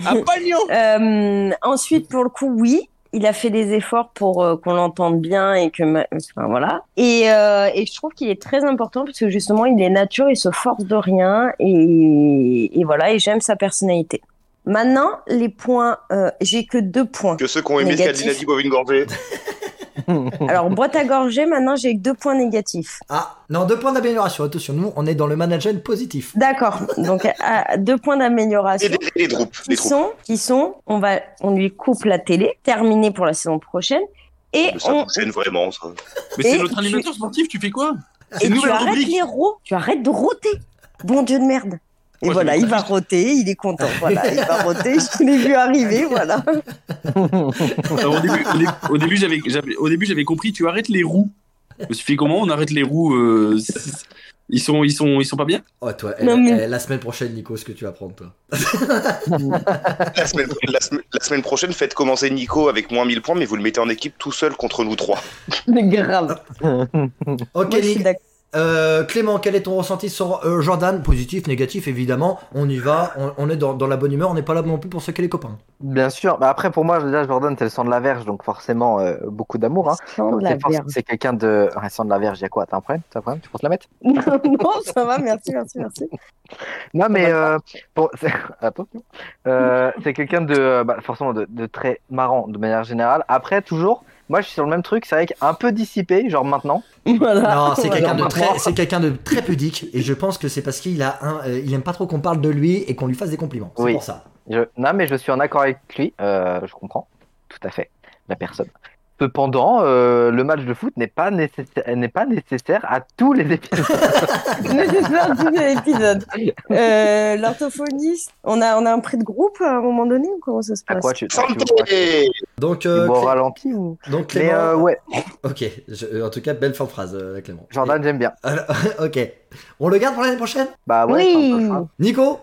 H: À Pagnon
D: Euh, ensuite, pour le coup, oui. Il a fait des efforts pour euh, qu'on l'entende bien et que ma- enfin, voilà. Et, euh, et je trouve qu'il est très important parce que justement, il est nature, il se force de rien et, et voilà. Et j'aime sa personnalité. Maintenant, les points. euh, J'ai que deux points.
F: que ceux qui ont aimé
D: Négatif.
F: Scandinavie peuvent une gorgée.
D: Alors, boîte à gorgée, maintenant j'ai que deux points négatifs.
B: Ah, non, deux points d'amélioration. Attention, nous, on est dans le management positif.
D: D'accord. Donc, à- à deux points
F: Et
D: d'amélioration.
F: des, les troupes,
D: Qui
F: les troupes.
D: sont, qui sont, on va, on lui coupe la télé, terminé pour la saison prochaine. Et,
F: Ça
D: on,
F: m'enchaîne vraiment, ça.
H: Mais c'est
D: Et
H: notre
D: tu-
H: animateur sportif, tu fais quoi C'est
D: et
H: une
D: tu
H: nouvelle
D: arrêtes
H: rubrique.
D: les rots, tu arrêtes de rôter. Bon Dieu de merde. Et
H: Moi, je
D: voilà,
H: me
D: il va rôter, il est content. Voilà, il va rôter, je l'ai vu arriver, voilà.
H: Alors, au début, au dé- au début, j'avais, j'avais- au début, j'avais compris. Tu arrêtes les roues. Je me suis fait comment on arrête les roues euh, c'est- Ils sont, ils sont, ils sont pas bien.
B: Oh, toi,
D: Non,
B: eh,
D: mais-
B: eh, la semaine prochaine, Nico, ce que tu vas prendre, toi.
F: La semaine, la semaine- la semaine prochaine, faites commencer Nico avec moins 1000 points, mais vous le mettez en équipe tout seul contre nous trois.
E: Mais grave.
B: Ok,
D: Moi, je suis
B: Nick.
D: d'accord.
B: Euh, Clément, quel est ton ressenti sur euh, Jordan Positif, négatif, évidemment. On y va, on, on est dans, dans la bonne humeur, on n'est pas là non plus pour qui les copains.
E: Bien sûr. Bah après, pour moi, là, Jordan, c'est le sang de la verge, donc forcément, euh, beaucoup d'amour. Hein.
D: Sans
E: Donc,
D: la
E: c'est, forc-
D: verve.
E: c'est quelqu'un de. Ah, sang de la verge, il y a quoi T'as un problème T'as un problème Tu penses la mettre
D: non, ça va, merci, merci, merci.
E: Non, mais. euh, pour- Attention. Euh, c'est quelqu'un de. euh, bah, forcément, de, de très marrant, de manière générale. Après, toujours, moi, je suis sur le même truc, c'est vrai qu'un peu dissipé, genre maintenant.
D: Voilà.
B: Non, c'est
D: Voilà.
B: quelqu'un de
E: on va
B: très,
E: voir.
B: c'est quelqu'un de très pudique, et je pense que c'est parce qu'il a un, euh, il aime pas trop qu'on parle de lui et qu'on lui fasse des compliments. C'est
E: Oui.
B: pour ça.
E: Je- Non, mais je suis en accord avec lui. euh, je comprends tout à fait la personne. Cependant, euh, le match de foot n'est pas, nécessaire, n'est pas nécessaire à tous les épisodes.
D: Nécessaire du épisode. Euh, L'orthophoniste, on a, on a un prix de groupe euh, à un moment donné ou comment ça se
E: À
D: passe
E: quoi tu, tu, tu,
F: Santé
B: Donc, euh,
E: bois au
B: Clé-
E: ralenti ou
B: donc
E: Mais
B: Clément.
E: euh, ouais,
B: Ok. je- euh, en tout cas, belle fin de phrase, euh, Clément.
E: Jordan, j'aime bien.
B: Et- alors, ok. On le garde pour l'année prochaine.
E: Bah ouais.
D: Oui.
E: c'est un peu fun.
B: Nico.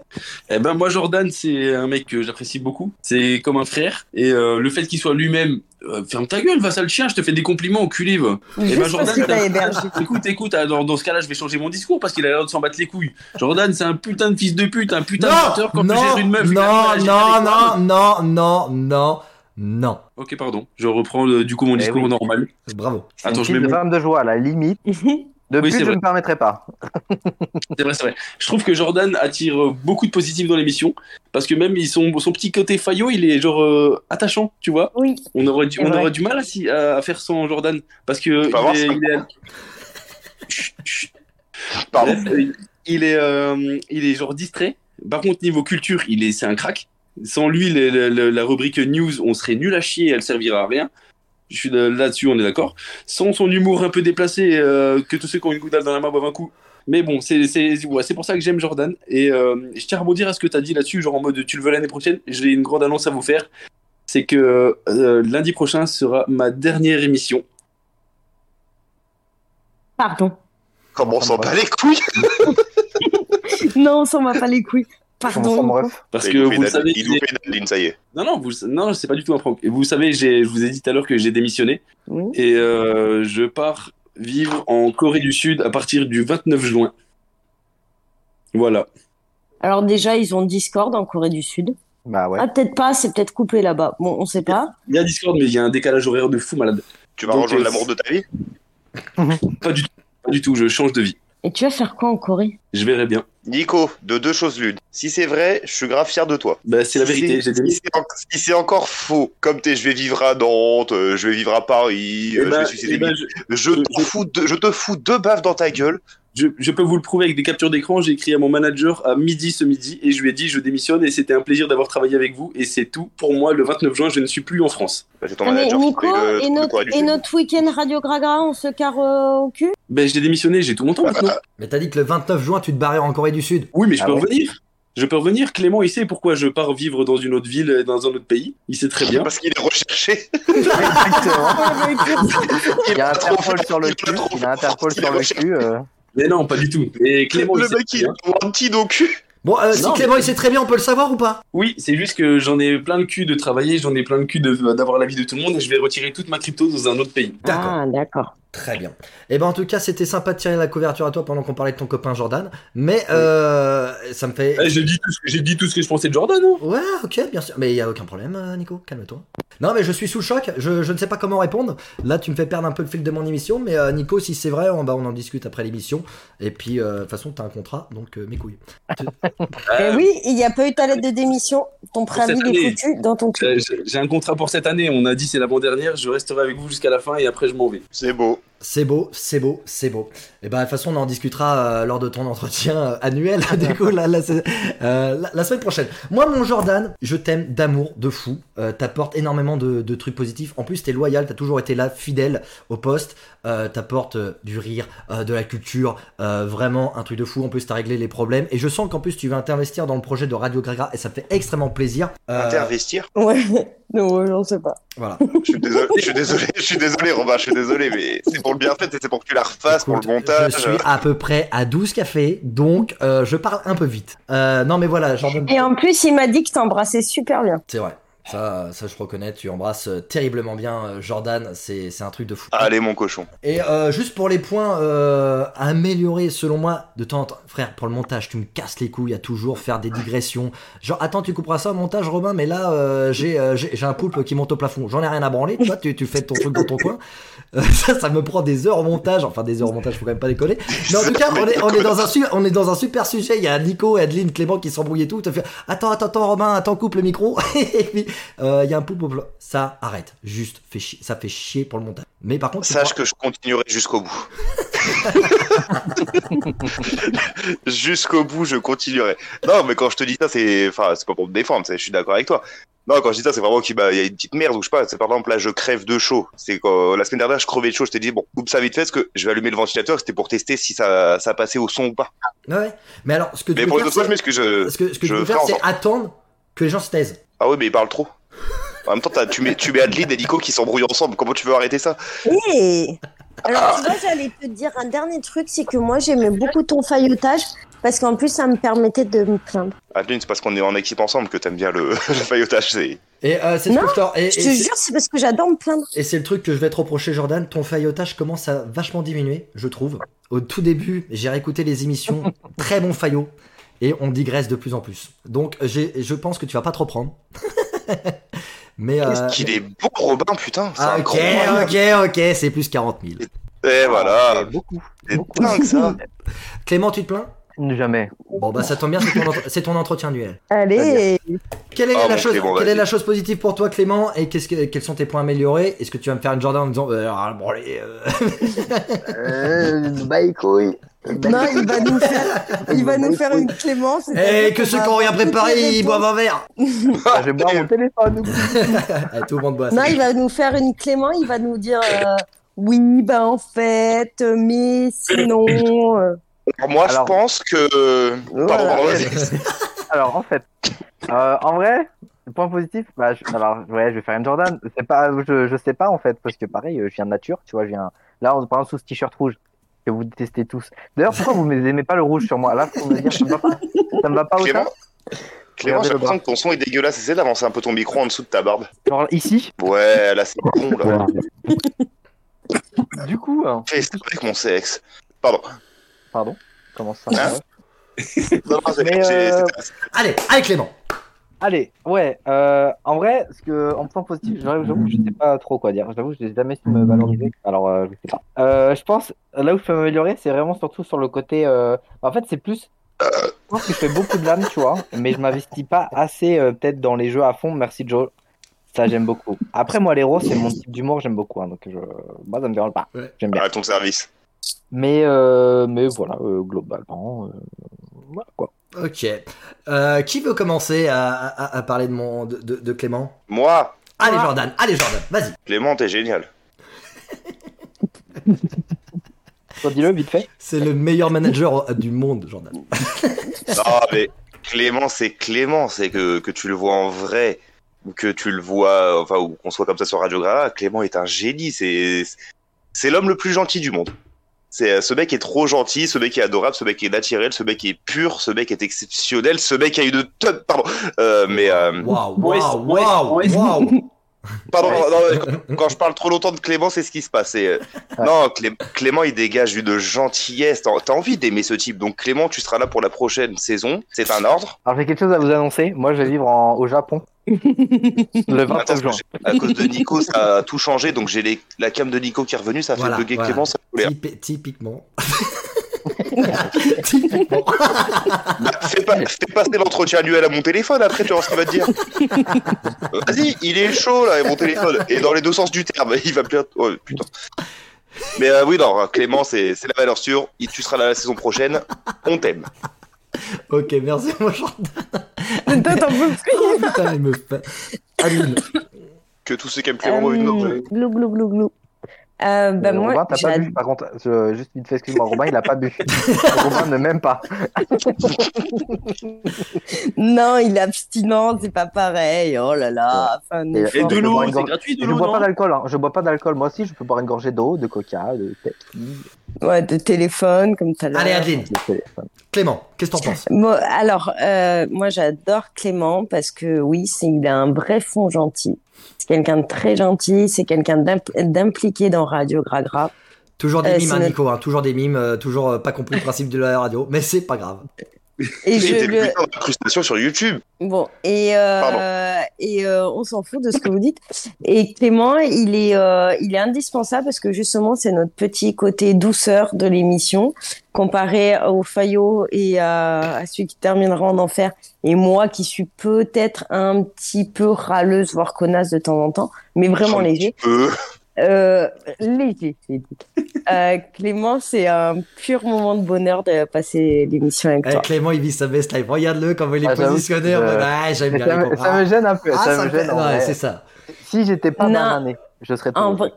H: Eh ben moi, Jordan, c'est un mec que j'apprécie beaucoup. C'est comme un frère. Et euh, le fait qu'il soit lui-même, euh, ferme ta gueule, va sale chien. Je te fais des compliments, enculé, va.
D: Juste
H: Eh ben,
D: parce que
H: Jordan,
D: t'as
H: t'as-
D: hébergé.
H: Écoute, écoute, ah, dans, dans ce cas-là, je vais changer mon discours parce qu'il a l'air de s'en battre les couilles. Jordan, c'est un putain de fils de pute, un putain de menteur quand
B: non,
H: tu gères une meuf. il arrive à
B: non,
H: la gérer
B: non,
H: avec toi.
B: non, non, non, non, non.
H: Ok, pardon. Je reprends euh, du coup mon
E: Eh
H: discours
E: oui.
H: normal.
B: Bravo.
E: C'est
H: Attends,
E: une
H: je
E: petite
H: mets mon-
E: femme de joie à la limite. De
H: Oui,
E: plus,
H: c'est
E: je
H: vrai.
E: ne me permettrai pas.
H: C'est vrai, c'est vrai. Je trouve que Jordan attire euh, beaucoup de positifs dans l'émission parce que même ils sont, son petit côté faillot, il est genre euh, attachant, tu vois.
D: Oui.
H: On aurait du,
D: C'est
H: on
D: vrai.
H: aurait du mal à, s'y- à- à faire sans Jordan parce que
F: peux avoir
H: il est,
F: ça.
H: il est- Chut, chut.
F: Pardon.
H: Euh, Il est, euh, il est genre distrait. Par contre, niveau culture, il est, c'est un crack. Sans lui, le- le- le- la rubrique news, on serait nul à chier, elle servira à rien. Je suis là- là-dessus, on est d'accord. Sans son humour un peu déplacé, euh, que tous ceux qui ont une goudale dans la main boivent un coup. Mais bon, c'est c'est- ouais, c'est pour ça que j'aime Jordan. Et euh, je tiens à rebondir à ce que tu as dit là-dessus, genre en mode tu le veux l'année prochaine. J'ai une grande annonce à vous faire. C'est que euh, lundi prochain sera ma dernière émission.
D: Pardon.
F: Comment on s'en bat les couilles
D: Non, ça m'a pas les couilles.
E: Comment ça,
I: Pardon.
E: mon ref
F: Parce
H: Parce
F: Bah, il
H: que
F: nous fait
H: vous le
F: une-
H: savez,
F: il nous fait une Adeline, ça y est.
H: Non, non, vous, non, c'est pas du tout un prank. Vous savez, j'ai, je vous ai dit tout à l'heure que j'ai démissionné
I: Oui.
H: et euh, je pars vivre en Corée du Sud à partir du 29 juin. Voilà.
I: Alors déjà, ils ont Discord en Corée du Sud.
E: Bah ouais.
I: Ah, peut-être pas, c'est peut-être coupé là-bas. Bon, on sait pas.
H: Il y a Discord, mais il y a un décalage horaire de fou malade.
F: Tu vas
H: Donc,
F: rejoindre
H: euh,
F: l'amour de ta vie
H: Pas du tout, pas du tout. Je change de vie.
I: Et tu vas faire quoi en Corée
H: Je verrai bien.
F: Nico, de deux choses l'une. Si c'est vrai, je suis grave fier de toi.
H: Bah, c'est la vérité. J'ai
F: Si
H: démissionné.
F: c'est en- si c'est encore faux, comme t'es je vais vivre à Nantes, euh, je vais vivre à Paris,
H: Eh
F: euh, je
H: ben,
F: vais suicider
H: eh ben,
F: mes-
H: je,
F: je,
H: je-
F: t'en fous deux- je te fous deux baves dans ta gueule.
H: je- je peux vous le prouver avec des captures d'écran. J'ai écrit à mon manager à midi ce midi et je lui ai dit je démissionne et c'était un plaisir d'avoir travaillé avec vous et c'est tout pour moi. Le 29 juin, je ne suis plus en France.
F: Bah, c'est ton
I: Ah, mais
F: manager qui
I: Nico,
F: fait le
I: et
F: truc de
I: notre,
F: Corée du
I: et
F: Sud.
I: notre week-end Radio Gragra, on se carre euh, au cul
H: Ben, j'ai démissionné. J'ai tout mon temps maintenant.
B: Mais t'as dit que le 29 juin, tu te barrais en Corée du Sud.
H: Oui, mais je
E: Ah
H: peux
E: ouais.
H: revenir. Je peux revenir. Clément, il sait pourquoi je pars vivre dans une autre ville, dans un autre pays. Il sait très bien.
F: Parce qu'il est recherché.
E: Exactement.
H: Ah, bah,
E: Il y a
F: est trop
E: Interpol sur le
F: il est
E: cul.
F: trop
E: Il y a Interpol
F: fort,
E: sur
F: il
E: le
F: est
E: cul. euh.
H: Mais non, pas du tout. Et Clément, il
F: le
H: sait
F: mec,
H: très
F: il
H: bien.
F: est un petit docu.
B: Bon, euh, si
H: Non,
B: Clément, il sait très bien, on peut le savoir ou pas
H: Oui, c'est juste que j'en ai plein le cul de travailler, j'en ai plein le cul de- d'avoir la vie de tout le monde et je vais retirer toute ma crypto dans un autre pays.
B: D'accord.
I: Ah, d'accord.
B: Très bien. Et ben en tout cas, c'était sympa de tirer la couverture à toi pendant qu'on parlait de ton copain Jordan. Mais euh, ça me fait.
H: Eh, J'ai dit, tout ce que- j'ai dit tout ce que je pensais de Jordan, hein. non
B: Ouais, ok, bien sûr. Mais il y a aucun problème, euh, Nico. Calme-toi. Non, mais je suis sous le choc. Je, je ne sais pas comment répondre. Là, tu me fais perdre un peu le fil de mon émission. Mais euh, Nico, si c'est vrai, on, bah, on en discute après l'émission. Et puis, euh, de toute façon, t'as un contrat, donc euh, mes couilles.
H: Euh,
I: Eh oui, il n'y a pas eu ta lettre de démission. Ton préavis
H: cette
I: il est
H: année.
I: foutu dans ton cul.
H: euh, J'ai j'ai un contrat pour cette année, on a dit c'est l'avant-dernière, je resterai avec vous jusqu'à la fin et après je m'en vais.
F: C'est beau.
B: C'est beau, c'est beau, c'est beau. Et ben de toute façon, on en discutera euh, lors de ton entretien euh, annuel, du coup, la, la- euh, la- la semaine prochaine. Moi, mon Jordan, je t'aime d'amour, de fou. Euh, t'apportes énormément de, de trucs positifs. En plus, t'es loyal, t'as toujours été là, fidèle au poste. Euh, t'apportes euh, du rire, euh, de la culture, euh, vraiment un truc de fou. En plus, t'as réglé les problèmes. Et je sens qu'en plus, tu vas t'investir dans le projet de Radio Gragra et ça me fait extrêmement plaisir. Euh,
F: Intervestir.
I: Ouais, non, j'en sais pas.
B: voilà.
F: Je suis désolé, je suis désolé, je suis désolé, Robin, je suis désolé, mais c'est pour le bien fait et c'est pour que tu la refasses, pour
B: Écoute,
F: le montage.
B: Je suis à peu près à 12 cafés, donc euh, je parle un peu vite. Euh, non, mais voilà, Jordan.
I: Et en plus, il m'a dit que t'embrassais super bien.
B: C'est vrai. Ça, ça, je reconnais, tu embrasses terriblement bien euh, Jordan, c'est c'est un truc de fou.
F: Allez, mon cochon.
B: Et euh, juste pour les points euh, à améliorer, selon moi, de temps en temps, frère, pour le montage, tu me casses les couilles à toujours faire des digressions. Genre, attends, tu couperas ça au montage, Robin, mais là, euh, j'ai euh, j'ai- j'ai un poulpe qui monte au plafond. J'en ai rien à branler, toi, tu, tu fais ton truc dans ton coin. Euh, ça, ça me prend des heures au montage. Enfin, des heures au montage, faut quand même pas décoller. Mais en tout cas, on est, on est dans un, su- on est dans un super sujet. Il y a Nico, Adeline, Clément qui s'embrouillent et tout. Tu fais, attends, attends, attends, Romain, attends, coupe le micro. et puis, euh, il y a un poulpe au pla- Ça, arrête. Juste, fait chi- ça fait chier pour le montage. Mais par contre, tu
F: Sache que je continuerai jusqu'au bout. jusqu'au bout, je continuerai. Non, mais quand je te dis ça, c'est, enfin, c'est pas pour me défendre, c'est- je suis d'accord avec toi. Non, quand je dis ça, c'est vraiment qu'il bah, il y a une petite merde ou je sais pas. C'est par exemple là, je crève de chaud. C'est quand la semaine dernière, je crevais de chaud. Je t'ai dit bon, coupe ça vite fait parce que je vais allumer le ventilateur. C'était pour tester si ça, ça passait au son ou pas.
B: vois- Ouais. Mais alors, ce que tu
F: Mais
B: peux
F: pour les
B: faire,
F: autres fois, je
B: c'est-
F: m'excuse. Je...
B: ce que, ce que tu
F: je
B: peux
F: fais
B: faire,
F: en
B: c'est
F: sorte.
B: attendre que les gens se taisent.
F: Ah oui, mais il parle trop. En même temps, t'as- tu mets, tu mets Adeline et Nico qui s'embrouillent ensemble. Comment tu veux arrêter ça
I: Hey Alors, tu vois, j'allais te dire un dernier truc, c'est que moi, j'aimais beaucoup ton faillotage parce qu'en plus, ça me permettait de me plaindre.
F: Adeline, c'est parce qu'on est en équipe ensemble que t'aimes bien le, le faillotage. C'est
B: Et euh, c'est ce
I: Non,
B: que je t'en- et-
I: Je
B: et
I: te
B: c'est-
I: jure, c'est parce que j'adore me plaindre.
B: Et c'est le truc que je vais te reprocher, Jordan. Ton faillotage commence à vachement diminuer, je trouve. Au tout début, j'ai réécouté les émissions. Très bon faillot. Et on digresse de plus en plus. Donc, j'ai- je pense que tu vas pas trop prendre. Mais. euh,
F: Qu'est-ce qu'il est bon, Robin, putain. C'est
B: ah, ok, ok,
F: incroyable.
B: ok, c'est plus 40 000.
F: Et
B: Ah,
F: voilà.
E: C'est Beaucoup.
F: C'est
E: beaucoup.
F: dingue ça.
B: Clément, tu te plains
E: Jamais.
B: Bon, bah ça tombe bien, c'est ton, entre- c'est ton entretien annuel.
I: Allez,
B: Quelle est,
F: Ah,
B: la,
F: bon,
B: chose,
F: Clément,
B: quelle
F: vas-y.
B: est la chose positive pour toi, Clément Et qu'est-ce que- quels sont tes points améliorés Est-ce que tu vas me faire une Jordan en disant. euh, ah, bon, allez, euh,
E: Euh, bye couille.
I: non, il va nous faire, il va nous faire une clémence.
B: Eh, que ceux qui ont rien préparé, ils boivent un verre
E: Ah, je vais boire mon téléphone.
B: Ah, Tout le monde boit.
I: Non,
B: ça.
I: il va nous faire une clément, il va nous dire euh, oui, bah en fait, mais sinon. euh.
F: Alors, moi,
E: Alors-
F: je pense que.
E: Voilà.
F: Pardon, pardon, vas-y.
E: Alors en fait, euh, en vrai, le point positif, bah, je- alors ouais, je vais faire une Jordan. C'est pas, je, je sais pas en fait, parce que pareil, euh, je viens de nature, tu vois, je viens. Là, on, par exemple, sous ce t-shirt rouge que vous détestez tous. D'ailleurs, pourquoi vous n'aimez pas le rouge sur moi Là, faut me dire, ça me va pas, ça me va pas autant.
F: Clément, Clément,
E: Regardez
F: j'ai l'impression que ton son est dégueulasse. Essaie d'avancer un peu ton micro en dessous de ta barbe.
E: Genre ici
F: Ouais, là, c'est bon, là.
E: Du coup, hein,
F: Fais ça avec mon sexe. Pardon.
E: pardon, comment ça
F: Hein
E: ouais.
F: Non, non, c'est-
E: Mais,
F: j'ai-
E: euh,
F: c'est-
B: Allez, allez Clément.
E: Allez, ouais, euh, en vrai, ce que, en point positif, j'avoue j'avoue que je sais pas trop quoi dire. J'avoue que je n'ai jamais su me valoriser. Alors, euh, je sais pas. Euh, je pense, là où je peux m'améliorer, c'est vraiment surtout sur le côté. euh, En fait, c'est plus. Je pense que je fais beaucoup de lames, tu vois, mais je m'investis pas assez, euh, peut-être, dans les jeux à fond. Merci, Joe. Ça, j'aime beaucoup. Après, moi, l'héros, c'est mon type d'humour, j'aime beaucoup. hein, donc, je... moi, ça me dérange pas.
B: Ouais.
E: J'aime bien.
F: À ton service.
E: Mais, euh, mais voilà, euh, globalement, euh, voilà quoi.
B: Ok. Euh, qui veut commencer à, à- à parler de, mon, de, de- de Clément
F: Moi,
B: Allez Jordan, allez Jordan, vas-y.
F: Clément, t'es génial.
E: Toi, dis-le vite fait.
B: C'est le meilleur manager au- du monde, Jordan.
F: Non, mais Clément, c'est Clément. C'est que, que tu le vois en vrai, ou que tu le vois, enfin, ou qu'on soit comme ça sur Radio Gras. Clément est un génie. C'est c'est l'homme le plus gentil du monde. C'est Ce mec est trop gentil, ce mec est adorable, ce mec est naturel, ce mec est pur, ce mec est exceptionnel, ce mec a une tonne. Pardon. Euh, mais. euh,
B: Waouh,
J: Ouais,
B: waouh,
J: ouais,
B: waouh,
J: ouais.
B: waouh.
F: Pardon, non, mais quand, quand je parle trop longtemps de Clément, c'est ce qui se passe. Et, euh, Non, Clé- Clément, il dégage une gentillesse. T'as t'as envie d'aimer ce type. Donc, Clément, tu seras là pour la prochaine saison. C'est un ordre.
E: Alors, j'ai quelque chose à vous annoncer. Moi, je vais vivre en- au Japon le
B: Ah,
E: 29
F: Attends,
E: juin.
F: parce que j'ai- à cause de Nico, ça a tout changé. Donc, j'ai les- la cam de Nico qui est revenue. Ça a fait
B: Voilà,
F: bugger
B: voilà.
F: Clément. Ça voulait.
B: Typi- typiquement. typiquement.
F: Fais, pas, fais passer l'entretien annuel à mon téléphone. Après, tu vas voir ce qu'il va te dire. Euh, Vas-y, il est chaud là, mon téléphone. Et dans les deux sens du terme, il va plus. Oh putain. Mais euh, oui, non, Clément, c'est c'est la valeur sûre. Il- Tu seras là la saison prochaine. On t'aime.
B: Ok, merci mon Jordan.
D: Peut-être un peu
B: Oh, putain, il me fait. Aline.
F: que tous ceux qui aiment Clément Beauvais nous
D: Euh, glou, glou, glou, glou. Euh, bah,
E: Euh, Robin,
D: moi,
E: t'as pas
D: j'ad-
E: bu. Par contre, je- juste vite fait, excuse-moi, Robin, il a pas bu. Robin ne m'aime pas.
D: non, il est abstinent, c'est pas pareil. Oh là là. enfin, un
E: Et-
H: Et
D: effort.
H: de
E: Je
H: l'eau,
E: bois une
H: c'est
E: gorge-
H: gratuit
E: Et
H: de
E: je
H: l'eau,
E: bois pas
H: non
E: d'alcool. hein. Je bois pas d'alcool. Moi aussi, je peux boire une gorgée d'eau, de coca, de Pepsi,
D: Ouais, de téléphone, comme ça.
B: Allez Adeline,
E: de téléphone.
B: Clément, qu'est-ce que t'en penses
D: Bon, alors, euh, moi, j'adore Clément parce que oui, c'est il a un vrai fond gentil. C'est quelqu'un de très gentil, c'est quelqu'un d'impl- d'impliqué dans Radio Gragra.
B: Toujours des
D: Euh,
B: mimes,
D: c'est
B: hein,
D: notre-
B: Nico, hein, toujours des mimes, euh, toujours euh, pas compris le principe de la radio, mais c'est pas grave.
D: Et
F: J'ai
D: je
F: été le
D: le,
F: buteur d'incrustation sur YouTube.
D: Bon, et, euh, et euh, on s'en fout de ce que vous dites. Et Clément, il est, euh, il est indispensable parce que justement, c'est notre petit côté douceur de l'émission, comparé au Fayot et à, à celui qui terminera en enfer, et moi qui suis peut-être un petit peu râleuse, voire connasse de temps en temps, mais vraiment
F: Un
D: léger.
F: petit peu.
D: Euh, léger, j'ai dit. Euh, Clément, c'est un pur moment de bonheur de passer l'émission avec
B: Eh,
D: toi.
B: Clément, il vit sa best life. Regarde-le comment il est
E: Ah, j'avoue
B: positionné.
E: que,
B: en mode,
E: euh,
B: ah, j'aime
E: Mais
B: bien
E: Ça
B: les
E: me,
B: copains.
E: ça me gêne un peu.
B: Ah,
E: ça
B: ça me
E: me gêne.
B: fait-
E: en
B: ouais,
E: vrai.
B: c'est ça.
E: Si j'étais pas
D: Non.
E: banané, je serais
D: En
E: tout.
D: vrai-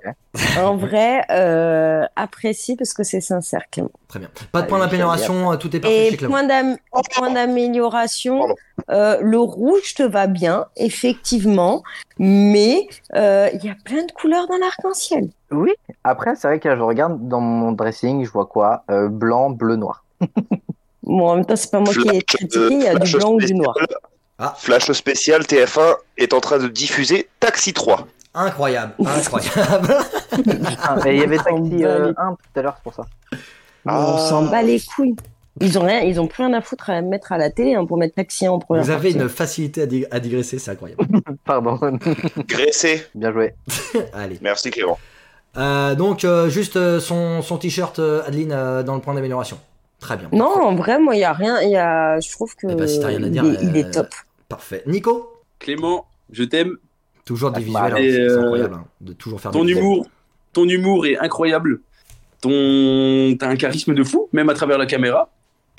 D: En vrai, euh, apprécie parce que c'est sincère, Clément.
B: Très bien. Pas de
E: Ah,
B: point
E: oui,
B: d'amélioration, euh, tout est parfait
D: Et
B: chez Clément.
D: point d'am- point d'amélioration, euh, le rouge te va bien, effectivement, mais euh, il y a plein de couleurs dans l'arc-en-ciel.
E: Oui. Après, c'est vrai que là, je regarde dans mon dressing, je vois quoi Euh, Blanc, bleu, noir.
D: Bon, en même temps, c'est pas moi qui ai
F: Flash,
D: critiqué, il y a
F: euh,
D: du
F: flash
D: blanc ou du
F: spécial.
D: noir.
B: Ah.
F: Flash spécial TF1 est en train de diffuser Taxi 3.
B: Incroyable, incroyable.
E: Ah, et il y avait taxi
D: On
E: euh, 1 tout à l'heure, c'est pour ça.
D: On
F: Ah.
D: s'en bat Bah, les couilles. Ils ont rien, ils ont plus rien à foutre à mettre à la télé hein, pour mettre taxi en première.
B: Vous avez
D: partie.
B: une facilité à, dig- à digresser, c'est incroyable.
E: Pardon.
F: Graissé.
E: bien joué.
B: Allez.
F: Merci Clément.
D: Oh,
B: Euh, donc, euh, juste euh, son, son t-shirt, euh, Adeline, euh, dans le point d'amélioration. Très bien.
D: Non, en vrai, moi, il y a rien. Il y a, je trouve que
B: Eh ben, si t'as rien à
D: il,
B: dire,
D: est, il est
B: euh,
D: top.
B: Parfait. Nico,
H: Clément, je t'aime.
B: toujours des
E: Ah,
B: visuels, hein,
H: et,
B: c'est
H: euh,
B: incroyable hein, de toujours faire
H: Ton
B: des visuels.
H: humour, ton humour est incroyable. Ton, t'as un charisme de fou, même à travers la caméra.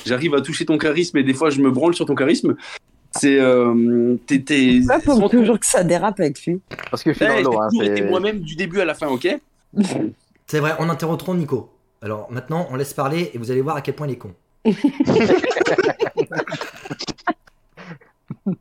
H: J'arrive à toucher ton charisme et des fois je me branle sur ton charisme. C'est, euh, t'es, t'es-
D: Pourquoi faut
H: sans-
D: toujours que ça dérape avec lui
E: Parce que je suis
H: Hey,
E: dans
H: j'ai
E: l'eau. hein,
H: toujours
E: c'est-
H: été moi-même du début à la fin, ok
B: C'est vrai, on interrompt trop Nico. Alors maintenant, on laisse parler et vous allez voir à quel point il est con.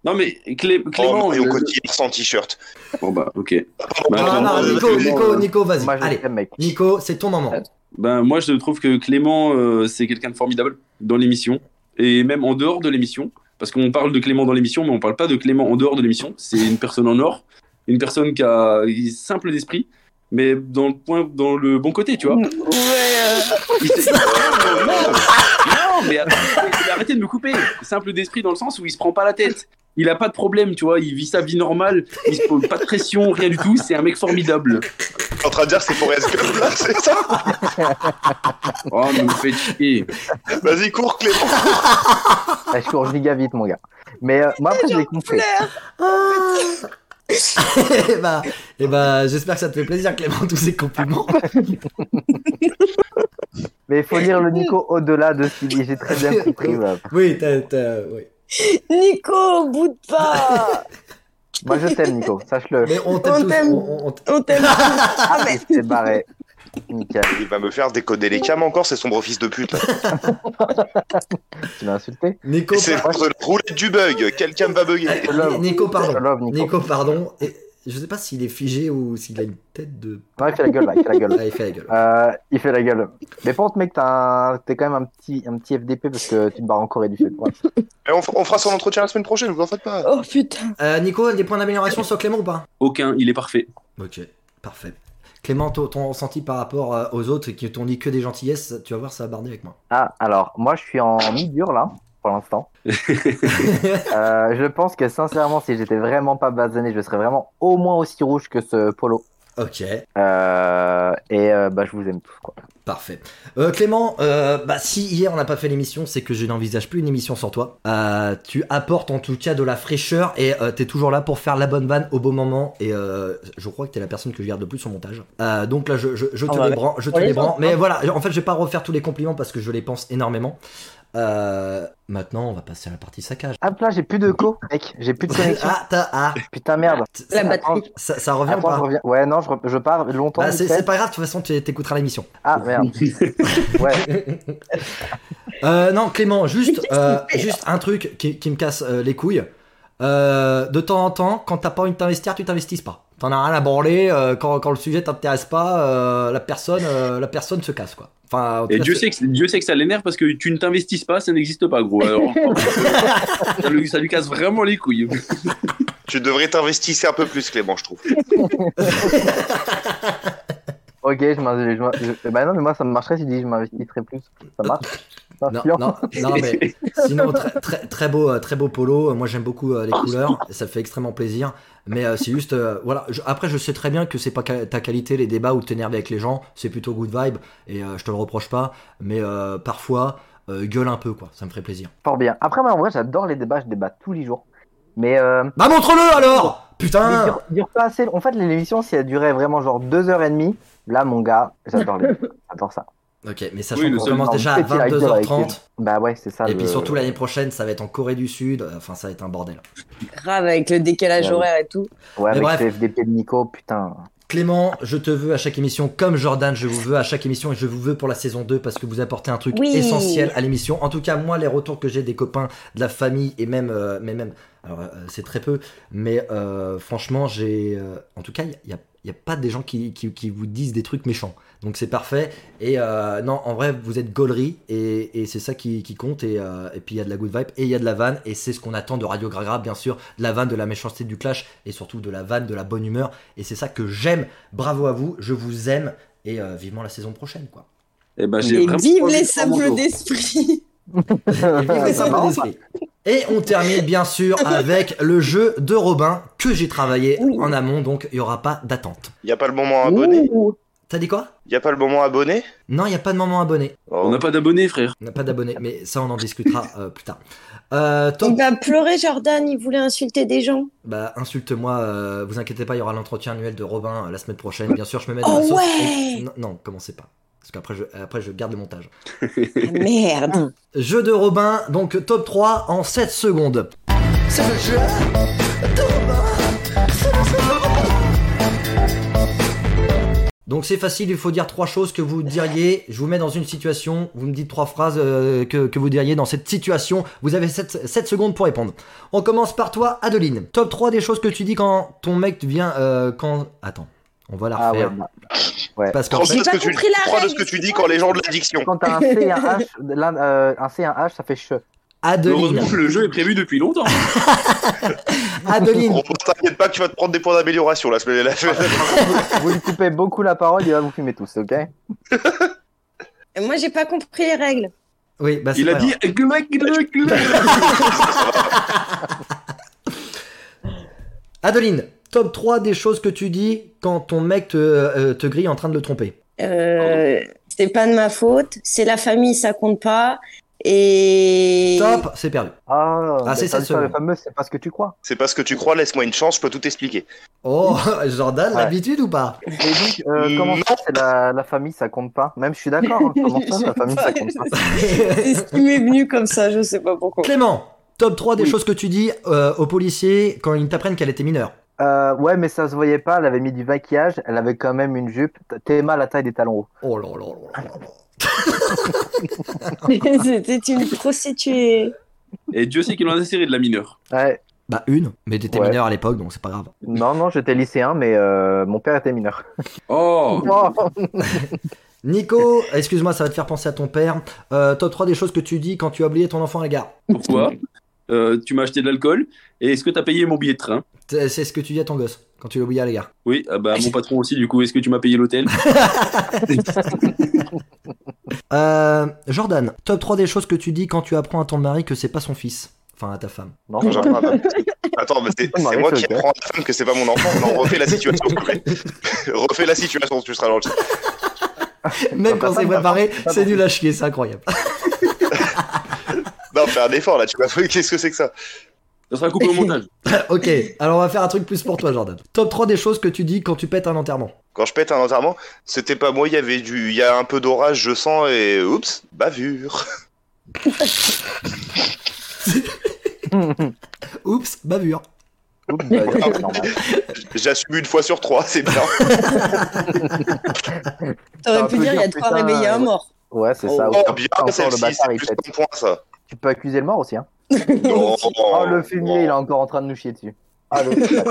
H: Non mais Clé-
F: Clément,
H: Clément,
F: et au
H: euh,
F: quotidien sans t-shirt.
H: bon bah ok. Bah,
B: Ah,
H: Clément,
B: non,
H: euh,
B: Nico,
H: Clément,
B: Nico,
H: euh,
B: Nico, vas-y.
E: Moi, je
B: Allez,
E: t'aime, mec.
B: Nico, c'est ton moment.
H: Ben, moi, je trouve que Clément, euh, c'est quelqu'un de formidable dans l'émission et même en dehors de l'émission. Parce qu'on parle de Clément dans l'émission, mais on parle pas de Clément en dehors de l'émission. C'est une personne en or, une personne qui a il est simple d'esprit, mais dans le point, dans le bon côté, tu vois. Ouais. non, oh, non, non, mais attends, mais arrêtez de me couper. Simple d'esprit dans le sens où il se prend pas la tête. Il a pas de problème, tu vois. Il vit sa vie normale. Il se pose pas de pression, rien du tout. C'est un mec formidable.
F: T'es en train de dire que c'est pour Gump là, c'est ça
H: Oh, mais vous me faites chier.
F: Vas-y, cours Clément
E: Ah, je cours giga vite, mon gars. Mais euh, moi, après, j'ai compris.
B: et bah, et bah, j'espère que ça te fait plaisir, Clément, tous ces compliments.
E: Mais il faut lire le Nico au-delà de ce qu'il dit. J'ai très bien compris. voilà.
B: Oui, t'as, t'as- oui.
D: Nico, bout de pas
E: Moi, je t'aime, Nico. Sache-le.
B: Mais on t'aime
D: On
B: tous.
D: t'aime.
B: on- on t-
D: On t'aime
E: Ah, mais c'est barré. Nickel.
F: Il va me faire décoder les cams encore, c'est sombre fils de pute. là.
E: Tu m'as insulté.
B: Nico,
F: C'est
B: par-
F: la roulette du bug, quelqu'un me va bugger.
E: Je love.
B: Nico,
E: Je
B: pardon.
E: love, Nico.
B: Nico, pardon. Et je sais pas s'il est figé ou s'il a une tête de.
E: Non, il fait la gueule, là. Il fait la gueule.
B: Ah, il fait la gueule.
E: Euh, il fait la gueule. Mais pense, mec, t'as un- t'es quand même un petit, un petit FDP parce que tu te barres en Corée du Sud. Ouais.
F: Mais on, f- on fera son entretien la semaine prochaine, vous en faites pas.
D: Oh putain
B: Euh, Nico, des points d'amélioration sur Clément ou pas
H: Aucun, il est parfait.
B: Ok, parfait. Clément, ton ton ressenti par rapport euh, aux autres qui t'ont dit que des gentillesses, tu vas voir, ça va barder avec moi.
E: Ah, alors, moi, je suis en mi-dur, là, pour l'instant. Euh, je pense que, sincèrement, si j'étais vraiment pas basané, je serais vraiment au moins aussi rouge que ce polo.
B: Ok,
E: Euh, et euh, bah, je vous aime tous, quoi.
B: parfait. Euh, Clément, euh, bah, si hier on n'a pas fait l'émission, c'est que je n'envisage plus une émission sans toi. Euh, tu apportes en tout cas de la fraîcheur et euh, t'es toujours là pour faire la bonne vanne au bon moment. Et euh, je crois que t'es la personne que je garde le plus au montage. Euh, donc là, je, je- je te
E: Ah bah,
B: débranche. Je te
E: on les
B: débranche.
E: entend.
B: Mais voilà, en fait, je vais pas refaire tous les compliments parce que je les pense énormément. Euh, maintenant, on va passer à la partie saccage.
E: Ah, là, j'ai plus de co, mec. J'ai plus de connexion.
B: Ah, t'as. Ah,
E: Putain, merde.
D: La
B: ça-
D: batterie
B: ça, ça revient ou
E: Attends,
B: pas
E: je reviens. Ouais, non, je, re- je pars longtemps.
B: Bah,
E: vite
B: c'est
E: fait.
B: c'est pas grave, de toute façon, tu t'écouteras l'émission.
E: Ah, merde. ouais.
B: Euh, non, Clément, juste,
D: Mais qu'est-ce
B: euh,
D: qu'il fait,
B: juste un truc qui, qui me casse euh, les couilles. Euh, de temps en temps, quand t'as pas envie de t'investir, tu t'investis pas. T'en as rien à branler. euh, quand, quand le sujet t'intéresse pas, euh, la personne, euh, la personne se casse quoi. Enfin, en tout
H: Et
B: cas,
H: Dieu
B: c'est-
H: sait, que, Dieu sait que ça l'énerve parce que tu ne t'investis pas, ça n'existe pas, gros. Alors, ça, lui, ça lui casse vraiment les couilles.
F: Tu devrais t'investir un peu plus Clément, je trouve.
E: Ok, je m'investis. je m'in- je- Bah non, mais moi, ça me marcherait si je dis je m'investirais plus. Ça marche.
B: Non,
E: Influent.
B: non, non, mais sinon très, très, très beau, euh, très beau polo. Moi j'aime beaucoup euh, les
D: Oh,
B: couleurs, ça fait extrêmement plaisir. Mais euh, c'est juste, euh, voilà. je- après je sais très bien que c'est pas ca- ta qualité les débats ou t'énerver avec les gens, c'est plutôt good vibe et euh, je te le reproche pas. Mais euh, parfois euh, gueule un peu quoi, ça me ferait plaisir.
E: Fort bien. Après, moi, en vrai, j'adore les débats. Je débat tous les jours. Mais, euh,
B: Bah montre-le alors,
E: mais
B: putain.
E: dure, dure pas assez. En fait, l'émission, si elle durait vraiment genre deux heures et demie, là, mon gars, j'adore les... j'adore ça.
B: Ok, mais sachant
H: Oui, le
B: qu'on
H: seul
B: commence
E: Non,
B: déjà à
E: petit rider avec
B: 22h30
E: les- Bah ouais, c'est ça.
B: et
E: le-
B: puis surtout l'année prochaine ça va être en Corée du Sud. euh, Enfin ça va être un bordel.
D: Grave avec le décalage
E: Ouais.
D: horaire et tout.
E: Ouais,
B: Mais
E: avec
B: bref.
E: ce FDP de Nico, putain.
B: Clément, je te veux à chaque émission comme Jordan, je vous veux à chaque émission et je vous veux pour la saison 2 parce que vous apportez un truc
D: Oui.
B: essentiel à l'émission. En tout cas, moi, les retours que j'ai des copains, de la famille et même, euh, mais même, alors euh, c'est très peu, mais euh, franchement, j'ai, euh, en tout cas, il y a, y a pas des gens qui, qui, qui vous disent des trucs méchants. Donc c'est parfait. Et euh, non, en vrai, vous êtes gaulerie et, et c'est ça qui, qui compte. Et, euh, et puis il y a de la good vibe et il y a de la vanne et c'est ce qu'on attend de Radio Gragra, bien sûr, de la vanne, de la méchanceté, du clash et surtout de la vanne, de la bonne humeur. Et c'est ça que j'aime. Bravo à vous, je vous aime et euh, vivement la saison prochaine, quoi.
H: Et ben, j'ai
D: Et
H: vraiment
D: vive
H: envie
D: les
H: de prendre mon
D: sables
H: dos.
D: d'esprit
B: Et vivre les simples d'esprit.
D: hein.
B: Et on termine bien sûr avec le jeu de Robin que j'ai travaillé
D: Oui.
B: en amont, donc il n'y aura pas d'attente.
F: Y a pas le moment abonné
D: Ouh.
B: T'as dit quoi
F: Y a pas le moment abonné
B: Non, il n'y a pas de moment abonné.
H: On n'a pas d'abonnés, frère.
B: On n'a pas d'abonné, mais ça on en discutera euh, plus tard. Euh,
D: Il
B: top,
D: va pleurer Jordan, il voulait insulter des gens.
B: bah insulte-moi, euh, vous inquiétez pas, il y aura l'entretien annuel de Robin euh, la semaine prochaine. Bien sûr, je me mets dans la
D: Oh
B: sauce.
D: ouais
B: Et- Non, non, commencez pas. Parce qu'après je, après, je garde le montage.
D: Ah, merde
B: Jeu de Robin, donc top 3 en 7 secondes.
G: C'est le jeu de Robin. C'est le jeu de Robin.
B: Donc c'est facile, il faut dire trois choses que vous diriez. Je vous mets dans une situation, vous me dites trois phrases euh, que, que vous diriez dans cette situation. Vous avez 7, secondes pour répondre. On commence par toi, Adeline. Top 3 des choses que tu dis quand ton mec vient... euh, quand... Attends, on va la
E: Ah ouais.
B: refaire.
E: bah,
B: Parce qu'en
F: Prends
B: fait...
F: de ce
D: pas
F: que tu,
D: compris la
F: prends de ce
D: règle,
F: que tu
D: c'est
F: dis
D: quoi
F: quand les gens de l'addiction.
E: Quand t'as un C et un H, l'un, euh, un C et un H, ça fait che.
B: Adeline.
C: Heureusement que le jeu est prévu depuis longtemps.
B: Ah, Adeline,
F: Bon, T'inquiète pas, tu vas te prendre des points d'amélioration la semaine la
E: Vous lui coupez beaucoup la parole, il va vous fumer tous, ok
D: Moi, j'ai pas compris les règles.
B: oui, bah, c'est
H: Il a
B: pas
H: dit. Gluck, gluck, gluck.
B: Adeline, top 3 des choses que tu dis quand ton mec te, euh, te grille en train de le tromper.
D: Euh, c'est pas de ma faute. C'est la famille, ça compte pas. Et
B: Top, c'est perdu.
E: Ah,
B: Ah, c'est
E: t'as
B: ça,
E: dit
B: ce-
E: Le fameux, c'est parce que tu crois.
F: C'est parce que tu crois, laisse-moi une chance, je peux tout t'expliquer.
B: Oh, Jordan,
E: Ouais.
B: l'habitude ou pas
E: Et donc, euh, comment ça, c'est la, la famille, ça compte pas Même, je suis d'accord. hein, comment ça, la famille, ça compte pas
D: c'est ce qui m'est venu comme ça, je sais pas pourquoi.
B: Clément, top 3 des
E: Oui.
B: choses que tu dis euh, aux policiers quand ils t'apprennent qu'elle était mineure.
E: Euh, Ouais, mais ça se voyait pas. Elle avait mis du maquillage. Elle avait quand même une jupe. Théma, la taille des talons hauts.
B: Oh là là là là là.
D: C'était une prostituée.
H: Et Dieu sait qu'il en a serré de la mineure.
E: Ouais.
B: Bah une, mais t'étais
E: Ouais.
B: mineure à l'époque, donc c'est pas grave.
E: Non, non, j'étais lycéen, mais euh, mon père était mineur.
H: Oh
E: Oh.
B: Nico, excuse-moi, ça va te faire penser à ton père. Euh, top 3 des choses que tu dis quand tu as oublié ton enfant à la gare.
H: Pourquoi Euh, Tu m'as acheté de l'alcool. Et est-ce que t'as payé mon billet de train
B: C'est c'est ce que tu dis à ton gosse quand tu l'as oublié à la gare.
H: Oui, ah bah mon patron aussi, du coup, est-ce que tu m'as payé l'hôtel
B: Euh, Jordan, top 3 des choses que tu dis quand tu apprends à ton mari que c'est pas son fils. Enfin, à ta femme.
E: Non,
F: Genre, attends, attends, mais c'est
E: On
F: c'est
E: arrête
F: moi
E: le
F: qui
E: gars.
F: apprends à la femme que c'est pas mon enfant. Non, refais la situation. s'il vous plaît. refais la situation, tu seras gentil.
B: Même
E: ta
B: quand c'est
E: femme,
B: préparé,
E: ta
B: c'est
E: femme.
B: nul à chier, c'est incroyable.
F: Non, fais un effort là, tu vois. Qu'est-ce que c'est que ça
H: Ça sera coupé au montage.
B: ok, alors on va faire un truc plus pour toi, Jordan. Top 3 des choses que tu dis quand tu pètes un enterrement.
F: Quand je pète un enterrement, c'était pas moi, il y avait du. Il y a un peu d'orage, je sens, et. Oups, bavure.
B: Oups, bavure.
E: Oups, bah, c'est normal.
F: J'assume une fois sur trois, c'est bien.
E: Ça
D: T'aurais
E: peut
D: pu dire, il y a de
E: dire,
D: quoi
E: putain,
D: réveiller un
E: ouais.
D: mort.
E: Ouais, c'est ça.
F: Oh,
E: ouais.
F: bien,
E: Encore le
F: celle-ci, c'est
E: bâtard, il
F: plus
E: pète.
F: un point ça.
E: Tu peux accuser le mort aussi, hein.
F: Non,
E: Oh, le fumier, il est encore en train de nous chier dessus. Ah, le-
F: Bien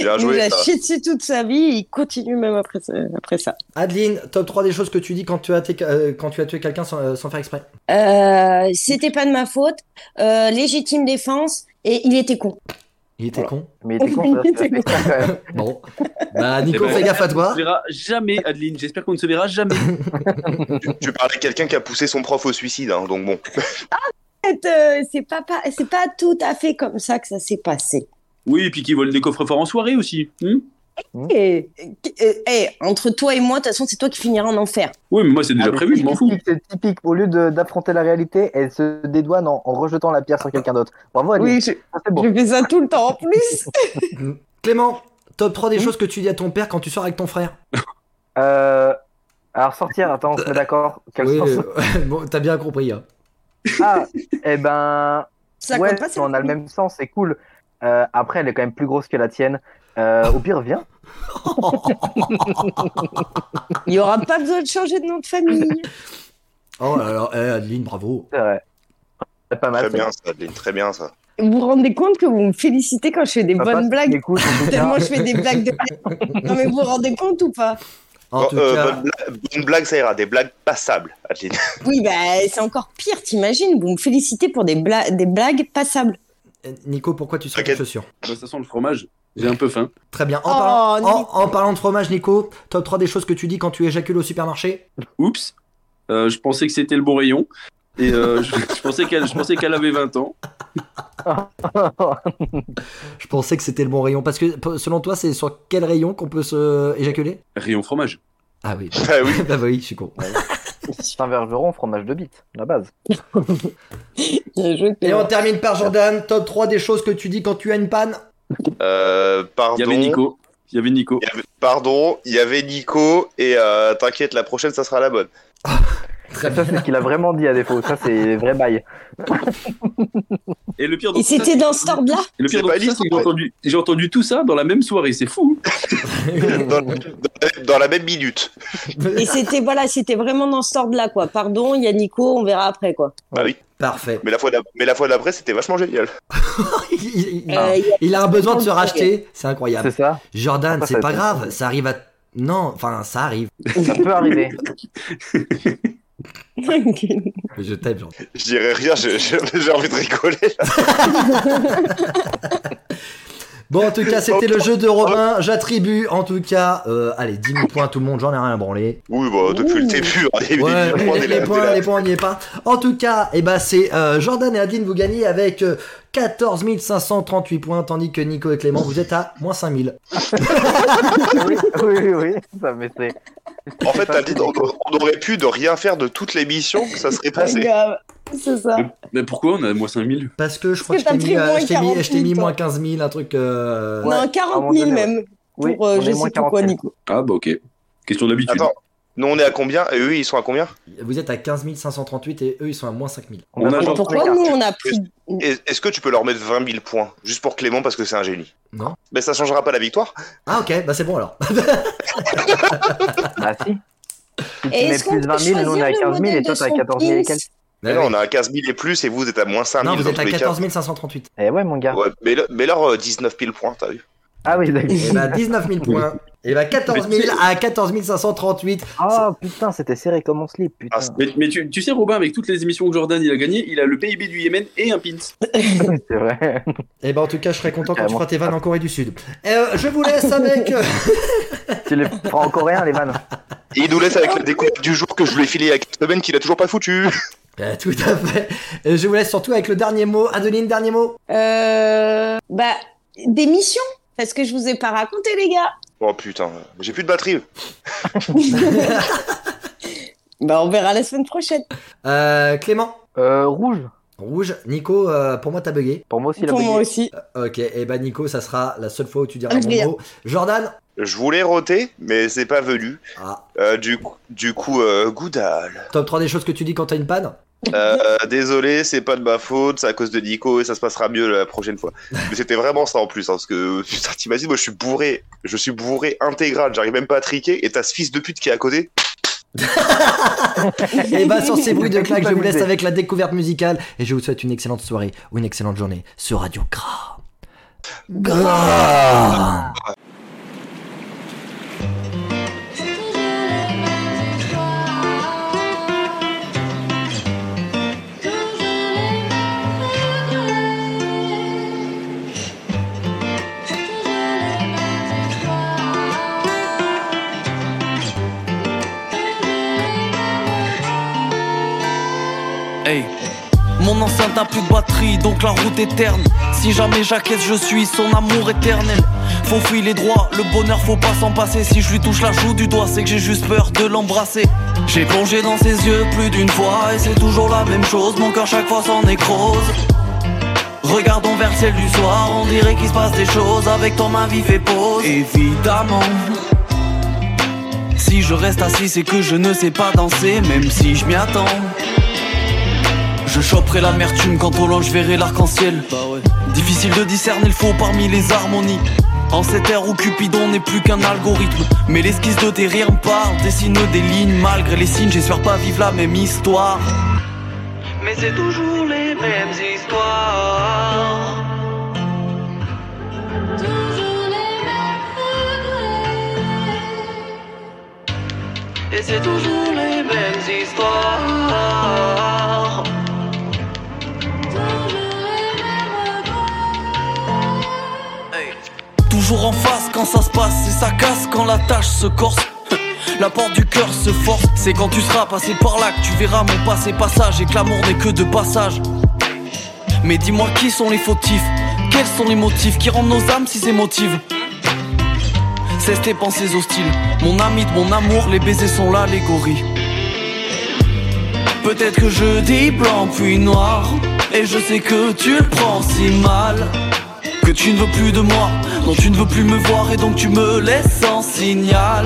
D: Il nous
F: joué
D: a
F: ça.
D: chié dessus toute sa vie, et il continue même après ça. Après ça.
B: Adeline, top 3 des choses que tu dis quand tu as, tué- euh, quand tu as tué quelqu'un sans, euh, sans faire exprès.
D: Euh, c'était pas de ma faute. Euh, légitime défense. Et il était con.
B: Il était
E: Voilà.
B: con.
E: Mais t'es con, ça, ça fait ça, quand même.
B: Bon. Bah, Nico,
H: Eh ben,
B: fais gaffe à toi.
H: On ne se verra jamais, Adeline. J'espère qu'on ne se verra jamais.
F: Tu, tu parlais à quelqu'un qui a poussé son prof au suicide, hein, donc bon.
D: fait, euh, c'est pas, pas- c'est pas tout à fait comme ça que ça s'est passé.
H: Oui, et puis qui vole des coffres forts en soirée aussi. hein
D: Et, entre toi et moi, de toute façon, c'est toi qui finiras en enfer.
H: oui, mais moi, c'est déjà
E: Ah, mais
H: prévu,
E: c'est
H: je m'en fous.
E: typique, C'est typique, au lieu de- d'affronter la réalité, elle se dédouane en, en rejetant la pierre sur quelqu'un d'autre. Bravo, Adeline.
D: je,
E: Ah, c'est bon.
D: fais ça tout le temps en plus.
B: Clément, top 3 des choses que tu dis à ton père quand tu sors avec ton frère.
E: Euh, alors, sortir, attends, on se met d'accord. Quel
B: Oui,
E: sens
B: euh, bon, t'as bien compris. hein.
E: Ah, eh ben,
D: Ça
E: ouais,
D: compte pas,
E: si
D: c'est
E: on a le même sens, c'est cool. Euh, après, elle est quand même plus grosse que la tienne. Euh, au pire, viens.
D: Il y aura pas besoin de changer de nom de famille.
B: Oh là là, eh, Adeline, bravo.
E: C'est vrai. C'est pas mal.
F: Très
E: c'est-
F: bien ça, Adeline, très bien ça.
D: Vous vous rendez compte que vous me félicitez quand je fais des
E: Papa,
D: bonnes
E: si tu
D: blagues
E: m'écoutes, en tout cas,
D: Tellement je fais des blagues de. Non mais vous vous rendez compte ou pas
B: En
F: Bon,
B: tout
F: euh,
B: cas,
F: bonne, blague, bonne blague, ça ira, des blagues passables, Adeline.
D: Oui, bah c'est encore pire, t'imagines Vous me félicitez pour des, bla- des blagues passables.
B: eh, Nico, pourquoi tu sors tes
F: T'inquiète.
B: chaussures
H: Bah, ça sent le fromage. J'ai un peu faim.
B: Très bien. En,
D: Oh,
B: parlant, en-
D: Nico.
B: en parlant de fromage, Nico, top 3 des choses que tu dis quand tu éjacules au supermarché
H: Oups. Euh, je pensais que c'était le bon rayon. Et euh, je, je pensais qu'elle je pensais qu'elle avait 20 ans.
B: Je pensais que c'était le bon rayon. Parce que p- selon toi, c'est sur quel rayon qu'on peut se euh, éjaculer
H: Rayon fromage.
B: Ah oui.
F: Bah oui,
B: bah oui, je suis con.
E: C'est un vergeron, fromage de bite, la base.
D: Bien joué,
B: Et
D: Clément.
B: on termine par Jordan, top 3 des choses que tu dis quand tu as une panne
F: euh, pardon.
H: Il y avait Nico. Il y avait Nico.
F: Il y avait- pardon, il y avait Nico, et euh, t'inquiète, la prochaine, ça sera la bonne.
B: Très
E: Ça, c'est ce qu'il a vraiment dit à défaut. Ça, c'est vrai bail.
H: Et le pire dans
D: Et
H: tout ça,
D: c'était
H: c'est-
D: dans cet ordre-là
H: Et le pire
F: C'est
H: dans
F: pas
H: tout ça,
F: lisse,
H: c'est que j'ai
F: en fait.
H: entendu, j'ai entendu tout ça dans la même soirée. C'est fou. hein
F: dans, dans- dans la même minute.
D: Et c'était voilà, c'était vraiment dans ce ordre-là quoi. Pardon, il y a Nico, on verra après quoi.
B: Parfait.
F: Mais la fois d'ap- mais la fois d'après, c'était vachement génial.
B: Il, il-
D: Euh, il y a-
B: il a un besoin de se racheter, c'est incroyable.
E: C'est ça
B: Jordan,
E: Après,
B: c'est
E: ça
B: pas
E: va être-
B: grave, ça arrive à... Non, enfin, ça arrive.
E: Ça peut arriver.
B: Mais je t'aime, genre.
F: Je dirais rien, j'ai j'ai- j'ai envie de rigoler.
B: Bon, en tout cas, c'était le jeu de Robin. J'attribue, en tout cas, euh, allez, 10 000 points à tout le monde, j'en ai rien à branler.
F: Oui, bah, depuis le début, hein, il y a eu
B: Ouais,
F: des millions, on est
B: les, les
F: là,
B: points,
F: on est
B: les
F: là.
B: points, on n'y est pas. En tout cas, eh ben, c'est euh, Jordan et Adeline, vous gagnez avec euh, 14 538 points, tandis que Nico et Clément, vous êtes à moins 5 000.
E: oui, oui, oui, ça mais c'est.
F: En fait, t'as dit, on, on aurait pu de rien faire de toute l'émission, ça serait passé.
D: Grave, euh, c'est ça.
H: Mais pourquoi on a moins 5000
B: Parce que je crois que
D: Parce
B: je t'ai
D: que
B: mis,
D: t'as
B: euh,
D: pris
B: je t'ai
D: moins
B: mis, je t'ai mis
D: 48,
B: moins
D: toi.
B: 15 000, un truc. euh,
E: Ouais, à un
D: non,
E: moment
D: 40
E: donné,
D: 000
E: ouais.
D: même,
E: Oui,
D: pour euh,
E: on est
D: je
E: moins
D: sais plus quoi,
E: 47.
D: Nico.
H: Ah bah ok. Question d'habitude.
F: Attends, nous on est à combien Et eux, ils sont à combien
B: Vous êtes à 15 538 et eux, ils sont à moins 5 000.
E: On
H: On
E: a
H: a
E: pris
H: genre-
E: le
D: Pourquoi
E: premier
D: nous, on a pris...
F: Et- Est-ce que tu peux leur mettre 20 000 points Juste pour Clément, parce que c'est un génie.
B: Non.
F: Mais ça changera pas la victoire.
B: Ah, ok, bah c'est bon alors.
E: quart. Ah si. Si tu
D: Et
E: mets
D: est-ce qu'on
E: plus
D: peut
E: 20 000, nous on est à
D: choisir le
E: 15 000 et
D: modèle
E: toi
D: de
E: t'as
D: son
E: 14 000 et
D: pins
E: quelques.
F: Mais là, on a à 15 000 et plus, et vous êtes à moins 5 000
B: Eh Euh, Non, vous
F: dans
B: êtes
F: tous
B: à
F: les cas.
B: 14 538.
E: Eh ouais, mon gars.
F: Ouais, mais, le- mais leur euh, 19 000 points, t'as vu
E: Ah oui, d'accord.
B: Et bah 19 000 points. Et bah 14 000 à 14 538.
E: Ah putain, c'était serré comme on se lit, putain.
F: Ah, c'est-
H: Mais, mais tu, tu sais, Robin, avec toutes les émissions que Jordan il a gagné, il a le PIB du Yémen et un pins.
E: c'est vrai.
B: Et bah en tout cas, je serais content quand tu
E: Carrément.
B: feras tes vannes en Corée du Sud. Euh, je vous laisse avec.
E: tu les prends en coréen, les vannes.
F: Et il nous laisse avec la découpe du jour que je lui ai filé il y a quelques semaines qu'il a toujours pas foutu.
B: Euh, tout à fait. Euh, Je vous laisse surtout avec le dernier mot. Adeline, dernier mot.
D: Euh, bah, des missions, parce que je vous ai pas raconté, les gars.
F: Oh putain, j'ai plus de batterie.
D: Bah, on verra la semaine prochaine.
B: Euh, Clément.
E: Euh, rouge.
B: Rouge. Nico, euh, pour moi, t'as bugué.
E: Pour moi aussi, la
D: Pour moi
E: baguette.
D: aussi.
B: Ok, et bah Nico, ça sera la seule fois où tu diras
D: Ah,
B: mon
D: je vais-
B: mot. Jordan.
F: Je voulais roter, mais c'est pas venu.
B: Ah,
F: Euh, du, coup- du coup, euh, Goudal.
B: top 3 des choses que tu dis quand t'as une panne.
F: Euh, désolé, c'est pas de ma faute, c'est à cause de Nico et ça se passera mieux la prochaine fois. Mais c'était vraiment ça en plus, hein, parce que putain, t'imagines, moi je suis bourré, je suis bourré intégral, j'arrive même pas à triquer et t'as ce fils de pute qui est à côté.
B: Et bah sur ces bruits de claques, je vous laisse
E: Culpabilisé.
B: avec la découverte musicale et je vous souhaite une excellente soirée ou une excellente journée sur Radio Gras. Gras.
K: Hey. Mon enceinte a plus de batterie, donc la route est terne. Si jamais j'acquiesce, je suis son amour éternel. Faut fuir les droits, le bonheur faut pas s'en passer. Si je lui touche la joue du doigt, c'est que j'ai juste peur de l'embrasser. J'ai plongé dans ses yeux plus d'une fois, et c'est toujours la même chose. Mon cœur chaque fois s'en nécrose. Regardons vers le ciel du soir, on dirait qu'il se passe des choses. Avec ton main vive et pause. Évidemment. Si je reste assis, c'est que je ne sais pas danser, même si je m'y attends. Je choperai l'amertume quand au loin je verrai l'arc-en-ciel. Difficile de discerner le faux parmi les harmonies. En cette ère où Cupidon n'est plus qu'un algorithme. Mais l'esquisse de tes rires me parle, dessine des lignes malgré les signes. J'espère pas vivre la même histoire. Mais c'est toujours les mêmes histoires. Et c'est toujours les mêmes histoires. Hey. Toujours en face quand ça se passe et ça casse quand la tâche se corse. La porte du cœur se force, c'est quand tu seras passé par là que tu verras mon passé passage et que l'amour n'est que de passage. Mais dis-moi qui sont les fautifs, quels sont les motifs qui rendent nos âmes si émotives Cesse tes pensées hostiles, mon ami de mon amour, les baisers sont l'allégorie. Peut-être que je dis blanc puis noir, et je sais que tu le prends si mal. Que tu ne veux plus de moi, dont tu ne veux plus me voir, et donc tu me laisses sans signal.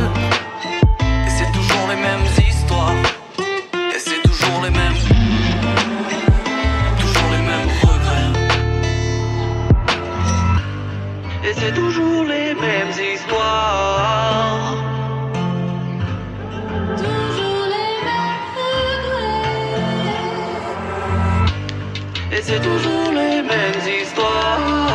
K: Et c'est toujours les mêmes histoires, et c'est toujours les mêmes. Toujours les mêmes regrets. Et c'est toujours les mêmes histoires. Et c'est toujours les mêmes histoires.